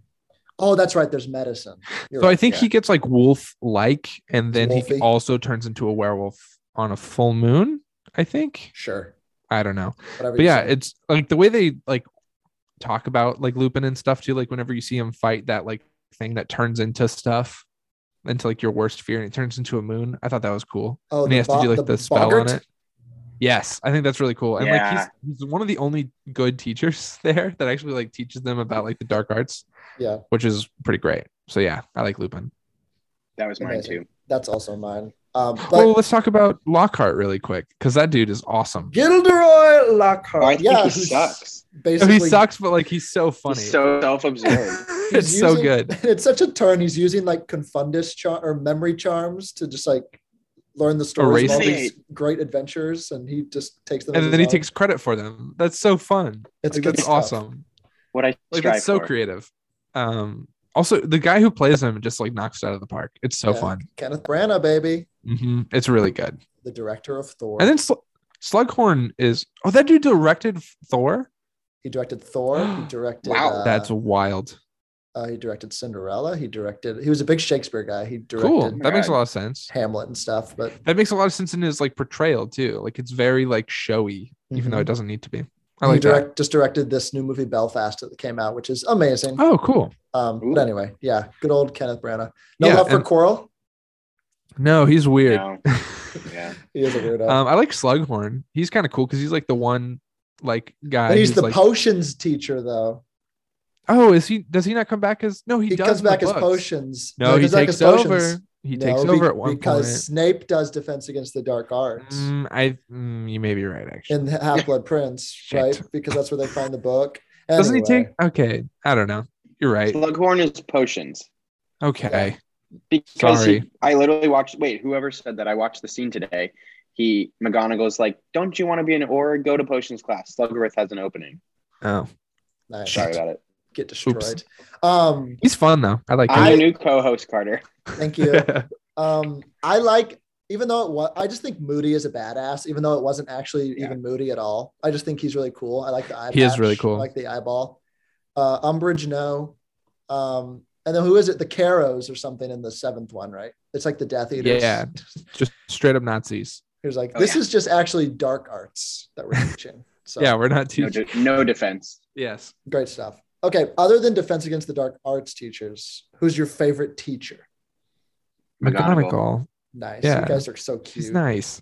B: Oh, that's right. There's medicine. You're
C: so i
B: right,
C: think
B: yeah.
C: he gets like wolf like and then he
B: Wolfy.
C: also turns into a werewolf on a full moon i think
B: sure.
C: i don't know
B: Whatever
C: but
B: you
C: yeah
B: say.
C: it's like the way they like talk about like lupin and stuff too like whenever you see him fight that like thing that turns into stuff into like your worst fear and it turns into a moon i thought that was cool
B: oh,
C: and he has to
B: bo-
C: do like the, spell
B: boggart?
C: on it yes i think that's really cool and like
D: Yeah.
C: he's, he's one of the only good teachers there that actually like teaches them about like the dark arts
B: Yeah,
C: which is pretty great so yeah i like lupin
D: That was mine
B: Amazing.
D: too.
B: that's also mine. Um, but
C: well let's talk about lockhart really quick because that dude is awesome
B: Gilderoy Lockhart.
D: Oh, I think
B: yeah,
D: he
B: who's
D: sucks.
B: Basically,
C: he sucks but like he's so funny
D: He's so self-absorbed.
C: it's
B: He's
C: so
B: using-
C: good
B: It's such a turn. He's using like confundus char- or memory charms to just like learn the stories of all
D: Erase
B: these great adventures, and he just takes them. as
C: and then he
B: his own.
C: takes credit for them. That's so fun.
B: It's
C: Like,
B: good
C: that's
B: stuff.
C: awesome.
D: what I
C: Like
D: strive
C: that's so
D: for.
C: creative. Um, also the guy who plays him just like knocks it out of the park. It's so
B: Yeah.
C: fun.
B: Kenneth Branagh, baby,
C: hmm It's really good.
B: the director of Thor.
C: And then Sl- Slughorn is oh that dude directed Thor.
B: he directed Thor. He directed.
D: Wow.
B: uh,
C: that's wild.
B: uh, he directed Cinderella. He directed. He was a big Shakespeare guy. He directed
C: Cool. That makes a
D: God.
C: lot of sense.
B: Hamlet and stuff. But
C: That makes a lot of sense in his like portrayal too. Like it's very like showy, even though
B: Mhm.
C: it doesn't need to be. I
B: he
C: like that.
B: direct, just directed this new movie Belfast that came out, which is amazing.
C: Oh, cool.
B: Um,
D: Ooh.
B: but anyway, yeah, good old Kenneth Branagh. No
C: Yeah,
B: love for
C: and-
B: Coral.
C: No, he's
D: You
C: weird.
D: know? Yeah.
B: He is a weirdo.
C: um, I like Slughorn. He's kind of cool because he's like the one like guy.
B: but he's
C: who's,
B: the
C: uh, like,
B: potions teacher, though.
C: Oh, is he? Does he not come back as? No, he,
B: He,
C: does
B: comes
C: in the
B: back as
C: books.
B: potions.
C: No, he
B: comes back
C: takes
B: as potions.
C: over. He
B: No,
C: takes
B: be-
C: over at one
B: because
C: point.
B: Snape does defense against the dark arts
C: Mm, I, mm, you may be right. Actually,
B: in Half Blood Prince,
C: Shit.
B: right? Because that's where they find the book.
C: doesn't he take?
B: Anyway,
C: Okay, I don't know. You're right.
D: Slughorn is potions.
C: Okay,
D: Because he-
C: Sorry.
D: I literally watched. Wait, whoever said that? I watched the scene today. He McGonagall's like, "Don't you want to be an or go to potions class?" Slugworth has an opening.
C: oh,
B: nice.
D: Sorry about it.
B: Get destroyed. Um,
C: he's fun though. I like
D: I'm
C: him.
D: a new co-host, Carter.
B: thank you. um i like even though it was i just think moody is a badass even though it wasn't actually
D: Yeah.
B: even moody at all i just think he's really cool i like the eye
C: He is really
B: patch.
C: cool.
B: I like the eyeball uh umbridge no um and then who is it the caros or something in the seventh one right it's like the death eaters
C: Yeah. Just straight up Nazis.
B: here's like
D: Oh,
B: this
D: yeah.
B: is just actually dark arts that we're teaching so
C: Yeah, we're not
D: No,
C: teaching.
D: de- no defense.
C: yes.
B: great stuff okay other than defense against the dark arts teachers who's your favorite teacher
D: McGonagall.
C: McGonagall.
B: nice
C: Yeah.
B: you guys are so cute
C: He's nice.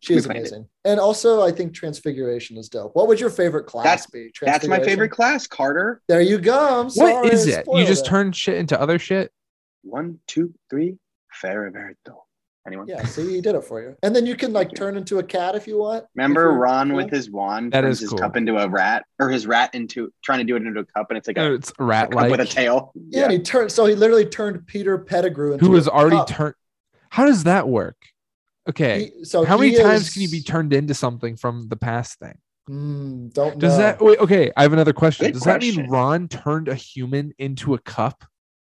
B: She is
D: We find it.
B: amazing. And also, I think Transfiguration is dope. What would your favorite class
D: That's-
B: be?
D: That's my
B: Transfiguration?
D: favorite class, Carter.
B: There you go. I'm sorry,
C: what is
B: I
C: it? You
B: spoiled
C: just
B: it.
C: turn shit into other shit.
D: One, two, three. Feriberto. Anyone?
B: Yeah, see, he did it for you. And then you can like turn into a cat if you want.
D: Remember
B: If you-
D: Ron
B: yeah.
D: with his wand
C: That
D: turns
C: is
D: his
C: cool.
D: cup into a rat, or his rat into trying to do it into a cup, and it's like a,
C: Oh,
D: a
C: It's rat
D: cup with a
C: like
D: tail.
B: Yeah, and he turned. So he literally turned Peter Pettigrew into
C: who was
B: a
C: already
B: pup.
C: turned. How does that work? Okay.
B: He- so
C: How
B: he
C: many times can you
B: is-
C: be turned into something from the past thing?
B: Mm, don't
C: Does
B: know.
C: that wait? Okay, I have another question.
D: Good
C: Does that mean
D: question.
C: Ron turned a human into a cup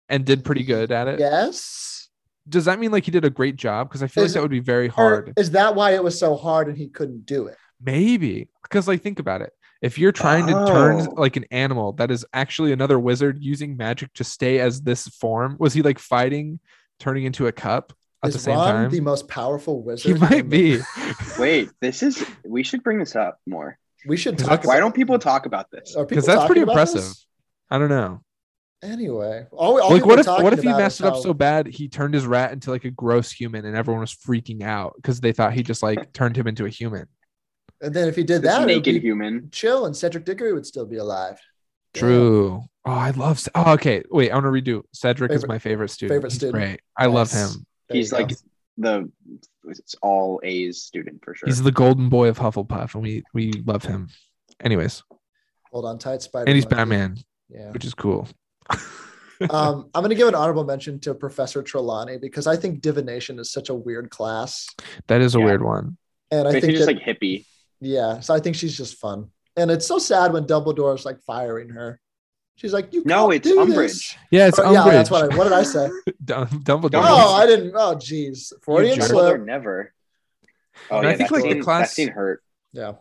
C: and did pretty good at it?
B: Yes.
C: Does that mean like he did a great job? Because I feel
B: Is-
C: like that would be very
B: Or
C: hard.
B: is that why it was so hard and he couldn't do it?
C: Maybe because like think about it. If you're trying to turn
D: Oh.
C: like an animal that is actually another wizard using magic to stay as this form, was he like fighting, turning into a cup at
B: Is
C: the same
B: Ron
C: time?
B: the most powerful wizard?
C: he
B: in
C: might
B: the-
C: be.
D: Wait, this is. We should bring this up more.
B: We should
C: Because
B: talk.
D: Why
B: about-
D: don't people talk about this?
B: are people
C: Because that's pretty
B: talking about this?
C: impressive. I don't know.
B: Anyway, all, all
C: like
B: people
C: what
B: are
C: if what
B: talking
C: if he
B: about is
C: messed it up
B: how-
C: so bad he turned his rat into like a gross human and everyone was freaking out because they thought he just like turned him into a human.
B: And then if he did
D: This
B: that, it would
D: naked
B: be
D: human.
B: chill, and Cedric Diggory would still be alive.
C: True. Oh, I love. Ce- Oh, okay. Wait, I'm gonna redo. Cedric is
B: Favorite-
C: my favorite student.
B: favorite
C: He's
B: student.
C: Great. I love
B: Nice.
C: him.
B: There
D: He's
B: you go.
D: like the it's all A's student for sure.
C: He's the golden boy of Hufflepuff, and we we love him. Anyways,
B: hold on tight, Spider.
C: and he's
B: Monkey.
C: Batman,
B: Yeah.
C: which is cool.
B: um, I'm going to give an honorable mention to Professor Trelawney because I think divination is such a weird class,
C: That is a
D: Yeah.
C: weird one.
B: and I
D: Basically
B: think
D: just
B: that,
D: like hippie.
B: yeah, so I think she's just fun, and it's so sad when Dumbledore's like firing her. She's like, you
D: No,
B: can't
D: it's
B: do
D: Umbridge.
B: this."
C: Yeah, it's
B: Oh,
C: Umbridge.
B: yeah, that's what I. What did I say?
C: Dum- Dumbledore.
B: oh, I didn't. Oh, geez, Freudian
C: jerk.
B: slip.
D: Dumbledore never.
C: I
D: Oh yeah,
C: think,
D: that
C: like, the
D: scene- that
C: class-
D: scene hurt.
B: Yeah,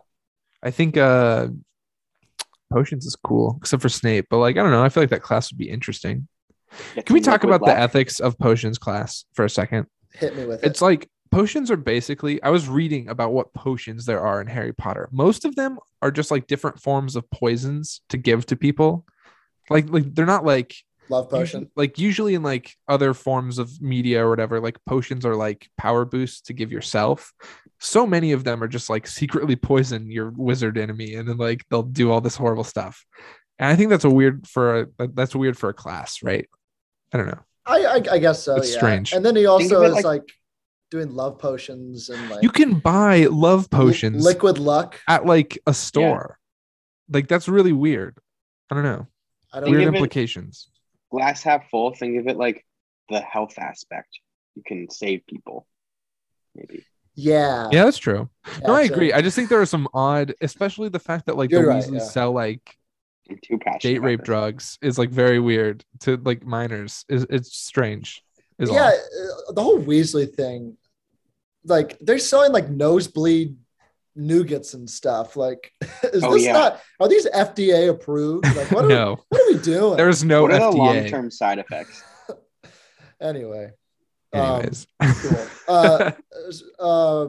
C: I think uh potions is cool, except for Snape. But like, I don't know. I feel like that class would be interesting.
D: Get
C: Can we
D: some
C: talk
D: liquid
C: about the
D: left.
C: ethics of potions class for a second?
B: hit me with
C: It's
B: it.
C: like potions are basically. I was reading about what potions there are in Harry Potter. Most of them are just like different forms of poisons to give to people. Like, like they're not like
B: Love
C: usually-
B: potion.
C: like usually in like other forms of media or whatever like potions are like power boosts to give yourself so many of them are just like secretly poison your wizard enemy and then like they'll do all this horrible stuff and i think that's a weird for a like, that's weird for a class right i don't know
B: I, I, I guess so.
C: It's
B: yeah.
C: strange.
B: And then he
D: Think
B: also
D: of it
B: is like,
D: like-
B: doing love potions and like
C: you can buy love
B: li-
C: potions
B: liquid luck.
C: at like a store like that's really weird i don't know
B: I don't
C: weird
D: give it-
C: implications
D: glass half full. Think of it like the health aspect. You can save people. Maybe
B: Yeah.
C: yeah that's true no i
B: actually.
C: agree i just think there are some odd especially the fact that like
B: You're
C: the
B: right,
C: weasleys
B: yeah.
C: sell like
D: I'm too passionate.
C: date
D: about
C: rape
D: this.
C: drugs is like very weird to like minors. Is it's strange. Is all.
B: yeah, uh, the whole Weasley thing, like they're selling like nosebleed nougats and stuff. Like, is
D: Oh,
B: this
D: yeah.
B: not? Are these FDA approved? Like, what are,
C: no,
B: what are we doing?
C: there's no
D: What are the long
C: FDA.
D: term side effects?
B: anyway. um,
C: Anyways,
B: cool. Uh, uh,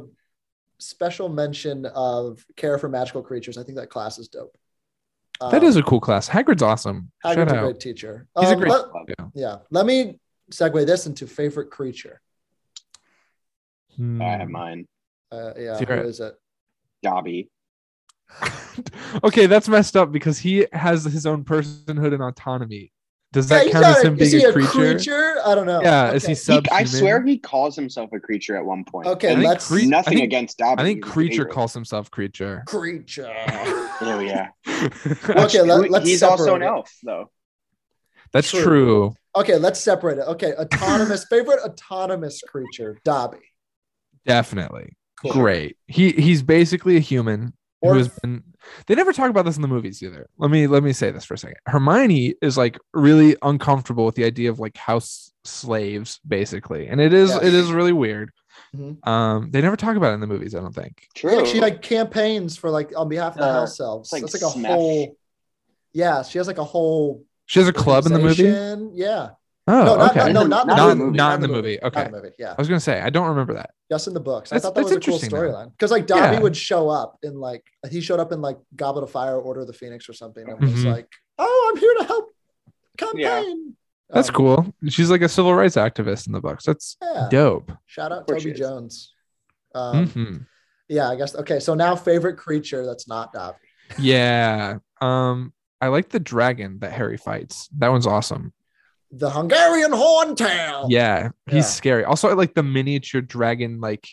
B: special mention of care for magical creatures. I think that class is dope.
C: that is a cool class. Hagrid's awesome. Shout
B: uh, Hagrid's a
C: out.
B: great teacher.
C: He's a
B: Um,
C: great-
B: let-
C: Yeah.
B: yeah. Let me segue this into favorite creature.
C: Hmm.
D: I have mine.
B: Uh, yeah.
C: Sure.
B: Who is it?
D: Dobby.
C: okay, that's messed up because he has his own personhood and autonomy. Does
B: Yeah,
C: that
B: he's
C: count
B: not
C: as him being
B: is he
C: a, creature?
B: I don't know.
C: Yeah, is
B: Okay.
C: he
D: He-
C: subhuman?
D: I swear he calls himself a creature at one point.
B: Okay,
C: I
D: And
C: think,
B: let's-
C: cre- I
D: nothing
C: think-
D: against Dobby.
C: I think
D: He's my
C: creature
D: favorite.
C: calls himself creature.
B: creature?
D: Oh yeah.
B: okay, let, let's
D: He's
B: separate
D: also an
B: it.
D: elf though.
C: that's
B: True.
C: true.
B: Okay, let's separate it. Okay, autonomous favorite autonomous creature, Dobby.
C: Definitely. Great. He he's basically a human
B: Or-
C: who has been they never talk about this in the movies either. Let me let me say this for a second. Hermione is like really uncomfortable with the idea of like house slaves, basically. And it is
B: Yeah.
C: it is really weird.
B: Mhm.
C: Um they never talk about it in the movies, I don't think.
D: True.
B: She like campaigns for like on behalf of the
D: Uh,
B: house elves.
D: like
B: That's like a
D: Smash.
B: whole. Yeah, she has like a whole
C: She has a club in the movie.
B: organization. Yeah.
C: Oh,
B: no, not,
C: okay.
B: no,
C: Not,
B: not,
D: Not
B: not
D: in the movie.
C: not in the movie.
B: Not
C: Okay.
B: in the movie. Yeah,
C: I was gonna say, I don't remember that.
B: just in the books. I
C: That's-
B: thought that
C: that's
B: was a cool
C: interesting, though.
B: storyline because like Dobby
C: Yeah.
B: would show up in like he showed up in like Goblet of Fire, Order of the Phoenix, or something, and was
C: Mhm.
B: like, "Oh, I'm here to help campaign."
D: Yeah.
C: That's
B: Um,
C: cool. She's like a civil rights activist in the books. That's
B: Yeah.
C: dope.
B: Shout out
D: course she
B: Toby
D: is.
B: Jones. Um,
C: hmm
B: Yeah, I guess. Okay, so now favorite creature that's not Dobby.
C: Yeah. Um, I like the dragon that Harry fights. That one's awesome.
B: The Hungarian Horntail.
C: Yeah, he's
B: Oh, Yeah.
C: scary. Also, I like the miniature dragon like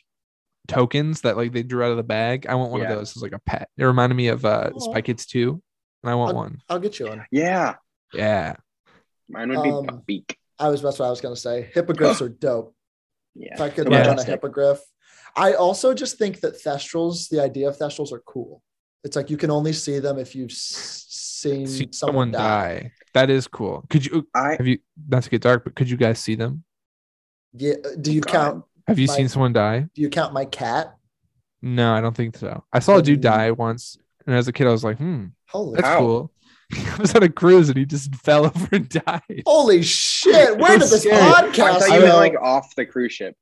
C: tokens that like they drew out of the bag. I want one
D: Yeah.
C: of those as like a pet. It reminded me of uh
B: Aw.
C: Spy Kids 2, and I want one.
B: I'll get you one.
D: Yeah.
C: Yeah.
D: Mine would be
B: Um,
D: Dobby.
B: I was that's what I was gonna say. Hippogriffs are dope. If
D: Yeah.
B: I could
C: Yeah.
B: ride on a hippogriff. I also just think that thestrals, the idea of thestrals are cool. It's like you can only see them if you've s- seen
C: See
B: someone, die.
C: That is cool. Could you
D: I
C: have you not to get dark, but could you guys see them?
B: Yeah. uh, Do you
D: God.
B: count?
C: Have you
B: Like-
C: seen someone die?
B: Do you count my cat?
C: No, I don't think so. I saw a dude
B: Mm.
C: die once, and as a kid, I was like, hmm,
B: Holy.
C: that's
D: Ow.
C: cool. I was on a cruise and he just fell over and died.
B: Holy shit! Where
C: It
B: did
C: was
B: this
C: scary.
D: I
B: podcast
D: thought
B: go?
D: you were like off the cruise ship.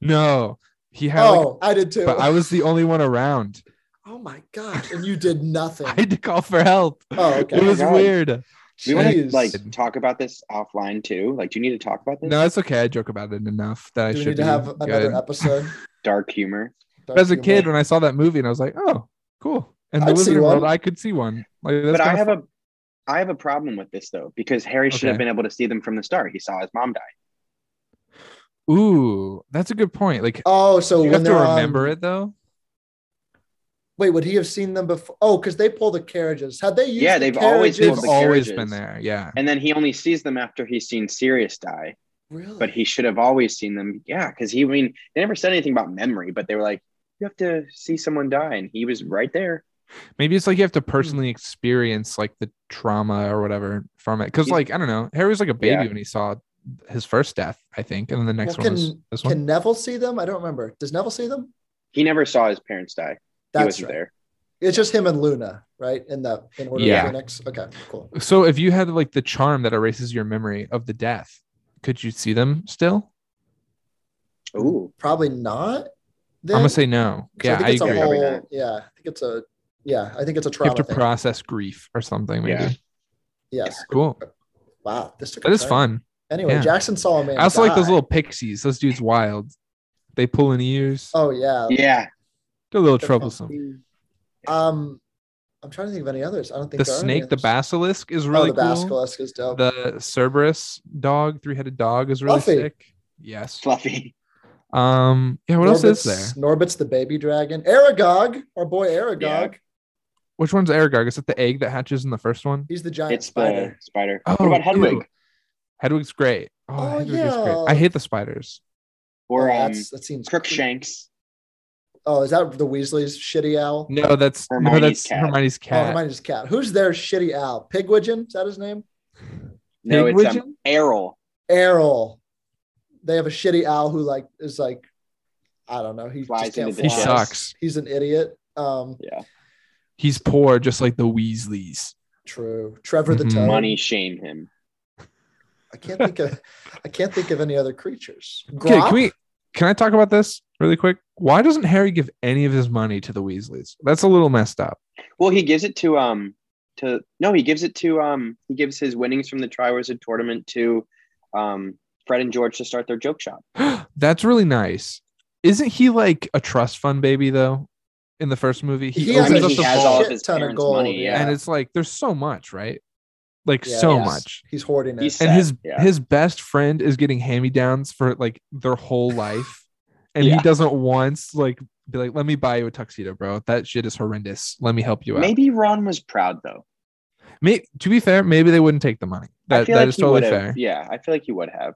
C: No, he had like
B: oh, I did too.
C: but I was the only one around.
B: oh my gosh! And you did nothing.
C: I had to call for help.
B: oh, okay.
C: it was
D: God.
C: weird.
D: Do you want to
B: Jeez.
D: like talk about this offline too? Like, do you need to talk about this?
C: No, it's okay. I joke about it enough that I
B: Do we
C: should
B: need to
C: be
B: have another
C: good.
B: episode?
D: Dark humor.
B: Dark
C: As a
B: humor.
C: kid, when I saw that movie, and I was like, "Oh, Cool. And the
B: I'd see
C: Wizard World,
B: one.
C: I could see one. Like, that's
D: but I
C: kinda
D: have
C: fun.
D: a I have a problem with this though because Harry should
C: Okay.
D: have been able to see them from the start. He saw his mom die.
C: Ooh, that's a good point. Like
B: Oh, so
C: you
B: when
C: have to
B: they're on-
C: remember it though.
B: Wait, would he have seen them before? Oh, because they pull the carriages. Had they used?
D: Yeah,
B: the
D: they've
B: carriages-
D: always
C: They've
D: pulled the
C: always
D: carriages.
C: been there. Yeah.
D: And then he only sees them after he's seen Sirius die.
B: Really?
D: But he should have always seen them. Yeah, because he I mean they never said anything about memory, but they were like, you have to see someone die, and he was right there.
C: Maybe it's like you have
B: Hmm.
C: to personally experience like the trauma or whatever from it. Cause
D: Yeah.
C: like, I don't know, Harry was like a baby
D: Yeah.
C: when he saw his first death, I think. And then the next
B: Well,
C: one was
B: can-
C: this one.
B: Can Neville see them? I don't remember. Does Neville see them?
D: He never saw his parents die. he
B: That's
D: wasn't
B: right.
D: there.
B: It's just him and Luna, right? In the in Order
C: Yeah.
B: of Phoenix. Okay, cool.
C: So if you had like the charm that erases your memory of the death, could you see them still?
D: Ooh,
B: Probably not.
C: I'm
B: then,
C: gonna say no.
B: 'cause
C: Yeah,
B: think
C: I,
B: it's a
C: agree.
D: Probably
B: whole-
D: not.
B: yeah, I think it's a yeah. I think it's a
C: you have
B: trauma
C: to
B: thing.
C: process grief or something, maybe.
D: Yeah.
B: yes.
C: Cool.
B: Wow. This took a
C: That is
B: turn.
C: fun.
B: Anyway,
C: Yeah.
B: Jackson saw a man.
C: I also like those
B: die.
C: little pixies. Those dudes wild. They pull in ears.
B: Oh yeah.
D: yeah.
C: They're a little
B: they're fun.
C: troublesome.
B: Um, I'm trying to think of any others. I don't think
C: The
B: there are any
C: snake, the
B: others.
C: basilisk, is really
B: oh, the
C: cool.
B: basilisk is dope.
C: the Cerberus dog, three headed dog, is really
B: Fluffy.
C: sick. Yes.
D: Fluffy.
C: Um. Yeah. What else is there?
B: Norbit's the baby dragon. Aragog, our boy Aragog.
D: Yeah.
C: Which one's Aragog? Is it the egg that hatches in the first one?
B: He's the giant Uh,
D: It's uh,
B: spider.
D: the spider.
C: Oh,
D: what about Hedwig?
C: ew. Hedwig's great. Oh,
B: Oh,
C: Hedwig is great.
B: yeah.
C: I hate the spiders.
D: Or
B: oh,
D: um,
B: that's- that seems
D: Crookshanks.
B: creep- Oh, is that the Weasley's shitty owl?
C: No, that's no,
D: Hermione's
C: that's
D: cat.
C: Hermione's
B: Oh,
C: cat.
B: Hermione's cat. Who's their shitty owl? Pigwidgeon? Is that his name?
D: No, it's
C: Pigwidgeon?
D: um, Errol.
B: Errol. They have a shitty owl who like is like, I don't know. He
D: Flies
B: just can't
D: into
B: fly.
D: the
C: he sucks.
B: He's an idiot. Um,
D: Yeah.
C: He's poor, just like the Weasleys.
B: true. Trevor the
C: Mhm.
B: Toad.
D: Money shame him.
B: I can't think of. I can't think of any other creatures.
C: Okay,
B: Grop?
C: can we? Can I talk about this really quick? Why doesn't Harry give any of his money to the Weasleys? That's a little messed up.
D: Well, he gives it to um to no, he gives it to um he gives his winnings from the Triwizard tournament to um Fred and George to start their joke shop.
C: That's really nice. Isn't he like a trust fund baby though? In the first movie,
B: He
D: I
B: has
D: mean,
B: a
D: he
C: the
D: has
C: vault,
D: all of
B: shit
D: his
B: ton of
D: parents'
B: gold,
D: money. Yeah,
B: yeah.
C: and it's like there's so much, right? Like
B: Yeah,
C: so
D: yes.
C: much.
B: He's hoarding it.
D: He's
C: And
D: Sad,
C: his
D: yeah.
C: his best friend is getting hand me downs for like their whole life, and he
D: Yeah.
C: doesn't once like be like, "Let me buy you a tuxedo, bro. That shit is horrendous. Let me help you out."
D: maybe Ron was proud though.
C: May- to be fair, maybe they wouldn't take the money.
D: I
C: That
D: feel
C: that
D: like
C: is
D: he
C: totally
D: would have.
C: fair.
D: Yeah, I feel like he would have.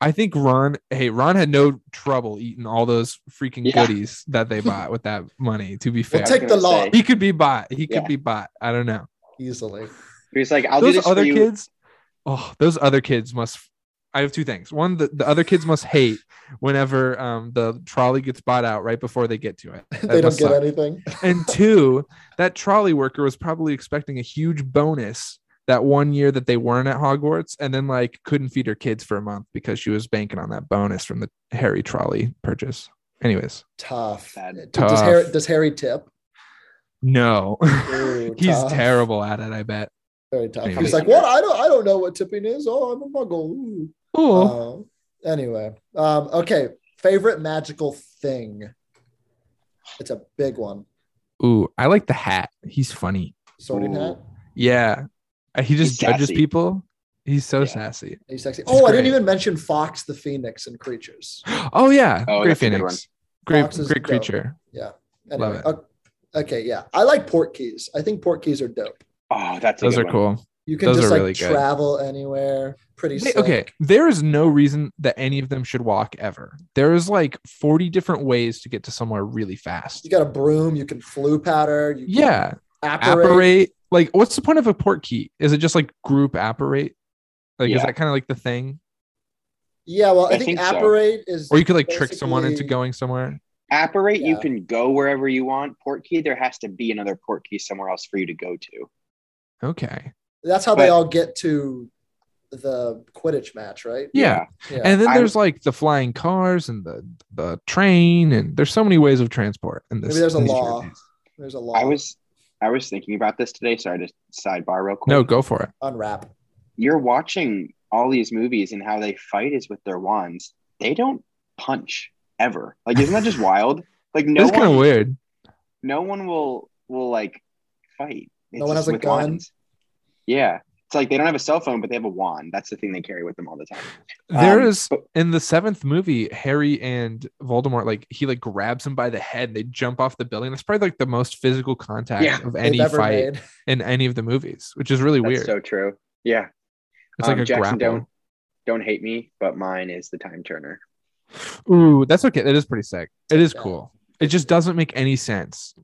C: I think Ron, hey, Ron had no trouble eating all those freaking
D: Yeah.
C: goodies that they bought with that money. To be
B: We'll
C: fair,
D: I was
B: take the
D: gonna
B: law
D: say.
C: he could be bought. He could
D: Yeah.
C: be bought. I don't know.
B: easily.
D: He was like, I'll do
C: those
D: this for
C: other
D: you.
C: kids, oh, those other kids must. I have two things. One, the, the other kids must hate whenever um, the trolley gets bought out right before they get to it. That
B: they don't
C: must
B: get
C: suck.
B: anything.
C: And two, that trolley worker was probably expecting a huge bonus that one year that they weren't at Hogwarts and then like couldn't feed her kids for a month because she was banking on that bonus from the Harry trolley purchase. Anyways,
B: Tough.
D: Bad.
B: Does
C: Tough.
B: Harry, does Harry tip?
C: no.
B: Ooh,
C: He's
B: tough.
C: terrible at it, I bet.
B: Very tough.
C: Maybe.
B: He's like, what? I don't. I don't know what tipping is. Oh, I'm a muggle. Ooh.
C: Oh,
B: Um, anyway, um, okay. Favorite magical thing. It's a big one.
C: ooh, I like the hat. He's funny.
B: Sorting
D: Ooh.
B: hat.
C: Yeah. Uh, He just
D: He's
C: judges
D: sassy.
C: people. He's so
D: Yeah.
C: sassy.
B: He's sexy.
C: He's
B: Oh, I didn't
C: great.
B: even mention Fox the Phoenix and creatures.
C: Oh yeah.
D: Oh,
C: great
D: that's a good one.
C: Phoenix. Great
B: Fox is
C: great
B: dope.
C: creature.
B: Anyway,
C: Love it.
B: o- okay, yeah, I like port keys. I think port keys are dope.
D: Oh, that's a
C: Those
D: good
C: are
D: one.
C: cool.
B: You can
C: Those
B: just
C: are
B: like
C: really good.
B: travel anywhere. Pretty
C: They-
B: sick.
C: okay. There is no reason that any of them should walk ever. There is like 40 different ways to get to somewhere really fast.
B: You got a broom. You can flu powder. You can
C: Yeah.
B: apparate.
C: Apparate. Like, what's the point of a port key? Is it just like group apparate? Like, is
D: Yeah.
C: that kind of like the thing?
B: Yeah, well, I,
D: I
B: think,
D: think so.
B: apparate is.
C: Or you could like trick someone into
B: basically-
C: going somewhere.
D: Apparate, you
B: Yeah.
D: can go wherever you want. Port key, there has to be another port key somewhere else for you to go to.
C: Okay.
B: That's how they
D: but-
B: all get to the Quidditch match, right?
C: Yeah.
B: Yeah.
C: And then
D: I-
C: there's like the flying cars and the the train and there's so many ways of transport. And this
B: Maybe there's a
C: in these
B: law.
C: movies.
B: There's a lot.
D: I was I was thinking about this today. Sorry to sidebar real quick.
C: No, go for it.
B: unwrap.
D: you're watching all these movies and how they fight is with their wands. They don't punch ever. Like, isn't that just wild? Like, no
C: That's kind of
D: one,
C: weird.
D: no one will will like fight. It's
B: No one
D: just
B: has a
D: with
B: gun?
D: wands. Yeah. It's like they don't have a cell phone, but they have a wand. That's the thing they carry with them all the time.
C: There
D: Um,
C: is
D: but-
C: in the seventh movie, Harry and Voldemort like he like grabs him by the head. They jump off the building. That's probably like the most physical contact
D: Yeah.
C: of
B: they've
C: any
B: ever
C: fight
B: made.
C: in any of the movies, which is really
D: That's
C: weird.
D: so true. Yeah.
C: it's
D: Um,
C: like a
D: Jackson,
C: grapple.
D: Don't hate me, but mine is the time turner.
C: Ooh, that's okay. That is pretty sick. It is
B: Yeah.
C: cool. It just doesn't make any sense.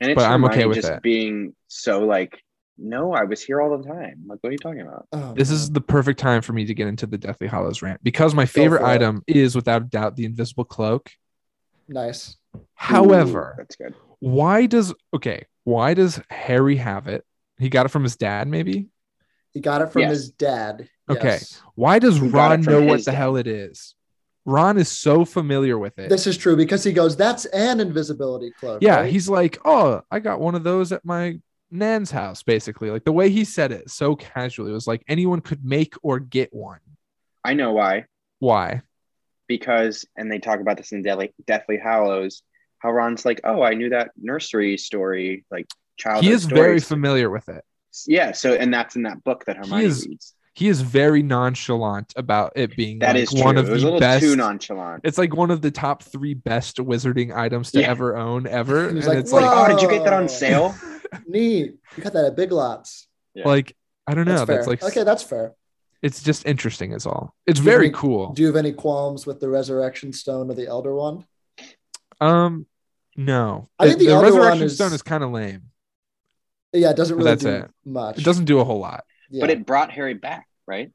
D: And it's
C: But I'm
D: Hermione
C: okay with
D: just
C: that.
D: being so like, no, I was here all the time. Like, what are you talking about?
B: Oh,
C: This
B: man.
C: is the perfect time for me to get into the Deathly Hollows rant because my favorite
B: for it.
C: item is without a doubt the invisible cloak.
B: nice.
C: However,
D: Ooh, that's good.
C: why does okay? Why does Harry have it? He got it from his dad, maybe.
B: He got it from
D: Yes.
B: his dad.
C: Okay.
B: Yes.
C: Why does
D: Who got
C: Ron
D: it from
C: know what
D: his
C: the
D: dad.
C: hell it is? Ron is so familiar with it.
B: This is true because he goes, that's an invisibility cloak.
C: yeah,
B: right?
C: he's like, "Oh, I got one of those at my nan's house." Basically, like the way he said it so casually it was like anyone could make or get one.
D: I know why.
C: Why?
D: Because, and they talk about this in Deathly, Deathly Hallows, how Ron's like, oh, I knew that nursery story, like childhood.
C: he is very
D: stories.
C: familiar with it.
D: Yeah. So, and that's in that book that Hermione
C: is-
D: reads.
C: He is very nonchalant about it being
D: That
C: like,
D: is
C: one
D: true.
C: of
D: it was
C: the
D: a little
C: best.
D: too nonchalant.
C: it's like one of the top three best wizarding items to
D: Yeah.
C: ever own ever.
B: He was
C: and
B: like,
C: it's
D: Like,
C: like,
D: oh, did you get that on
B: Whoa.
D: sale?
B: Neat. You got that at Big Lots.
D: Yeah.
C: like I don't know.
B: That's
C: That's,
B: fair.
C: like
B: okay, that's fair.
C: it's just interesting is all. It's
B: Do you have
C: very
B: any-
C: cool.
B: Do you have any qualms with the Resurrection Stone or the Elder One?
C: Um, no.
B: I think the other one
C: resurrection
B: is-
C: stone is kind of lame.
B: Yeah, it doesn't
C: But
B: really
C: that's
B: do
C: it.
B: much.
C: It doesn't do a whole lot.
B: Yeah.
D: But it brought Harry back, right?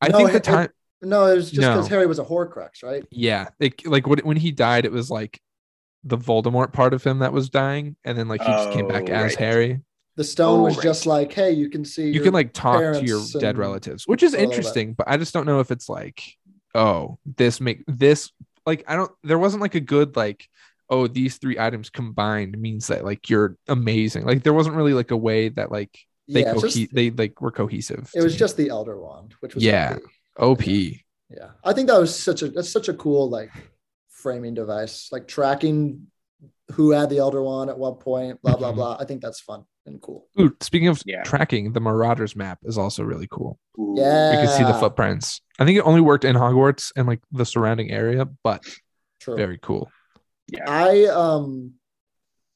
C: I
B: No,
C: think
B: it-
C: the
B: it-
C: time,
B: no, it was just
C: No.
B: because Harry was a Horcrux, right?
C: yeah, like like when when he died, it was like the Voldemort part of him that was dying, and then like he just came back
D: Oh,
C: as
D: right.
C: Harry.
B: The stone
D: Oh,
B: was
D: right.
B: just like, hey, you can see.
C: You can like talk to your
B: parents
C: dead
B: and
C: relatives, which is
B: all that.
C: interesting, but I just don't know if it's like, oh, this make this like I don't. There wasn't like a good like. Oh, these three items combined means that like you're amazing. Like there wasn't really like a way that like they
B: yeah,
C: cohe-
B: it's just-
C: they like were cohesive.
B: it
C: to
B: was
C: me.
B: just the Elder Wand, which was
C: Yeah.
B: OP.
C: OP.
B: Yeah, I think that was such a that's such a cool like framing device, like tracking who had the Elder Wand at what point, blah blah
C: Mhm.
B: blah. I think that's fun and cool.
C: Ooh, speaking of
D: Yeah.
C: tracking, the Marauders map is also really cool.
D: Ooh.
B: Yeah,
C: You can see the footprints. I think it only worked in Hogwarts and like the surrounding area, but
B: True.
C: very cool.
D: Yeah.
B: I um,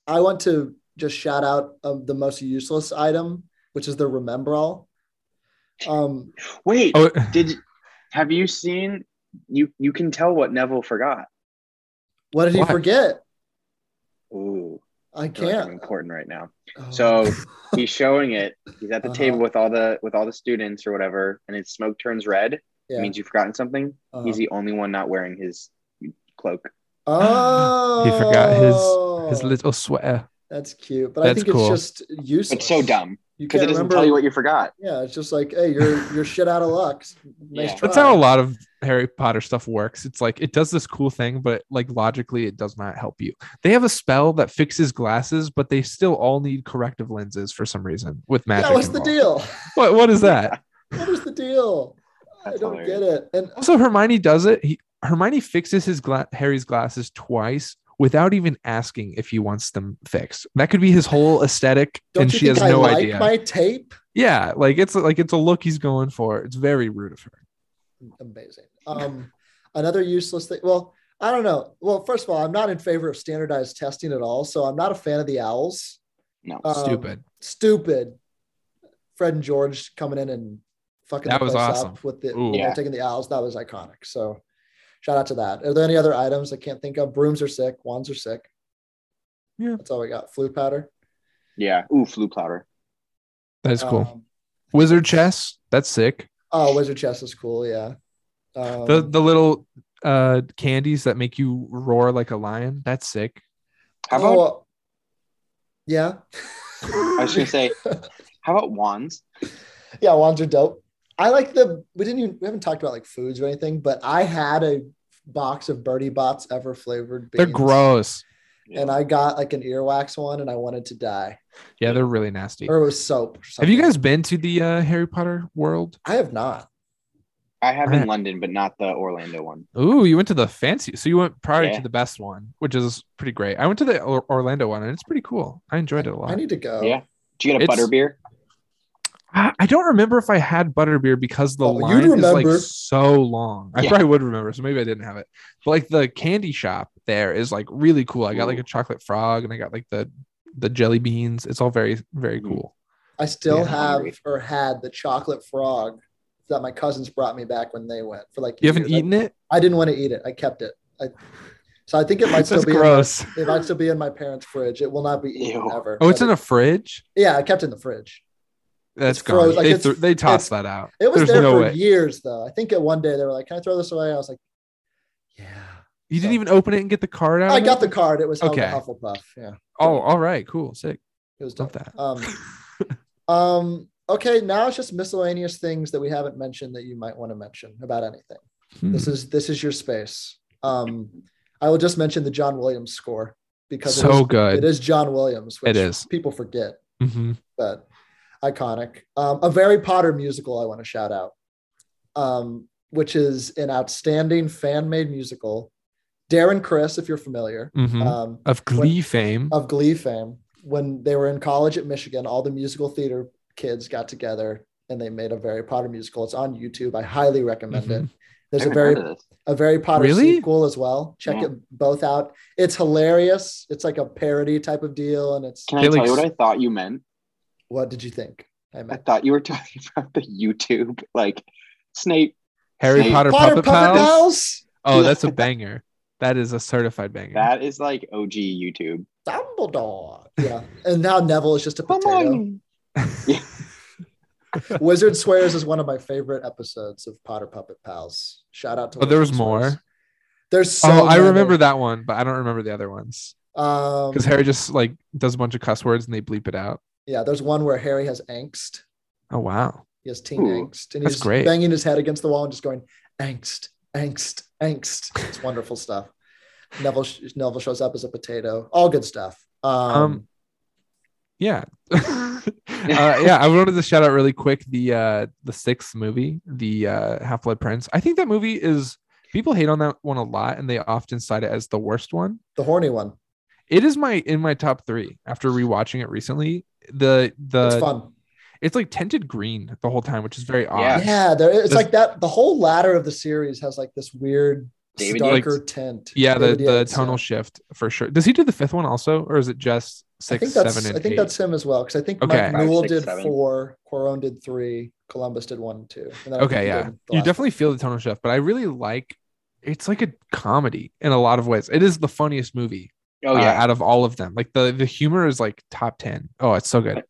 B: I want to just shout out um, the most useless item, which is the Remember All. Um,
D: Wait.
C: Oh,
D: did have you seen you you can tell what neville forgot
B: what did he
C: Why?
B: forget?
D: Ooh,
B: I
D: I feel like I'm
B: can't.
D: important right now
B: Oh.
D: so he's showing it he's at the
B: Uh-huh.
D: table with all the with all the students or whatever and his smoke turns red
B: yeah.
D: it means you've forgotten something
B: Uh-huh.
D: he's the only one not wearing his cloak
B: oh,
C: He forgot his- his little sweater.
B: That's cute, but I
C: That's
B: think
C: cool.
B: it's just useless.
D: it's so dumb
B: You
D: because
B: can't
D: it doesn't
B: remember.
D: tell you what you forgot
B: yeah, it's just like, hey, you're you're shit out of luck. Nice
D: Yeah.
B: try.
C: That's how a lot of Harry Potter stuff works. It's like it does this cool thing, but like logically, it does not help you. They have a spell that fixes glasses, but they still all need corrective lenses for some reason with magic.
B: Yeah, what's the
C: involved.
B: deal?
C: What, what is that?
B: What is the deal? I
D: That's
B: don't
D: hilarious.
B: get it. And
C: Also, Hermione does it. He, Hermione fixes his gla- Harry's glasses twice without even asking if he wants them fixed. That could be his whole aesthetic,
B: don't
C: and
B: you
C: she
B: think
C: has
B: I
C: no
B: like
C: idea.
B: my tape?
C: Yeah, like it's like it's a look he's going for. It's very rude of her.
B: Amazing. Um, another useless thing. Well, I don't know. Well, first of all, I'm not in favor of standardized testing at all, so I'm not a fan of the owls.
D: no
B: Um,
C: Stupid.
B: Stupid. Fred and George coming in and fucking
C: That
B: the
C: was
B: place
C: awesome.
B: up with the
C: Ooh.
B: you know,
D: Yeah.
B: taking the owls. That was iconic. So shout out to that. Are there any other items I can't think of? Brooms are sick. Wands are sick.
C: Yeah.
B: That's all we got. Flu powder.
D: yeah ooh flu powder
C: That is cool.
B: Um,
C: Wizard chess. That's sick.
B: oh, wizard chess is cool. Yeah. Um,
C: The the little uh candies that make you roar like a lion. That's sick.
D: how about
B: oh, yeah.
D: i was gonna say how about wands
B: yeah, wands are dope. I like the we didn't even we haven't talked about like foods or anything, but I had a box of Birdie Bots ever flavored beans.
C: They're gross.
B: And I got like an earwax one and I wanted to die.
C: Yeah, they're really nasty.
B: Or it was soap. Or
C: Have you
B: something.
C: guys been to the uh, Harry Potter world?
B: I have not.
D: I have in
C: Right.
D: London, but not the Orlando one.
C: Ooh, you went to the fancy. So you went probably
D: Yeah.
C: to the best one, which is pretty great. I went to the Or- Orlando one, and it's pretty cool. I enjoyed it a lot.
B: I need to go.
D: Yeah. Do you get a
C: It's-
D: butter beer?
C: I I don't remember if I had butterbeer because the
B: Oh, you'd
C: line is like
B: remember.
C: so long. I
D: Yeah.
C: probably would remember, so maybe I didn't have it. But like the candy shop there is like really cool. I got like
D: Ooh.
C: a chocolate frog and I got like the the jelly beans. It's all very very
B: Mm.
D: Mhm.
C: cool.
B: I still
C: Yeah.
B: have
D: Hungry.
B: or had the chocolate frog that my cousins brought me back when they went for like.
C: You haven't
B: years. I-
C: eaten it?
B: I, didn't want to eat it. I kept it. I, so I think it might still
C: That's
B: be.
C: gross.
B: In, it might still be in my parents' fridge. It will not be eaten
D: Ew.
B: ever.
C: Oh, it's
B: but
C: in a fridge.
B: it- Yeah, I kept it in the fridge.
C: That's
B: It's
C: gone.
B: froze- like,
C: they
B: it's-
C: threw they tossed that out.
B: It was
C: There's
B: there
C: no
B: for
C: way.
B: years though. I think at one day they were like, "Can I throw this away?" I was like, "Yeah."
C: You
B: so-
C: didn't even open it and get the card out.
B: I
C: of
B: got
C: it?
B: the card. It was okay.
C: Okay.
B: Hufflepuff. Yeah,
C: Oh, all right, cool, sick.
B: it was
C: Love
B: dope.
C: that.
B: Um, um, okay, now it's just miscellaneous things that we haven't mentioned that you might want to mention about anything.
C: Hmm.
B: This is this is your space. Um, I will just mention the John Williams score because it,
C: So
B: is, it
C: good.
B: is John Williams. Which
C: It is.
B: people forget,
C: hmm
B: but iconic. Um, a Harry Potter musical I want to shout out, um, which is an outstanding fan made musical. Darren Chris, if you're familiar,
C: hmm
B: um,
C: of
B: when- uh,
C: Glee fame.
B: of Glee fame. When they were in college at Michigan, all the musical theater kids got together and they made a Harry Potter musical. It's on YouTube. I highly recommend it. There's
D: Mm-hmm. I
B: a
D: haven't heard
B: very
D: of this.
B: a Harry Potter
C: Really?
B: sequel as well. Check
D: Yeah.
B: it both out. It's hilarious. It's like a parody type of deal, and it's
D: Can I
C: They,
D: tell
C: like,
D: you what
C: s-
D: I thought you meant?
B: what did you think? I
D: I
B: meant
D: thought you were talking about the YouTube, like Snape.
C: Harry
D: Snape.
C: Potter,
B: Potter
C: Puppet Pals.
B: Pals,
C: Oh, that's a banger. That is a certified banger.
D: That is like OG YouTube.
B: Dumbledore. Yeah, and now Neville is just a potato.
D: Yeah.
B: Wizard swears is one of my favorite episodes of Potter Puppet Pals. Shout out to.
C: Oh, there was
B: Wizard Swears.
C: more?
B: There's so.
C: oh, I
B: many.
C: remember that one, but I don't remember the other ones
B: Um,
C: because Harry just like does a bunch of cuss words and they bleep it out.
B: yeah, there's one where Harry has angst.
C: Oh wow,
B: He has teen
D: Ooh,
B: angst, and
C: that's
B: he's
C: great.
B: banging his head against the wall and just going angst, angst, angst. It's wonderful stuff. Neville sh- Neville shows up as a potato. All good stuff. Um,
C: Um, yeah, uh, yeah. I wanted to shout out really quick the uh the sixth movie, the uh Half Blood Prince. I think that movie is people hate on that one a lot, and they often cite it as the worst one.
B: the horny one.
C: It is my in my top three after rewatching it recently. The the
B: It's
C: it's,
B: fun.
C: like tinted green the whole time, which is very odd.
D: Yeah.
B: Yeah, there, it's
C: This-
B: like that. The whole ladder of the series has like this weird
D: David
B: darker
C: Yates.
B: tint.
C: Yeah, the,
B: David
C: the
B: Yates, yeah.
C: tonal shift for sure. Does he do the fifth one also, or is it just
B: I
C: six,
B: think that's
C: seven, and
B: I think
C: eight?
B: that's him as well because I think
C: Okay.
B: Mike
D: Five,
B: Newell
D: six,
B: did
D: seven.
B: four, Corone did three, Columbus did one and two. And then I think
C: okay.
B: he
C: Yeah,
B: did the
C: you
B: last
C: definitely feel the tonal shift, but I really like. It's like a comedy in a lot of ways. It is the funniest movie
D: Oh
C: uh,
D: yeah.
C: out of all of them. Like the the humor is like top ten. Oh, it's so good.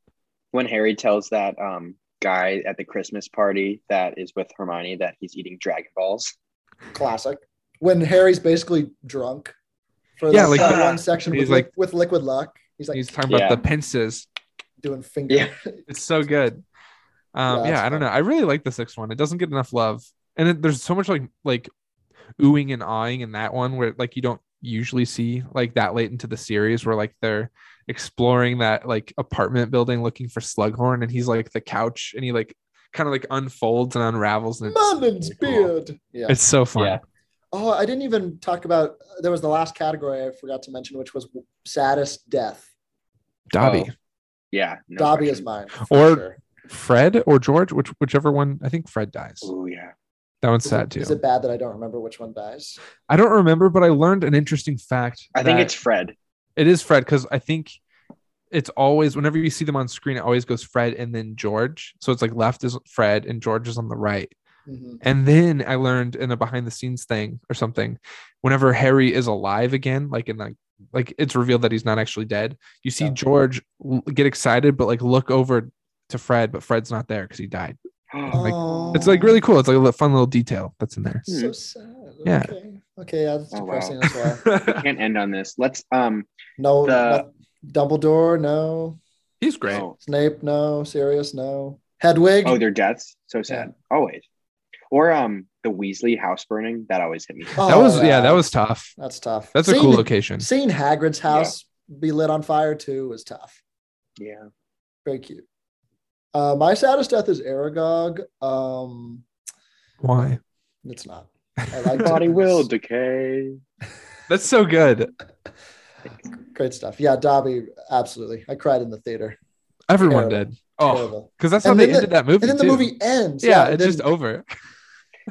D: when Harry tells that um guy at the Christmas party that is with Hermione that he's eating Dragon Balls.
B: classic when Harry's basically drunk for
C: Yeah,
B: like,
C: like-
B: that one section
C: he's
B: with,
C: like-
B: with liquid luck. He's like
C: He's talking about
D: Yeah.
C: the pincers.
B: doing finger.
D: Yeah.
C: It's so good. Um,
B: Yeah,
C: yeah,
B: it's
C: I don't
B: fun.
C: know. I really like the sixth one. It doesn't get enough love, and it, there's so much like like oohing and awing in that one where like you don't usually see like that late into the series where like they're exploring that like apartment building looking for Slughorn, and he's like the couch, and he like kind of like unfolds and unravels, and it's,
B: Merlin's
C: really cool.
B: beard. Yeah.
C: it's so fun.
D: Yeah.
B: Oh, I didn't even talk about. There was the last category I forgot to mention, which was saddest death.
C: Dobby,
D: Oh. Yeah. No
B: Dobby
D: question.
B: is mine.
C: Or-
B: Oh.
C: Fred, or George, which whichever one. I think Fred dies.
D: Oh yeah.
C: That one's
B: Is
C: sad
B: it,
C: too.
B: Is it bad that I don't remember which one dies?
C: I don't remember, but I learned an interesting fact.
D: I think
C: that-
D: it's Fred.
C: It is Fred because I think it's always whenever you see them on screen, it always goes Fred and then George. So it's like left is Fred and George is on the right.
B: Mhm.
C: And then I learned in a behind the scenes thing or something, whenever Harry is alive again, like in like like it's revealed that he's not actually dead. You see
B: Yeah.
C: George l- get excited, but like look over to Fred, but Fred's not there because he died. like-
B: oh,
C: It's like really cool. It's like a li- fun little detail that's in there.
B: so sad.
C: Yeah.
B: Okay. Okay. Yeah, that's
D: Hmm. Oh, wow.
B: depressing as well.
D: Can't end on this. Let's um
B: No,
D: The-
B: no- Dumbledore. No.
C: he's great.
D: Oh,
B: Snape. No. Sirius. No. Hedwig.
D: oh, their deaths. So sad. Always. Or um the Weasley house burning. That always hit me.
C: that
B: Oh,
C: was yeah, that was tough.
B: That's tough.
C: That's a
B: Seeing-
C: cool location.
B: Seeing Hagrid's house be lit on fire too was tough.
D: Yeah.
B: Very cute. Uh, my saddest death is Aragog. Um,
C: Why?
B: It's not. I like
D: Body
B: to-
D: will decay.
C: That's so good.
B: Great stuff. Yeah, Dobby, absolutely. I cried in the theater.
C: Everyone
B: Terrible.
C: did. Oh,
B: Terrible.
C: because that's how
B: And
C: they
B: then the-
C: ended that movie.
B: And then the
C: too.
B: movie ends.
C: Yeah,
B: and
C: it's
B: then-
C: just over.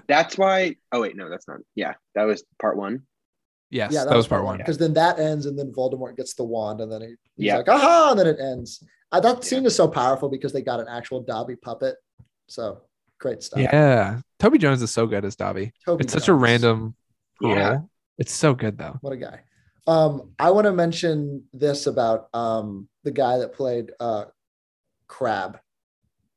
D: That's why. Oh wait, no, that's not. Yeah, that was part one.
C: Yes,
B: Yeah,
C: that, was part one.
B: Because then that ends, and then Voldemort gets the wand, and then he, he's
D: Yeah.
B: like, aha, and then it ends. Uh, that
D: Yeah.
B: scene is so powerful because they got an actual Dobby puppet. So great stuff.
C: Yeah, Toby Jones is so good as Dobby.
B: Toby
C: It's such a
B: Jones.
C: random role.
D: Yeah.
C: It's so good though.
B: What a guy. Um, I want to mention this about um, the guy that played uh, Crab.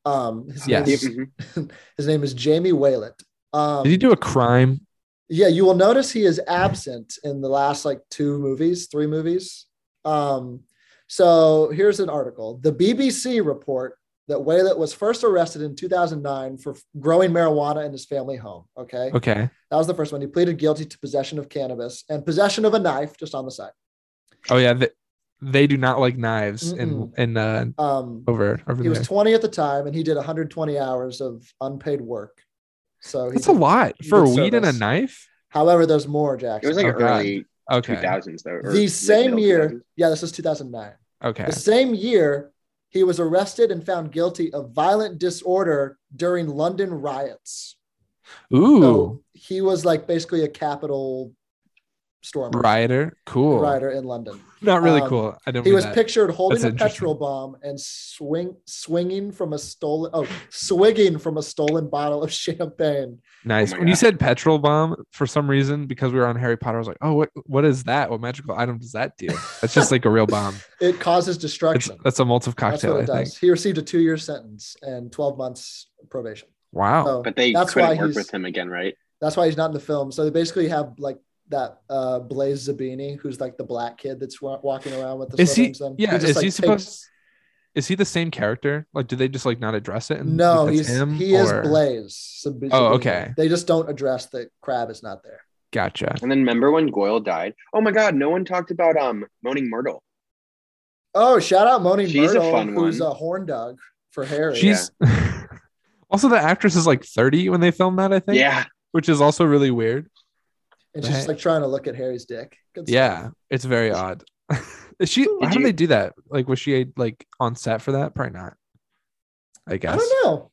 B: Um, his,
C: Yes.
B: name is,
D: Mhm.
B: his name is Jamie Waylet. Um,
C: Did he do a crime?
B: yeah you will notice he is absent in the last like two movies three movies um so here's an article the bbc report that Waylett was first arrested in 2009 for f- growing marijuana in his family home. Okay.
C: Okay.
B: That was the first one. He pleaded guilty to possession of cannabis and possession of a knife just on the side.
C: Oh yeah, they, they do not like knives in
B: Mm-mm.
C: in uh,
B: Um,
C: over over
B: he
C: there.
B: was 20 at the time and he did 120 hours of unpaid work. So he's
C: That's a lot
B: he
C: for
B: did
C: weed and a
B: service.
C: knife.
B: However, there's more, Jackson.
D: It was like
C: Oh, God.
D: early two
C: Okay.
D: thousands though. or
B: the
D: mid-
B: same
D: middle
B: year.
D: 2000s.
B: Yeah, this is 2009.
C: Okay.
B: The same year, he was arrested and found guilty of violent disorder during London riots.
C: Ooh,
B: So he was like basically a capital stormer
C: rioter. Cool.
B: rioter in London.
C: Not really
B: Um,
C: cool. I don't.
B: He
C: mean
B: was
C: that.
B: pictured holding
C: That's
B: a petrol bomb and swing swinging from a stolen oh swigging from a stolen bottle of champagne.
C: Nice.
D: my
C: when you
D: God.
C: said petrol bomb, for some reason, because we were on Harry Potter, I was like, oh, what what is that? What magical item does that do? That's just like a real bomb.
B: It causes
C: It's,
B: destruction.
C: that's a multi
B: That's
C: cocktail,
B: what
C: I
B: it
C: think.
B: does. He received a two-year sentence and 12 months probation.
C: Wow.
B: So
D: But they
B: That's why
D: couldn't work
B: he's-
D: with him again, right?
B: That's why he's not in the film. So they basically have like that uh Blaze Zabini, who's like the black kid that's wa- walking around with the
C: is he?
B: swimming son.
C: Yeah.
B: just,
C: is
B: like,
C: he
B: takes-
C: supposed? Is he the same character? Like, do they just like not address it? and
B: No,
C: think
B: he's
C: that's him,
B: he is
C: or-
B: Blaze. Zabini.
C: Oh, okay.
B: They just don't address that Crab is not there.
C: Gotcha.
D: And then remember when Goyle died? Oh my God, no one talked about um Moaning Myrtle.
B: Oh, shout out Moni
D: She's a
B: Myrtle,
D: fun
B: who's
D: one.
B: a horn dog for Harry.
C: She's. also, the actress is like 30 when they filmed that, I think.
D: Yeah,
C: Which is also really weird.
B: and she's just,
C: right.
B: like trying to look at Harry's dick. Good stuff.
C: Yeah, it's very odd. Is she?
D: Did
C: how do
D: you-
C: they do that? Like, was she like on set for that? Probably not. I guess.
B: I don't know.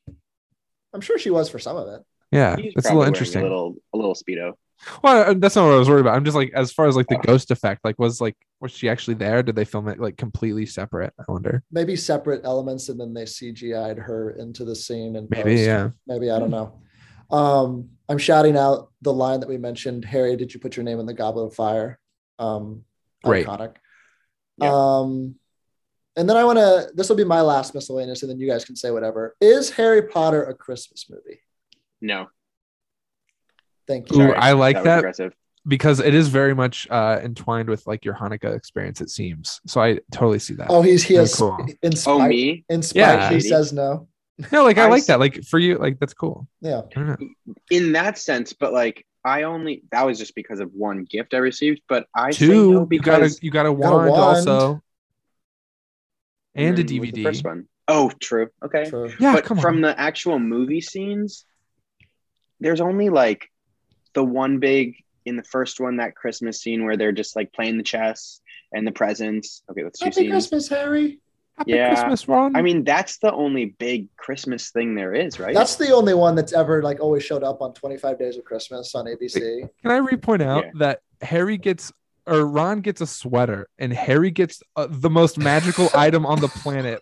B: I'm sure she was for some of it.
C: Yeah,
D: he's
C: that's a
D: probably
C: little
D: wearing
C: interesting.
D: A little, a little speedo.
C: Well, uh, that's not what I was worried about. I'm just like, as far as like the ghost effect, like, was like, was she actually there? Did they film it like completely separate? I wonder.
B: Maybe separate elements, and then they CGI'd her into the scene. And
C: Maybe, yeah.
B: maybe I don't know. Um, I'm shouting out the line that we mentioned. Harry, did you put your name in the Goblet of Fire? Um,
C: Great.
B: iconic.
D: Yeah.
B: Um, and then I want to. This will be my last miscellaneous, and then you guys can say whatever. Is Harry Potter a Christmas movie?
D: No,
B: Thank you.
C: Ooh,
D: Sorry,
C: I like
D: was
C: that
D: aggressive.
C: because it is very much uh entwined with like your Hanukkah experience. It seems so. I totally see that.
B: Oh, he's he
C: Very
B: is
C: cool.
B: in
D: Oh
B: spite.
D: me,
B: in spite,
C: Yeah.
B: he says no.
C: no, like I,
D: I
C: like
D: s-
C: that. Like for you, like that's cool.
B: Yeah.
C: I don't know.
D: in that sense, but like I only that was just because of one gift I received. But I say no
C: Two, you got a
D: because
C: you got
B: got
C: a
B: a
C: wand,
B: wand.
C: also, and a
D: Mm, was the
C: DVD.
D: first one. Oh, true. Okay,
B: True.
C: Yeah,
D: but
C: come
D: from
C: on.
D: the actual movie scenes, there's only like the one big in the first one that Christmas scene where they're just like playing the chess and the presents. Okay, that's two
B: Happy
D: scenes.
B: Christmas, Harry.
C: Happy
D: yeah.
C: Christmas, Ron.
D: I mean, that's the only big Christmas thing there is, right?
B: That's the only one that's ever like always showed up on 25 Days of Christmas on ABC.
C: Can I repoint out
D: Yeah.
C: that Harry gets or Ron gets a sweater and Harry gets uh, the most magical item on the planet,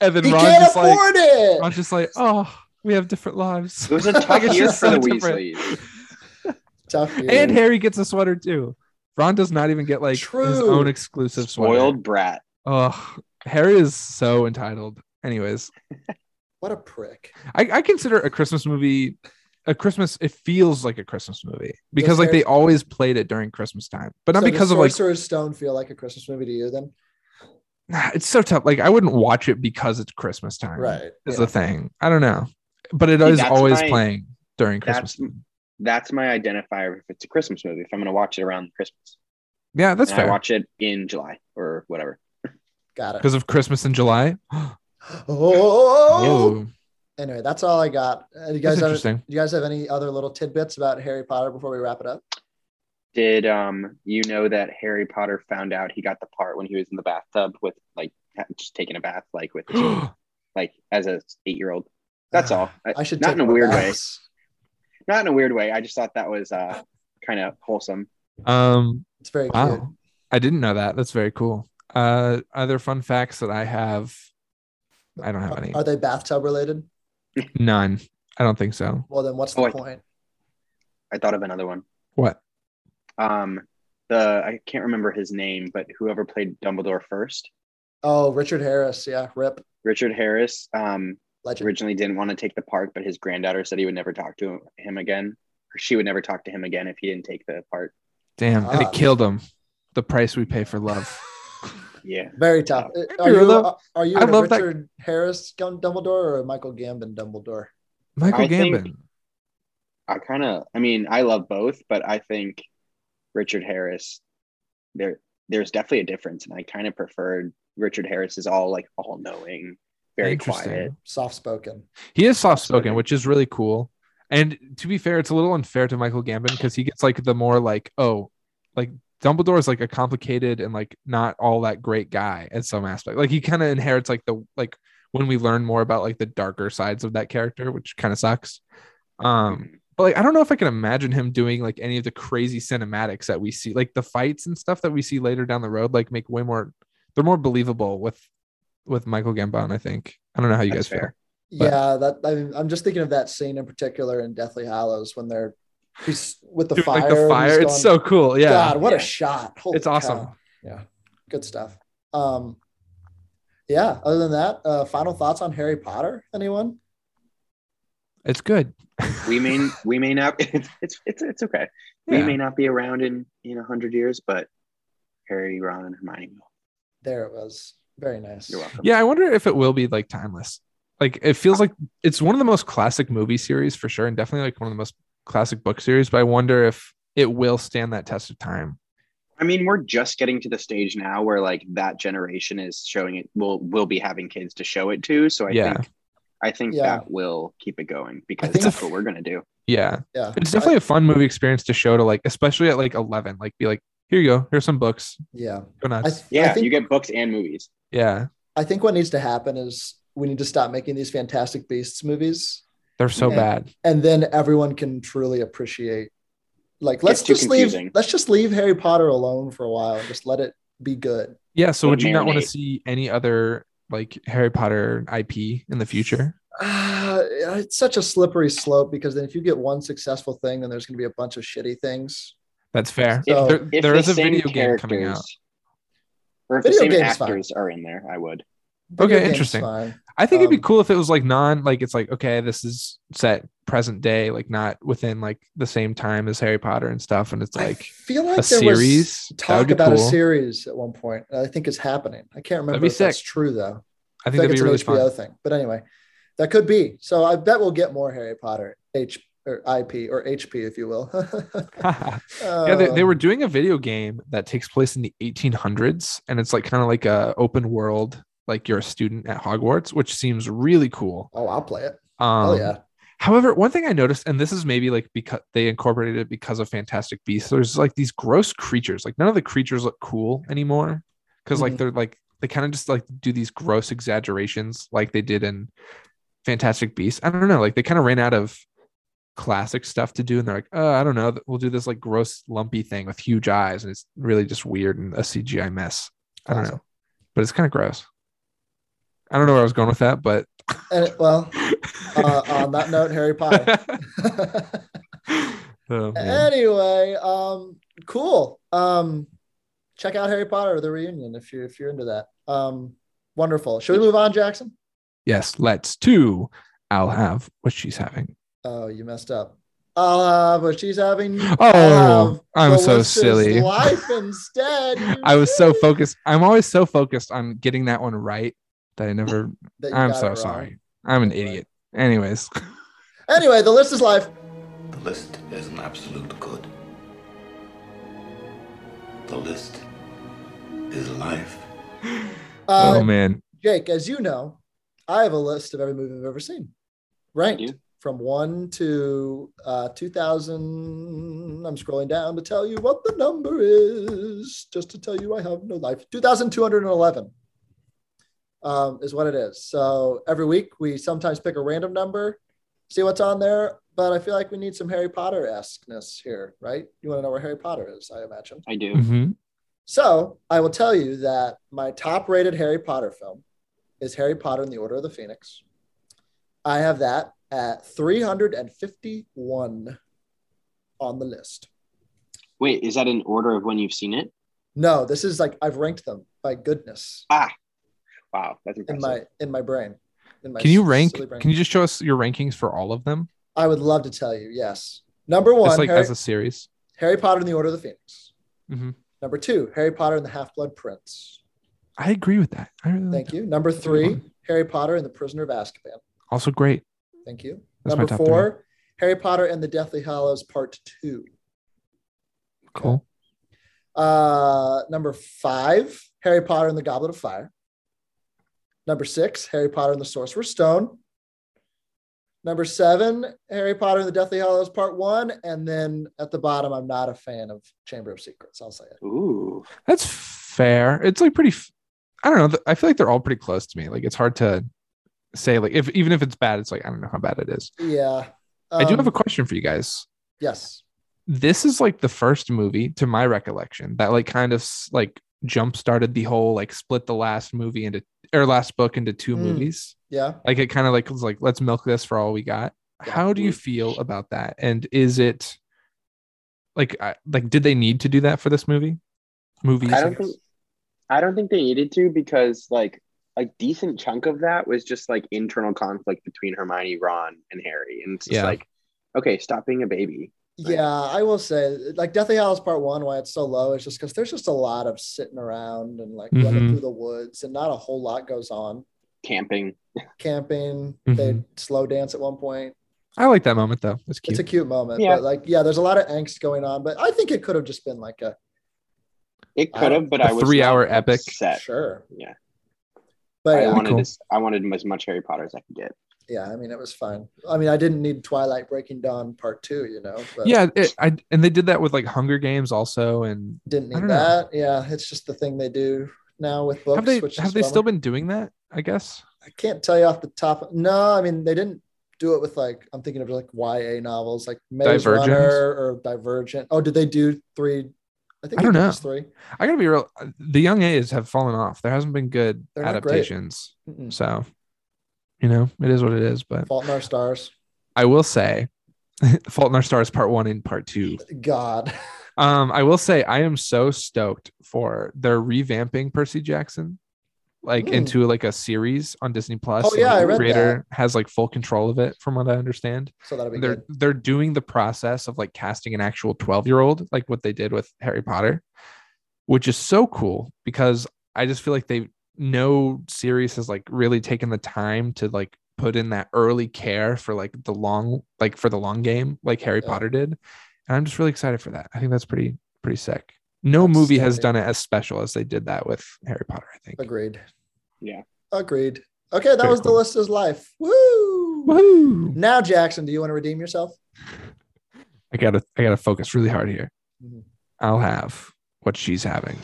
C: and then
B: He
C: Ron's
B: can't
C: just like
B: afford it.
C: Ron's just like, oh, we have different lives.
D: it was a tough
C: It's
D: year
C: just
D: for
C: so
D: the
C: different.
D: Weasleys.
B: Tough year.
C: And Harry gets a sweater too. Ron does not even get like his
B: True.
C: own exclusive sweater.
D: Spoiled brat.
C: Oh, Harry is so entitled. Anyways,
B: what a prick.
C: I, I consider a Christmas movie a Christmas. It feels like a Christmas movie because
B: Does
C: like
B: Harry-
C: they always played it during Christmas time, but not
B: So does
C: because of like
B: Sorcerer's Stone feel like a Christmas movie to you then?
C: Nah, it's so tough. Like I wouldn't watch it because it's Christmas time.
B: Right.
C: Is
B: yeah.
C: the thing. I don't know. But it
D: See,
C: is
D: that's
C: always
D: my-
C: playing during
D: that's-
C: Christmas. time.
D: That's my identifier if it's a Christmas movie. If I'm going to watch it around Christmas,
C: Yeah, that's
D: and I
C: fair.
D: watch it in July or whatever.
B: Got it.
D: Oh!
C: Because of Christmas in July.
B: Oh,
C: Oh.
B: Anyway, that's all I got. Uh, you guys
C: That's
B: have,
C: interesting.
B: do you guys have any other little tidbits about Harry Potter before we wrap it up?
D: Did um you know that Harry Potter found out he got the part when he was in the bathtub with like ha- just taking a bath like with like as a eight year old. That's all. I,
B: I should
D: not
B: take
D: in a
B: more
D: weird
B: baths.
D: way. Not in a weird way. I just thought that was uh kind of wholesome.
C: um,
B: It's very
C: wow,
B: cute.
C: I didn't know that. That's very cool. Uh, other fun facts that I have, I don't
D: Uh,
C: have
B: Are-
C: any.
B: Are they bathtub related?
C: None. I don't think so.
B: Well, then what's the
D: Oh, I-
B: point?
D: I thought of another one.
C: What?
D: Um the I can't remember his name, but whoever played Dumbledore first,
B: Oh, Richard Harris. Yeah, Rip.
D: Richard Harris, um
B: Legend.
D: originally didn't want to take the part, but his granddaughter said he would never talk to him again. Or she would never talk to him again if he didn't take the part.
C: Damn, and
B: Ah.
C: it killed him. The price we pay for love.
D: Yeah.
B: Very tough. Uh, Are
C: I
B: you,
C: love-
B: are you
C: I
B: a
C: love that-
B: Richard Harris Gum- Dumbledore or a Michael Gambon Dumbledore?
C: Michael
D: I think-
C: Gambon.
D: I kind of, I mean, I love both, but I think Richard Harris, there, there's definitely a difference, and I kind of preferred Richard Harris is all like all knowing, very
C: Interesting.
D: quiet.
B: Soft spoken.
C: He is soft spoken,
D: Absolutely.
C: which is really cool. And to be fair, it's a little unfair to Michael Gambon because he gets like the more like, oh, like Dumbledore is like a complicated and like not all that great guy in some aspect. Like he kind of inherits like the like when we learn more about like the darker sides of that character, which kind of sucks. Um,
D: Mhm.
C: but like I don't know if I can imagine him doing like any of the crazy cinematics that we see, like the fights and stuff that we see later down the road, like make way more they're more believable with with Michael Gambon, I think. I don't know how you guys
D: That's
C: feel.
D: fair.
C: But-
B: yeah, that I mean, I'm just thinking of that scene in particular in Deathly Hallows when they're he's with the
C: Dude,
B: fire.
C: like the
B: and he's
C: fire. It's
B: going,
C: so cool. Yeah.
B: God, what
D: Yeah.
B: a shot! Holy
C: it's awesome.
B: cow. Good stuff. Um, yeah. Other than that, uh, final thoughts on Harry Potter? Anyone?
C: It's good.
D: We may, we may not, it's, it's, it's, it's okay. We
C: Yeah.
D: may not be around in in a hundred years, but Harry, Ron, and Hermione will.
B: There it was. Very nice.
D: You're welcome.
C: yeah, I wonder if it will be like timeless. Like it feels like it's one of the most classic movie series for sure, and definitely like one of the most classic book series. But I wonder if it will stand that test of time.
D: I mean, we're just getting to the stage now where like that generation is showing it. Will will be having kids to show it to. So I
C: Yeah.
D: think I think
B: Yeah.
D: that will keep it going because
B: think-
D: that's what we're gonna do.
C: Yeah,
B: Yeah.
C: it's definitely a fun movie experience to show to like, especially at like eleven. Like, be like, here you go, here's some books.
B: yeah.
C: Go
B: I
C: nuts.
B: th- I
D: Yeah,
B: think-
D: you get books and movies.
C: yeah,
B: I think what needs to happen is we need to stop making these Fantastic Beasts movies,
C: they're so
B: Yeah.
C: bad.
B: and then everyone can truly appreciate. Like, let's
D: too
B: just leave.
D: confusing.
B: Let's just leave Harry Potter alone for a while and just let it be good.
C: Yeah. So
D: They'll
C: would you not want to
D: marinate.
C: see any other like Harry Potter IP in the future?
B: Ah, it's such a slippery slope because then if you get one successful thing, then there's going to be a bunch of shitty things.
C: That's fair.
B: So-
C: there there is a video game coming out.
D: characters- Or if
B: Video
D: the same
B: game's fine.
D: actors are in there, I would.
B: Video
C: Okay,
B: game's
C: interesting.
B: fine.
C: I think it'd
B: Um,
C: be cool if it was like non, like it's like okay, this is set present day, like not within like the same time as Harry Potter and stuff, and it's
B: I
C: like
B: feel like
C: a
B: there was
C: series. That would
B: talk
C: be
B: about
C: cool.
B: a series at one point. and I think it's happening. I can't remember
C: be
B: if that's
C: sick.
B: true though.
C: I think that'd be really
B: it's an HBO
C: fun.
B: thing. But anyway, that could be. So I bet we'll get more Harry Potter H or IP or HP, if you will.
C: yeah, they, they
B: Um,
C: were doing a video game that takes place in the 1800s, and it's like kind of like a open world, like you're a student at Hogwarts, which seems really cool.
B: Oh, I'll play it.
C: Um,
B: Oh yeah.
C: However, one thing I noticed, and this is maybe like because they incorporated it because of Fantastic Beasts, there's like these gross creatures. Like none of the creatures look cool anymore because
B: Mhm.
C: like they're like they kind of just like do these gross exaggerations like they did in Fantastic Beasts. I don't know. Like they kind of ran out of classic stuff to do, and they're like, oh, I don't know, th- we'll do this like gross lumpy thing with huge eyes, and it's really just weird and a CGI mess. I don't know, but it's kind of gross. I don't know where I was going with that, but
B: And it- well, uh, on that note, Harry Potter.
C: Oh,
B: Uh,
C: man.
B: anyway, um, cool. Um, check out Harry Potter the reunion if you if you're into that. Um, wonderful. Should we move on, Jackson?
C: Yes, let's two. I'll have what she's having.
B: Oh, you messed up. I'll have what she's having. I'll
C: Oh,
B: have
C: I'm
B: the
C: so
B: lister's
C: silly.
B: Life instead. you
C: I was so
B: idiot.
C: focused. I'm always so focused on getting that one right that I never.
B: that you
C: I'm
B: got it
C: so
B: wrong.
C: sorry. I'm an
B: That's right.
C: idiot. Anyways,
B: Anyway, the list is live.
H: The list is an absolute good. The list is life.
B: Uh,
C: oh man,
B: Jake, as you know, I have a list of every movie I've ever seen. ranked
D: You?
B: from one to uh, 2000. I'm scrolling down to tell you what the number is, just to tell you I have no life. 2211 um, is what it is. So every week we sometimes pick a random number, see what's on there. But I feel like we need some Harry Potter esqueness here, right? You want to know where Harry Potter is, I imagine.
D: I do.
C: Mhm.
B: So I will tell you that my top rated Harry Potter film is Harry Potter and the Order of the Phoenix. I have that at 351 on the list.
D: Wait, is that in order of when you've seen it?
B: No, this is like I've ranked them by goodness
D: Wow, that's
B: in
D: impressive.
B: my in my brain. In my
C: Can you
B: s-
C: rank?
B: silly brain.
C: Can you just show us your rankings for all of them?
B: I would love to tell you. Yes. Number
C: Just
B: one,
C: like
B: Harry,
C: as a series.
B: Harry Potter and the Order of the Phoenix.
C: Mhm.
B: Number two, Harry Potter and the Half Blood Prince.
C: I agree with that. I really like
B: Thank you. Number three,
C: Mm-hmm.
B: Harry Potter and the Prisoner of Azkaban.
C: Also great.
B: Thank you.
C: That's my
B: Number
C: top three.
B: four, Harry Potter and the Deathly Hallows Part Two.
C: Cool.
B: Uh, number five, Harry Potter and the Goblet of Fire. Number six, Harry Potter and the Sorcerer's Stone. Number seven, Harry Potter and the Deathly Hallows Part One. And then at the bottom, I'm not a fan of Chamber of Secrets. I'll say it.
D: Ooh,
C: That's fair. It's like pretty. F- I don't know. th- I feel like they're all pretty close to me. Like it's hard to say. Like if even if it's bad, it's like I don't know how bad it is.
B: Yeah.
C: I do have a
B: Um,
C: question for you guys.
B: Yes.
C: this is like the first movie to my recollection that like kind of s- like jump started the whole like split the last movie into or last book into two
B: Mm.
C: movies
B: Yeah.
C: like it kind of like was like let's milk this for all we got
B: Yeah.
C: how do you feel about that and is it like I, like did they need to do that for this movie movies
D: I don't
C: guess.
D: think I don't think they needed to because like a decent chunk of that was just like internal conflict between Hermione, Ron, and Harry, and it's just
C: Yeah.
D: like, okay, stop being a baby.
B: Yeah, I will say, like Deathly Hallows Part One, why it's so low is just because there's just a lot of sitting around and like running
C: Mhm.
B: through the woods, and not a whole lot goes on.
D: Camping.
B: Camping,
C: Mhm.
B: they slow dance at one point.
C: I like that moment though it's
B: It's
C: cute
B: a cute moment,
D: Yeah.
B: but like, yeah, there's a lot of angst going on. But I think it could have just been like a
D: It could have, but I
C: A
D: was
C: three-hour
D: not
C: epic.
D: upset.
B: sure,
D: Yeah.
B: but
D: I
B: yeah,
D: wanted
C: Cool.
D: as, I wanted as much Harry Potter as I could get.
B: yeah, I mean, it was fun. I mean, I didn't need Twilight Breaking Dawn Part Two, you know. But
C: yeah it, I and they did that with like Hunger Games also and
B: didn't
C: I
B: need
C: don't know.
B: that. Yeah, it's just the thing they do now with books.
C: have they
B: which
C: have
B: is
C: they
B: bummer.
C: still been doing that I guess
B: I can't tell you off the top. No, I mean they didn't do it with like I'm thinking of like YA novels like Maze
C: Divergent?
B: Runner or Divergent. Oh, did they do three? I think
C: I
B: they
C: don't
B: did
C: know.
B: just three.
C: I gotta be real. The young A's have fallen off. There hasn't been good
B: They're not great.
C: adaptations.
B: Mm-mm.
C: So, you know, it is what it is. But
B: Fault in Our Stars.
C: I will say, Fault in Our Stars Part One and Part Two.
B: God,
C: Um, I will say I am so stoked for they're revamping Percy Jackson, like
B: Hmm.
C: into like a series on Disney Plus.
B: Oh,
C: and,
B: yeah,
C: like,
B: I
C: the
B: read
C: creator has like full control of it, from what I understand.
B: so that'll be
C: They're
B: good.
C: they're doing the process of like casting an actual 12 year old, like what they did with Harry Potter, which is so cool because I just feel like they no series has like really taken the time to like put in that early care for like the long like for the long game like Harry
B: Yeah.
C: Potter did. And I'm just really excited for that. I think that's pretty pretty sick. No
B: That's
C: movie has
B: stunning.
C: done it as special as they did that with Harry Potter, I think.
B: Agreed.
D: Yeah.
B: Agreed. Okay, that
C: Very
B: was the
C: cool.
B: list is life. Woo!
C: Woo!
B: Now, Jackson, do you want to redeem yourself?
C: I gotta I gotta focus really hard here.
B: Mhm.
C: I'll have what she's having.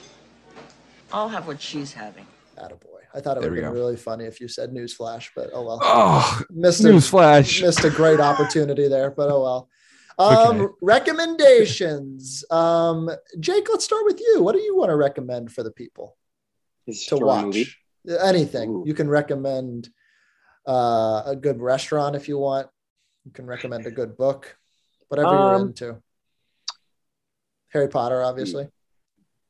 E: I'll have what she's having.
B: Attaboy. I thought it
C: There
B: would
C: we
B: have been
C: go.
B: really funny if you said newsflash, but oh well.
C: Oh,
B: Missed it.
C: newsflash.
B: missed a great opportunity there, but oh well. Um,
C: Okay.
B: Recommendations. Um, Jake, let's start with you. What do you want to recommend for the people
D: It's
B: to
D: a
B: watch?
D: movie.
B: Anything.
D: Ooh.
B: You can recommend uh, a good restaurant if you want. You can recommend a good book, whatever you're
D: Um,
B: into. Harry Potter, obviously.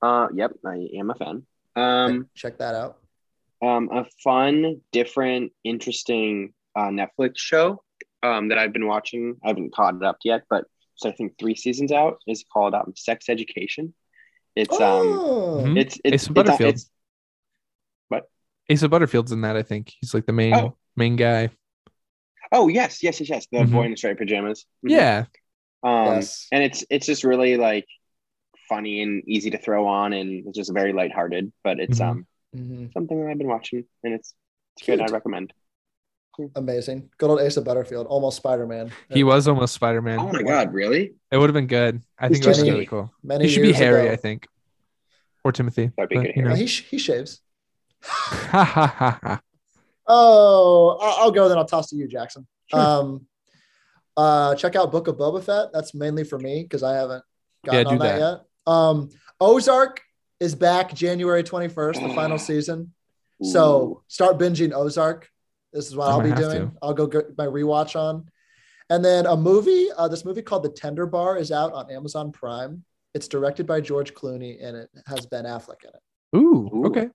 D: Uh, yep, I am a fan. Um,
B: Check that out.
D: um, a fun, different, interesting uh, Netflix show um, that I've been watching. I haven't caught it up yet, but so I think three seasons out is called um, Sex Education. It's um,
B: oh,
C: Mhm.
D: it's it's,
C: Ace
D: it's, on-
C: Butterfield.
D: it's
C: Asa Butterfield's in that. I think he's like the main
D: Oh.
C: main guy.
D: oh yes, yes, yes, yes. The
C: Mhm.
D: boy in the striped pajamas. Mhm.
C: Yeah,
D: Um,
B: yes.
D: and it's it's just really like funny and easy to throw on, and it's just very lighthearted. But it's
C: Mhm.
D: um
B: Mhm.
D: something that I've been watching, and it's it's good. I
B: Cute.
D: recommend.
B: amazing. Good old Asa Butterfield, almost Spider Man.
C: He was almost Spider Man.
D: Oh my god, really?
C: It would have been good. I
B: He's
C: think it was
B: Jenny.
C: really cool.
B: Many
C: He should be
B: years
C: Harry,
B: ago.
C: I think, or Timothy.
D: That'd be
C: but,
D: good
C: you
B: Yeah,
C: know.
B: he, sh- he shaves.
C: Ha, ha, ha, ha.
B: Oh, I'll, I'll go then. I'll toss to you, Jackson. Um, uh, check out Book of Boba Fett. That's mainly for me because I haven't gotten
C: Yeah,
B: on
C: do
B: that, yet. Um, Ozark is back January 21st, the final season. So start binging Ozark. This is what
C: I
B: I'll
C: might
B: be
C: have
B: doing.
C: to.
B: I'll go get my rewatch on. And then a movie, uh, this movie called The Tender Bar is out on Amazon Prime. It's directed by George Clooney and it has Ben Affleck in it.
C: Ooh,
D: Ooh.
C: okay.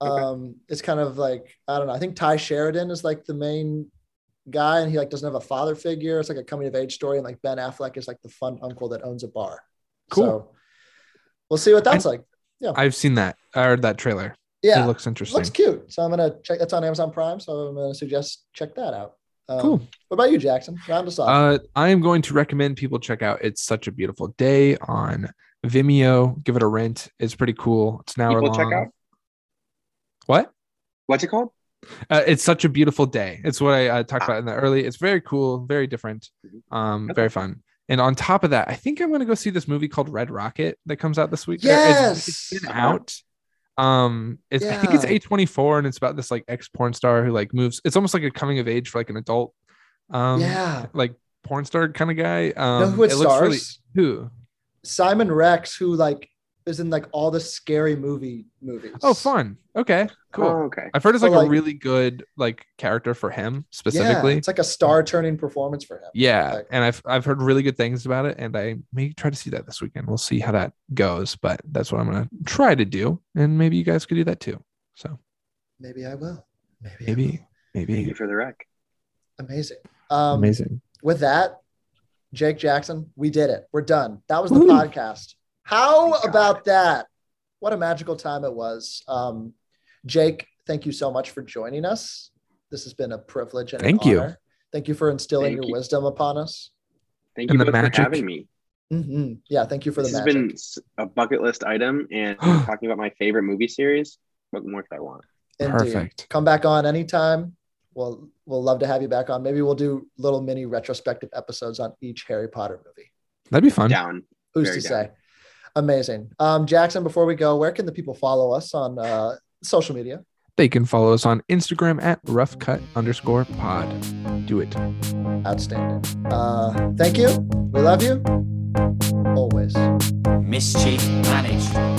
D: Okay.
B: Um, it's kind of like I don't know. I think Ty Sheridan is like the main guy, and he like doesn't have a father figure. It's like a coming of age story, and like Ben Affleck is like the fun uncle that owns a bar.
C: Cool.
B: So we'll see what that's like.
C: I've seen that. I heard that trailer.
B: Yeah,
C: It
B: looks,
C: looks interesting.
B: cute. So I'm gonna check. That's on Amazon Prime. So I'm gonna suggest check that out. Um,
C: Cool.
B: What about you, Jackson? Round us off.
C: Uh, I am going to recommend people check out It's Such a Beautiful Day on Vimeo. Give it a rent. It's pretty cool. It's an hour
D: People
C: long.
D: check out?
C: What?
D: What's it called?
C: Uh, it's Such a Beautiful Day. It's what I uh,
B: Ah.
C: talked about in the early. It's very cool, very different,
B: Mm-hmm.
C: um, very fun. And on top of that, I think I'm going to go see this movie called Red Rocket that comes out this week. Or it's- it's
B: Yes!
C: been out. Um, it's I think it's
B: Yeah.
C: A24 and it's about this like ex porn star who like moves. It's almost like a coming of age for like an adult. Um,
B: yeah.
C: like porn star kind of guy. Um,
B: know who it,
C: looks
B: stars?
C: really- who?
B: Simon Rex, who like is in like all the scary movie movies.
C: Oh, fun. Okay, cool.
D: Oh, okay.
C: I've heard it's
B: so,
C: like,
B: Uh, like-
C: a really good like character for him
B: Yeah,
C: specifically.
B: it's like a star turning performance for him.
C: Yeah,
B: Like-
C: and I've I've heard really good things about it, and I may try to see that this weekend. We'll see how that goes, but that's what I'm gonna try to do, and maybe you guys could do that too. So
B: Maybe I will. Maybe. I
C: maybe,
D: Thank
C: maybe,
D: you for the rec.
B: Amazing. Um,
C: amazing.
B: With that, Jake Jackson, we did it. We're done. That was the podcast. How
D: Thank God.
B: about that? What a magical time it was. Um, Jake, thank you so much for joining us. This has been a privilege and an
C: Thank you.
B: honor. Thank you for instilling
D: Thank
B: your
D: you.
B: wisdom upon us.
D: Thank
C: And the
D: you both
C: magic.
D: for having me.
B: Mhm. Yeah, thank you for
D: This
B: the
D: has
B: magic.
D: been s- a bucket list item, and talking about my favorite movie series. What more could I want?
B: Indeed.
C: Perfect.
B: Come back on anytime. We'll we'll love to have you back on. Maybe we'll do little mini retrospective episodes on each Harry Potter movie.
C: That'd be fun.
D: Down.
B: Who's
D: Very
B: to
D: down.
B: say? Amazing. Um, Jackson, before we go, where can the people follow us on uh, social media?
C: They can follow us on Instagram at rough cut underscore pod. Do it.
B: Outstanding. Uh, thank you. We love you. Always.
I: Mischief managed.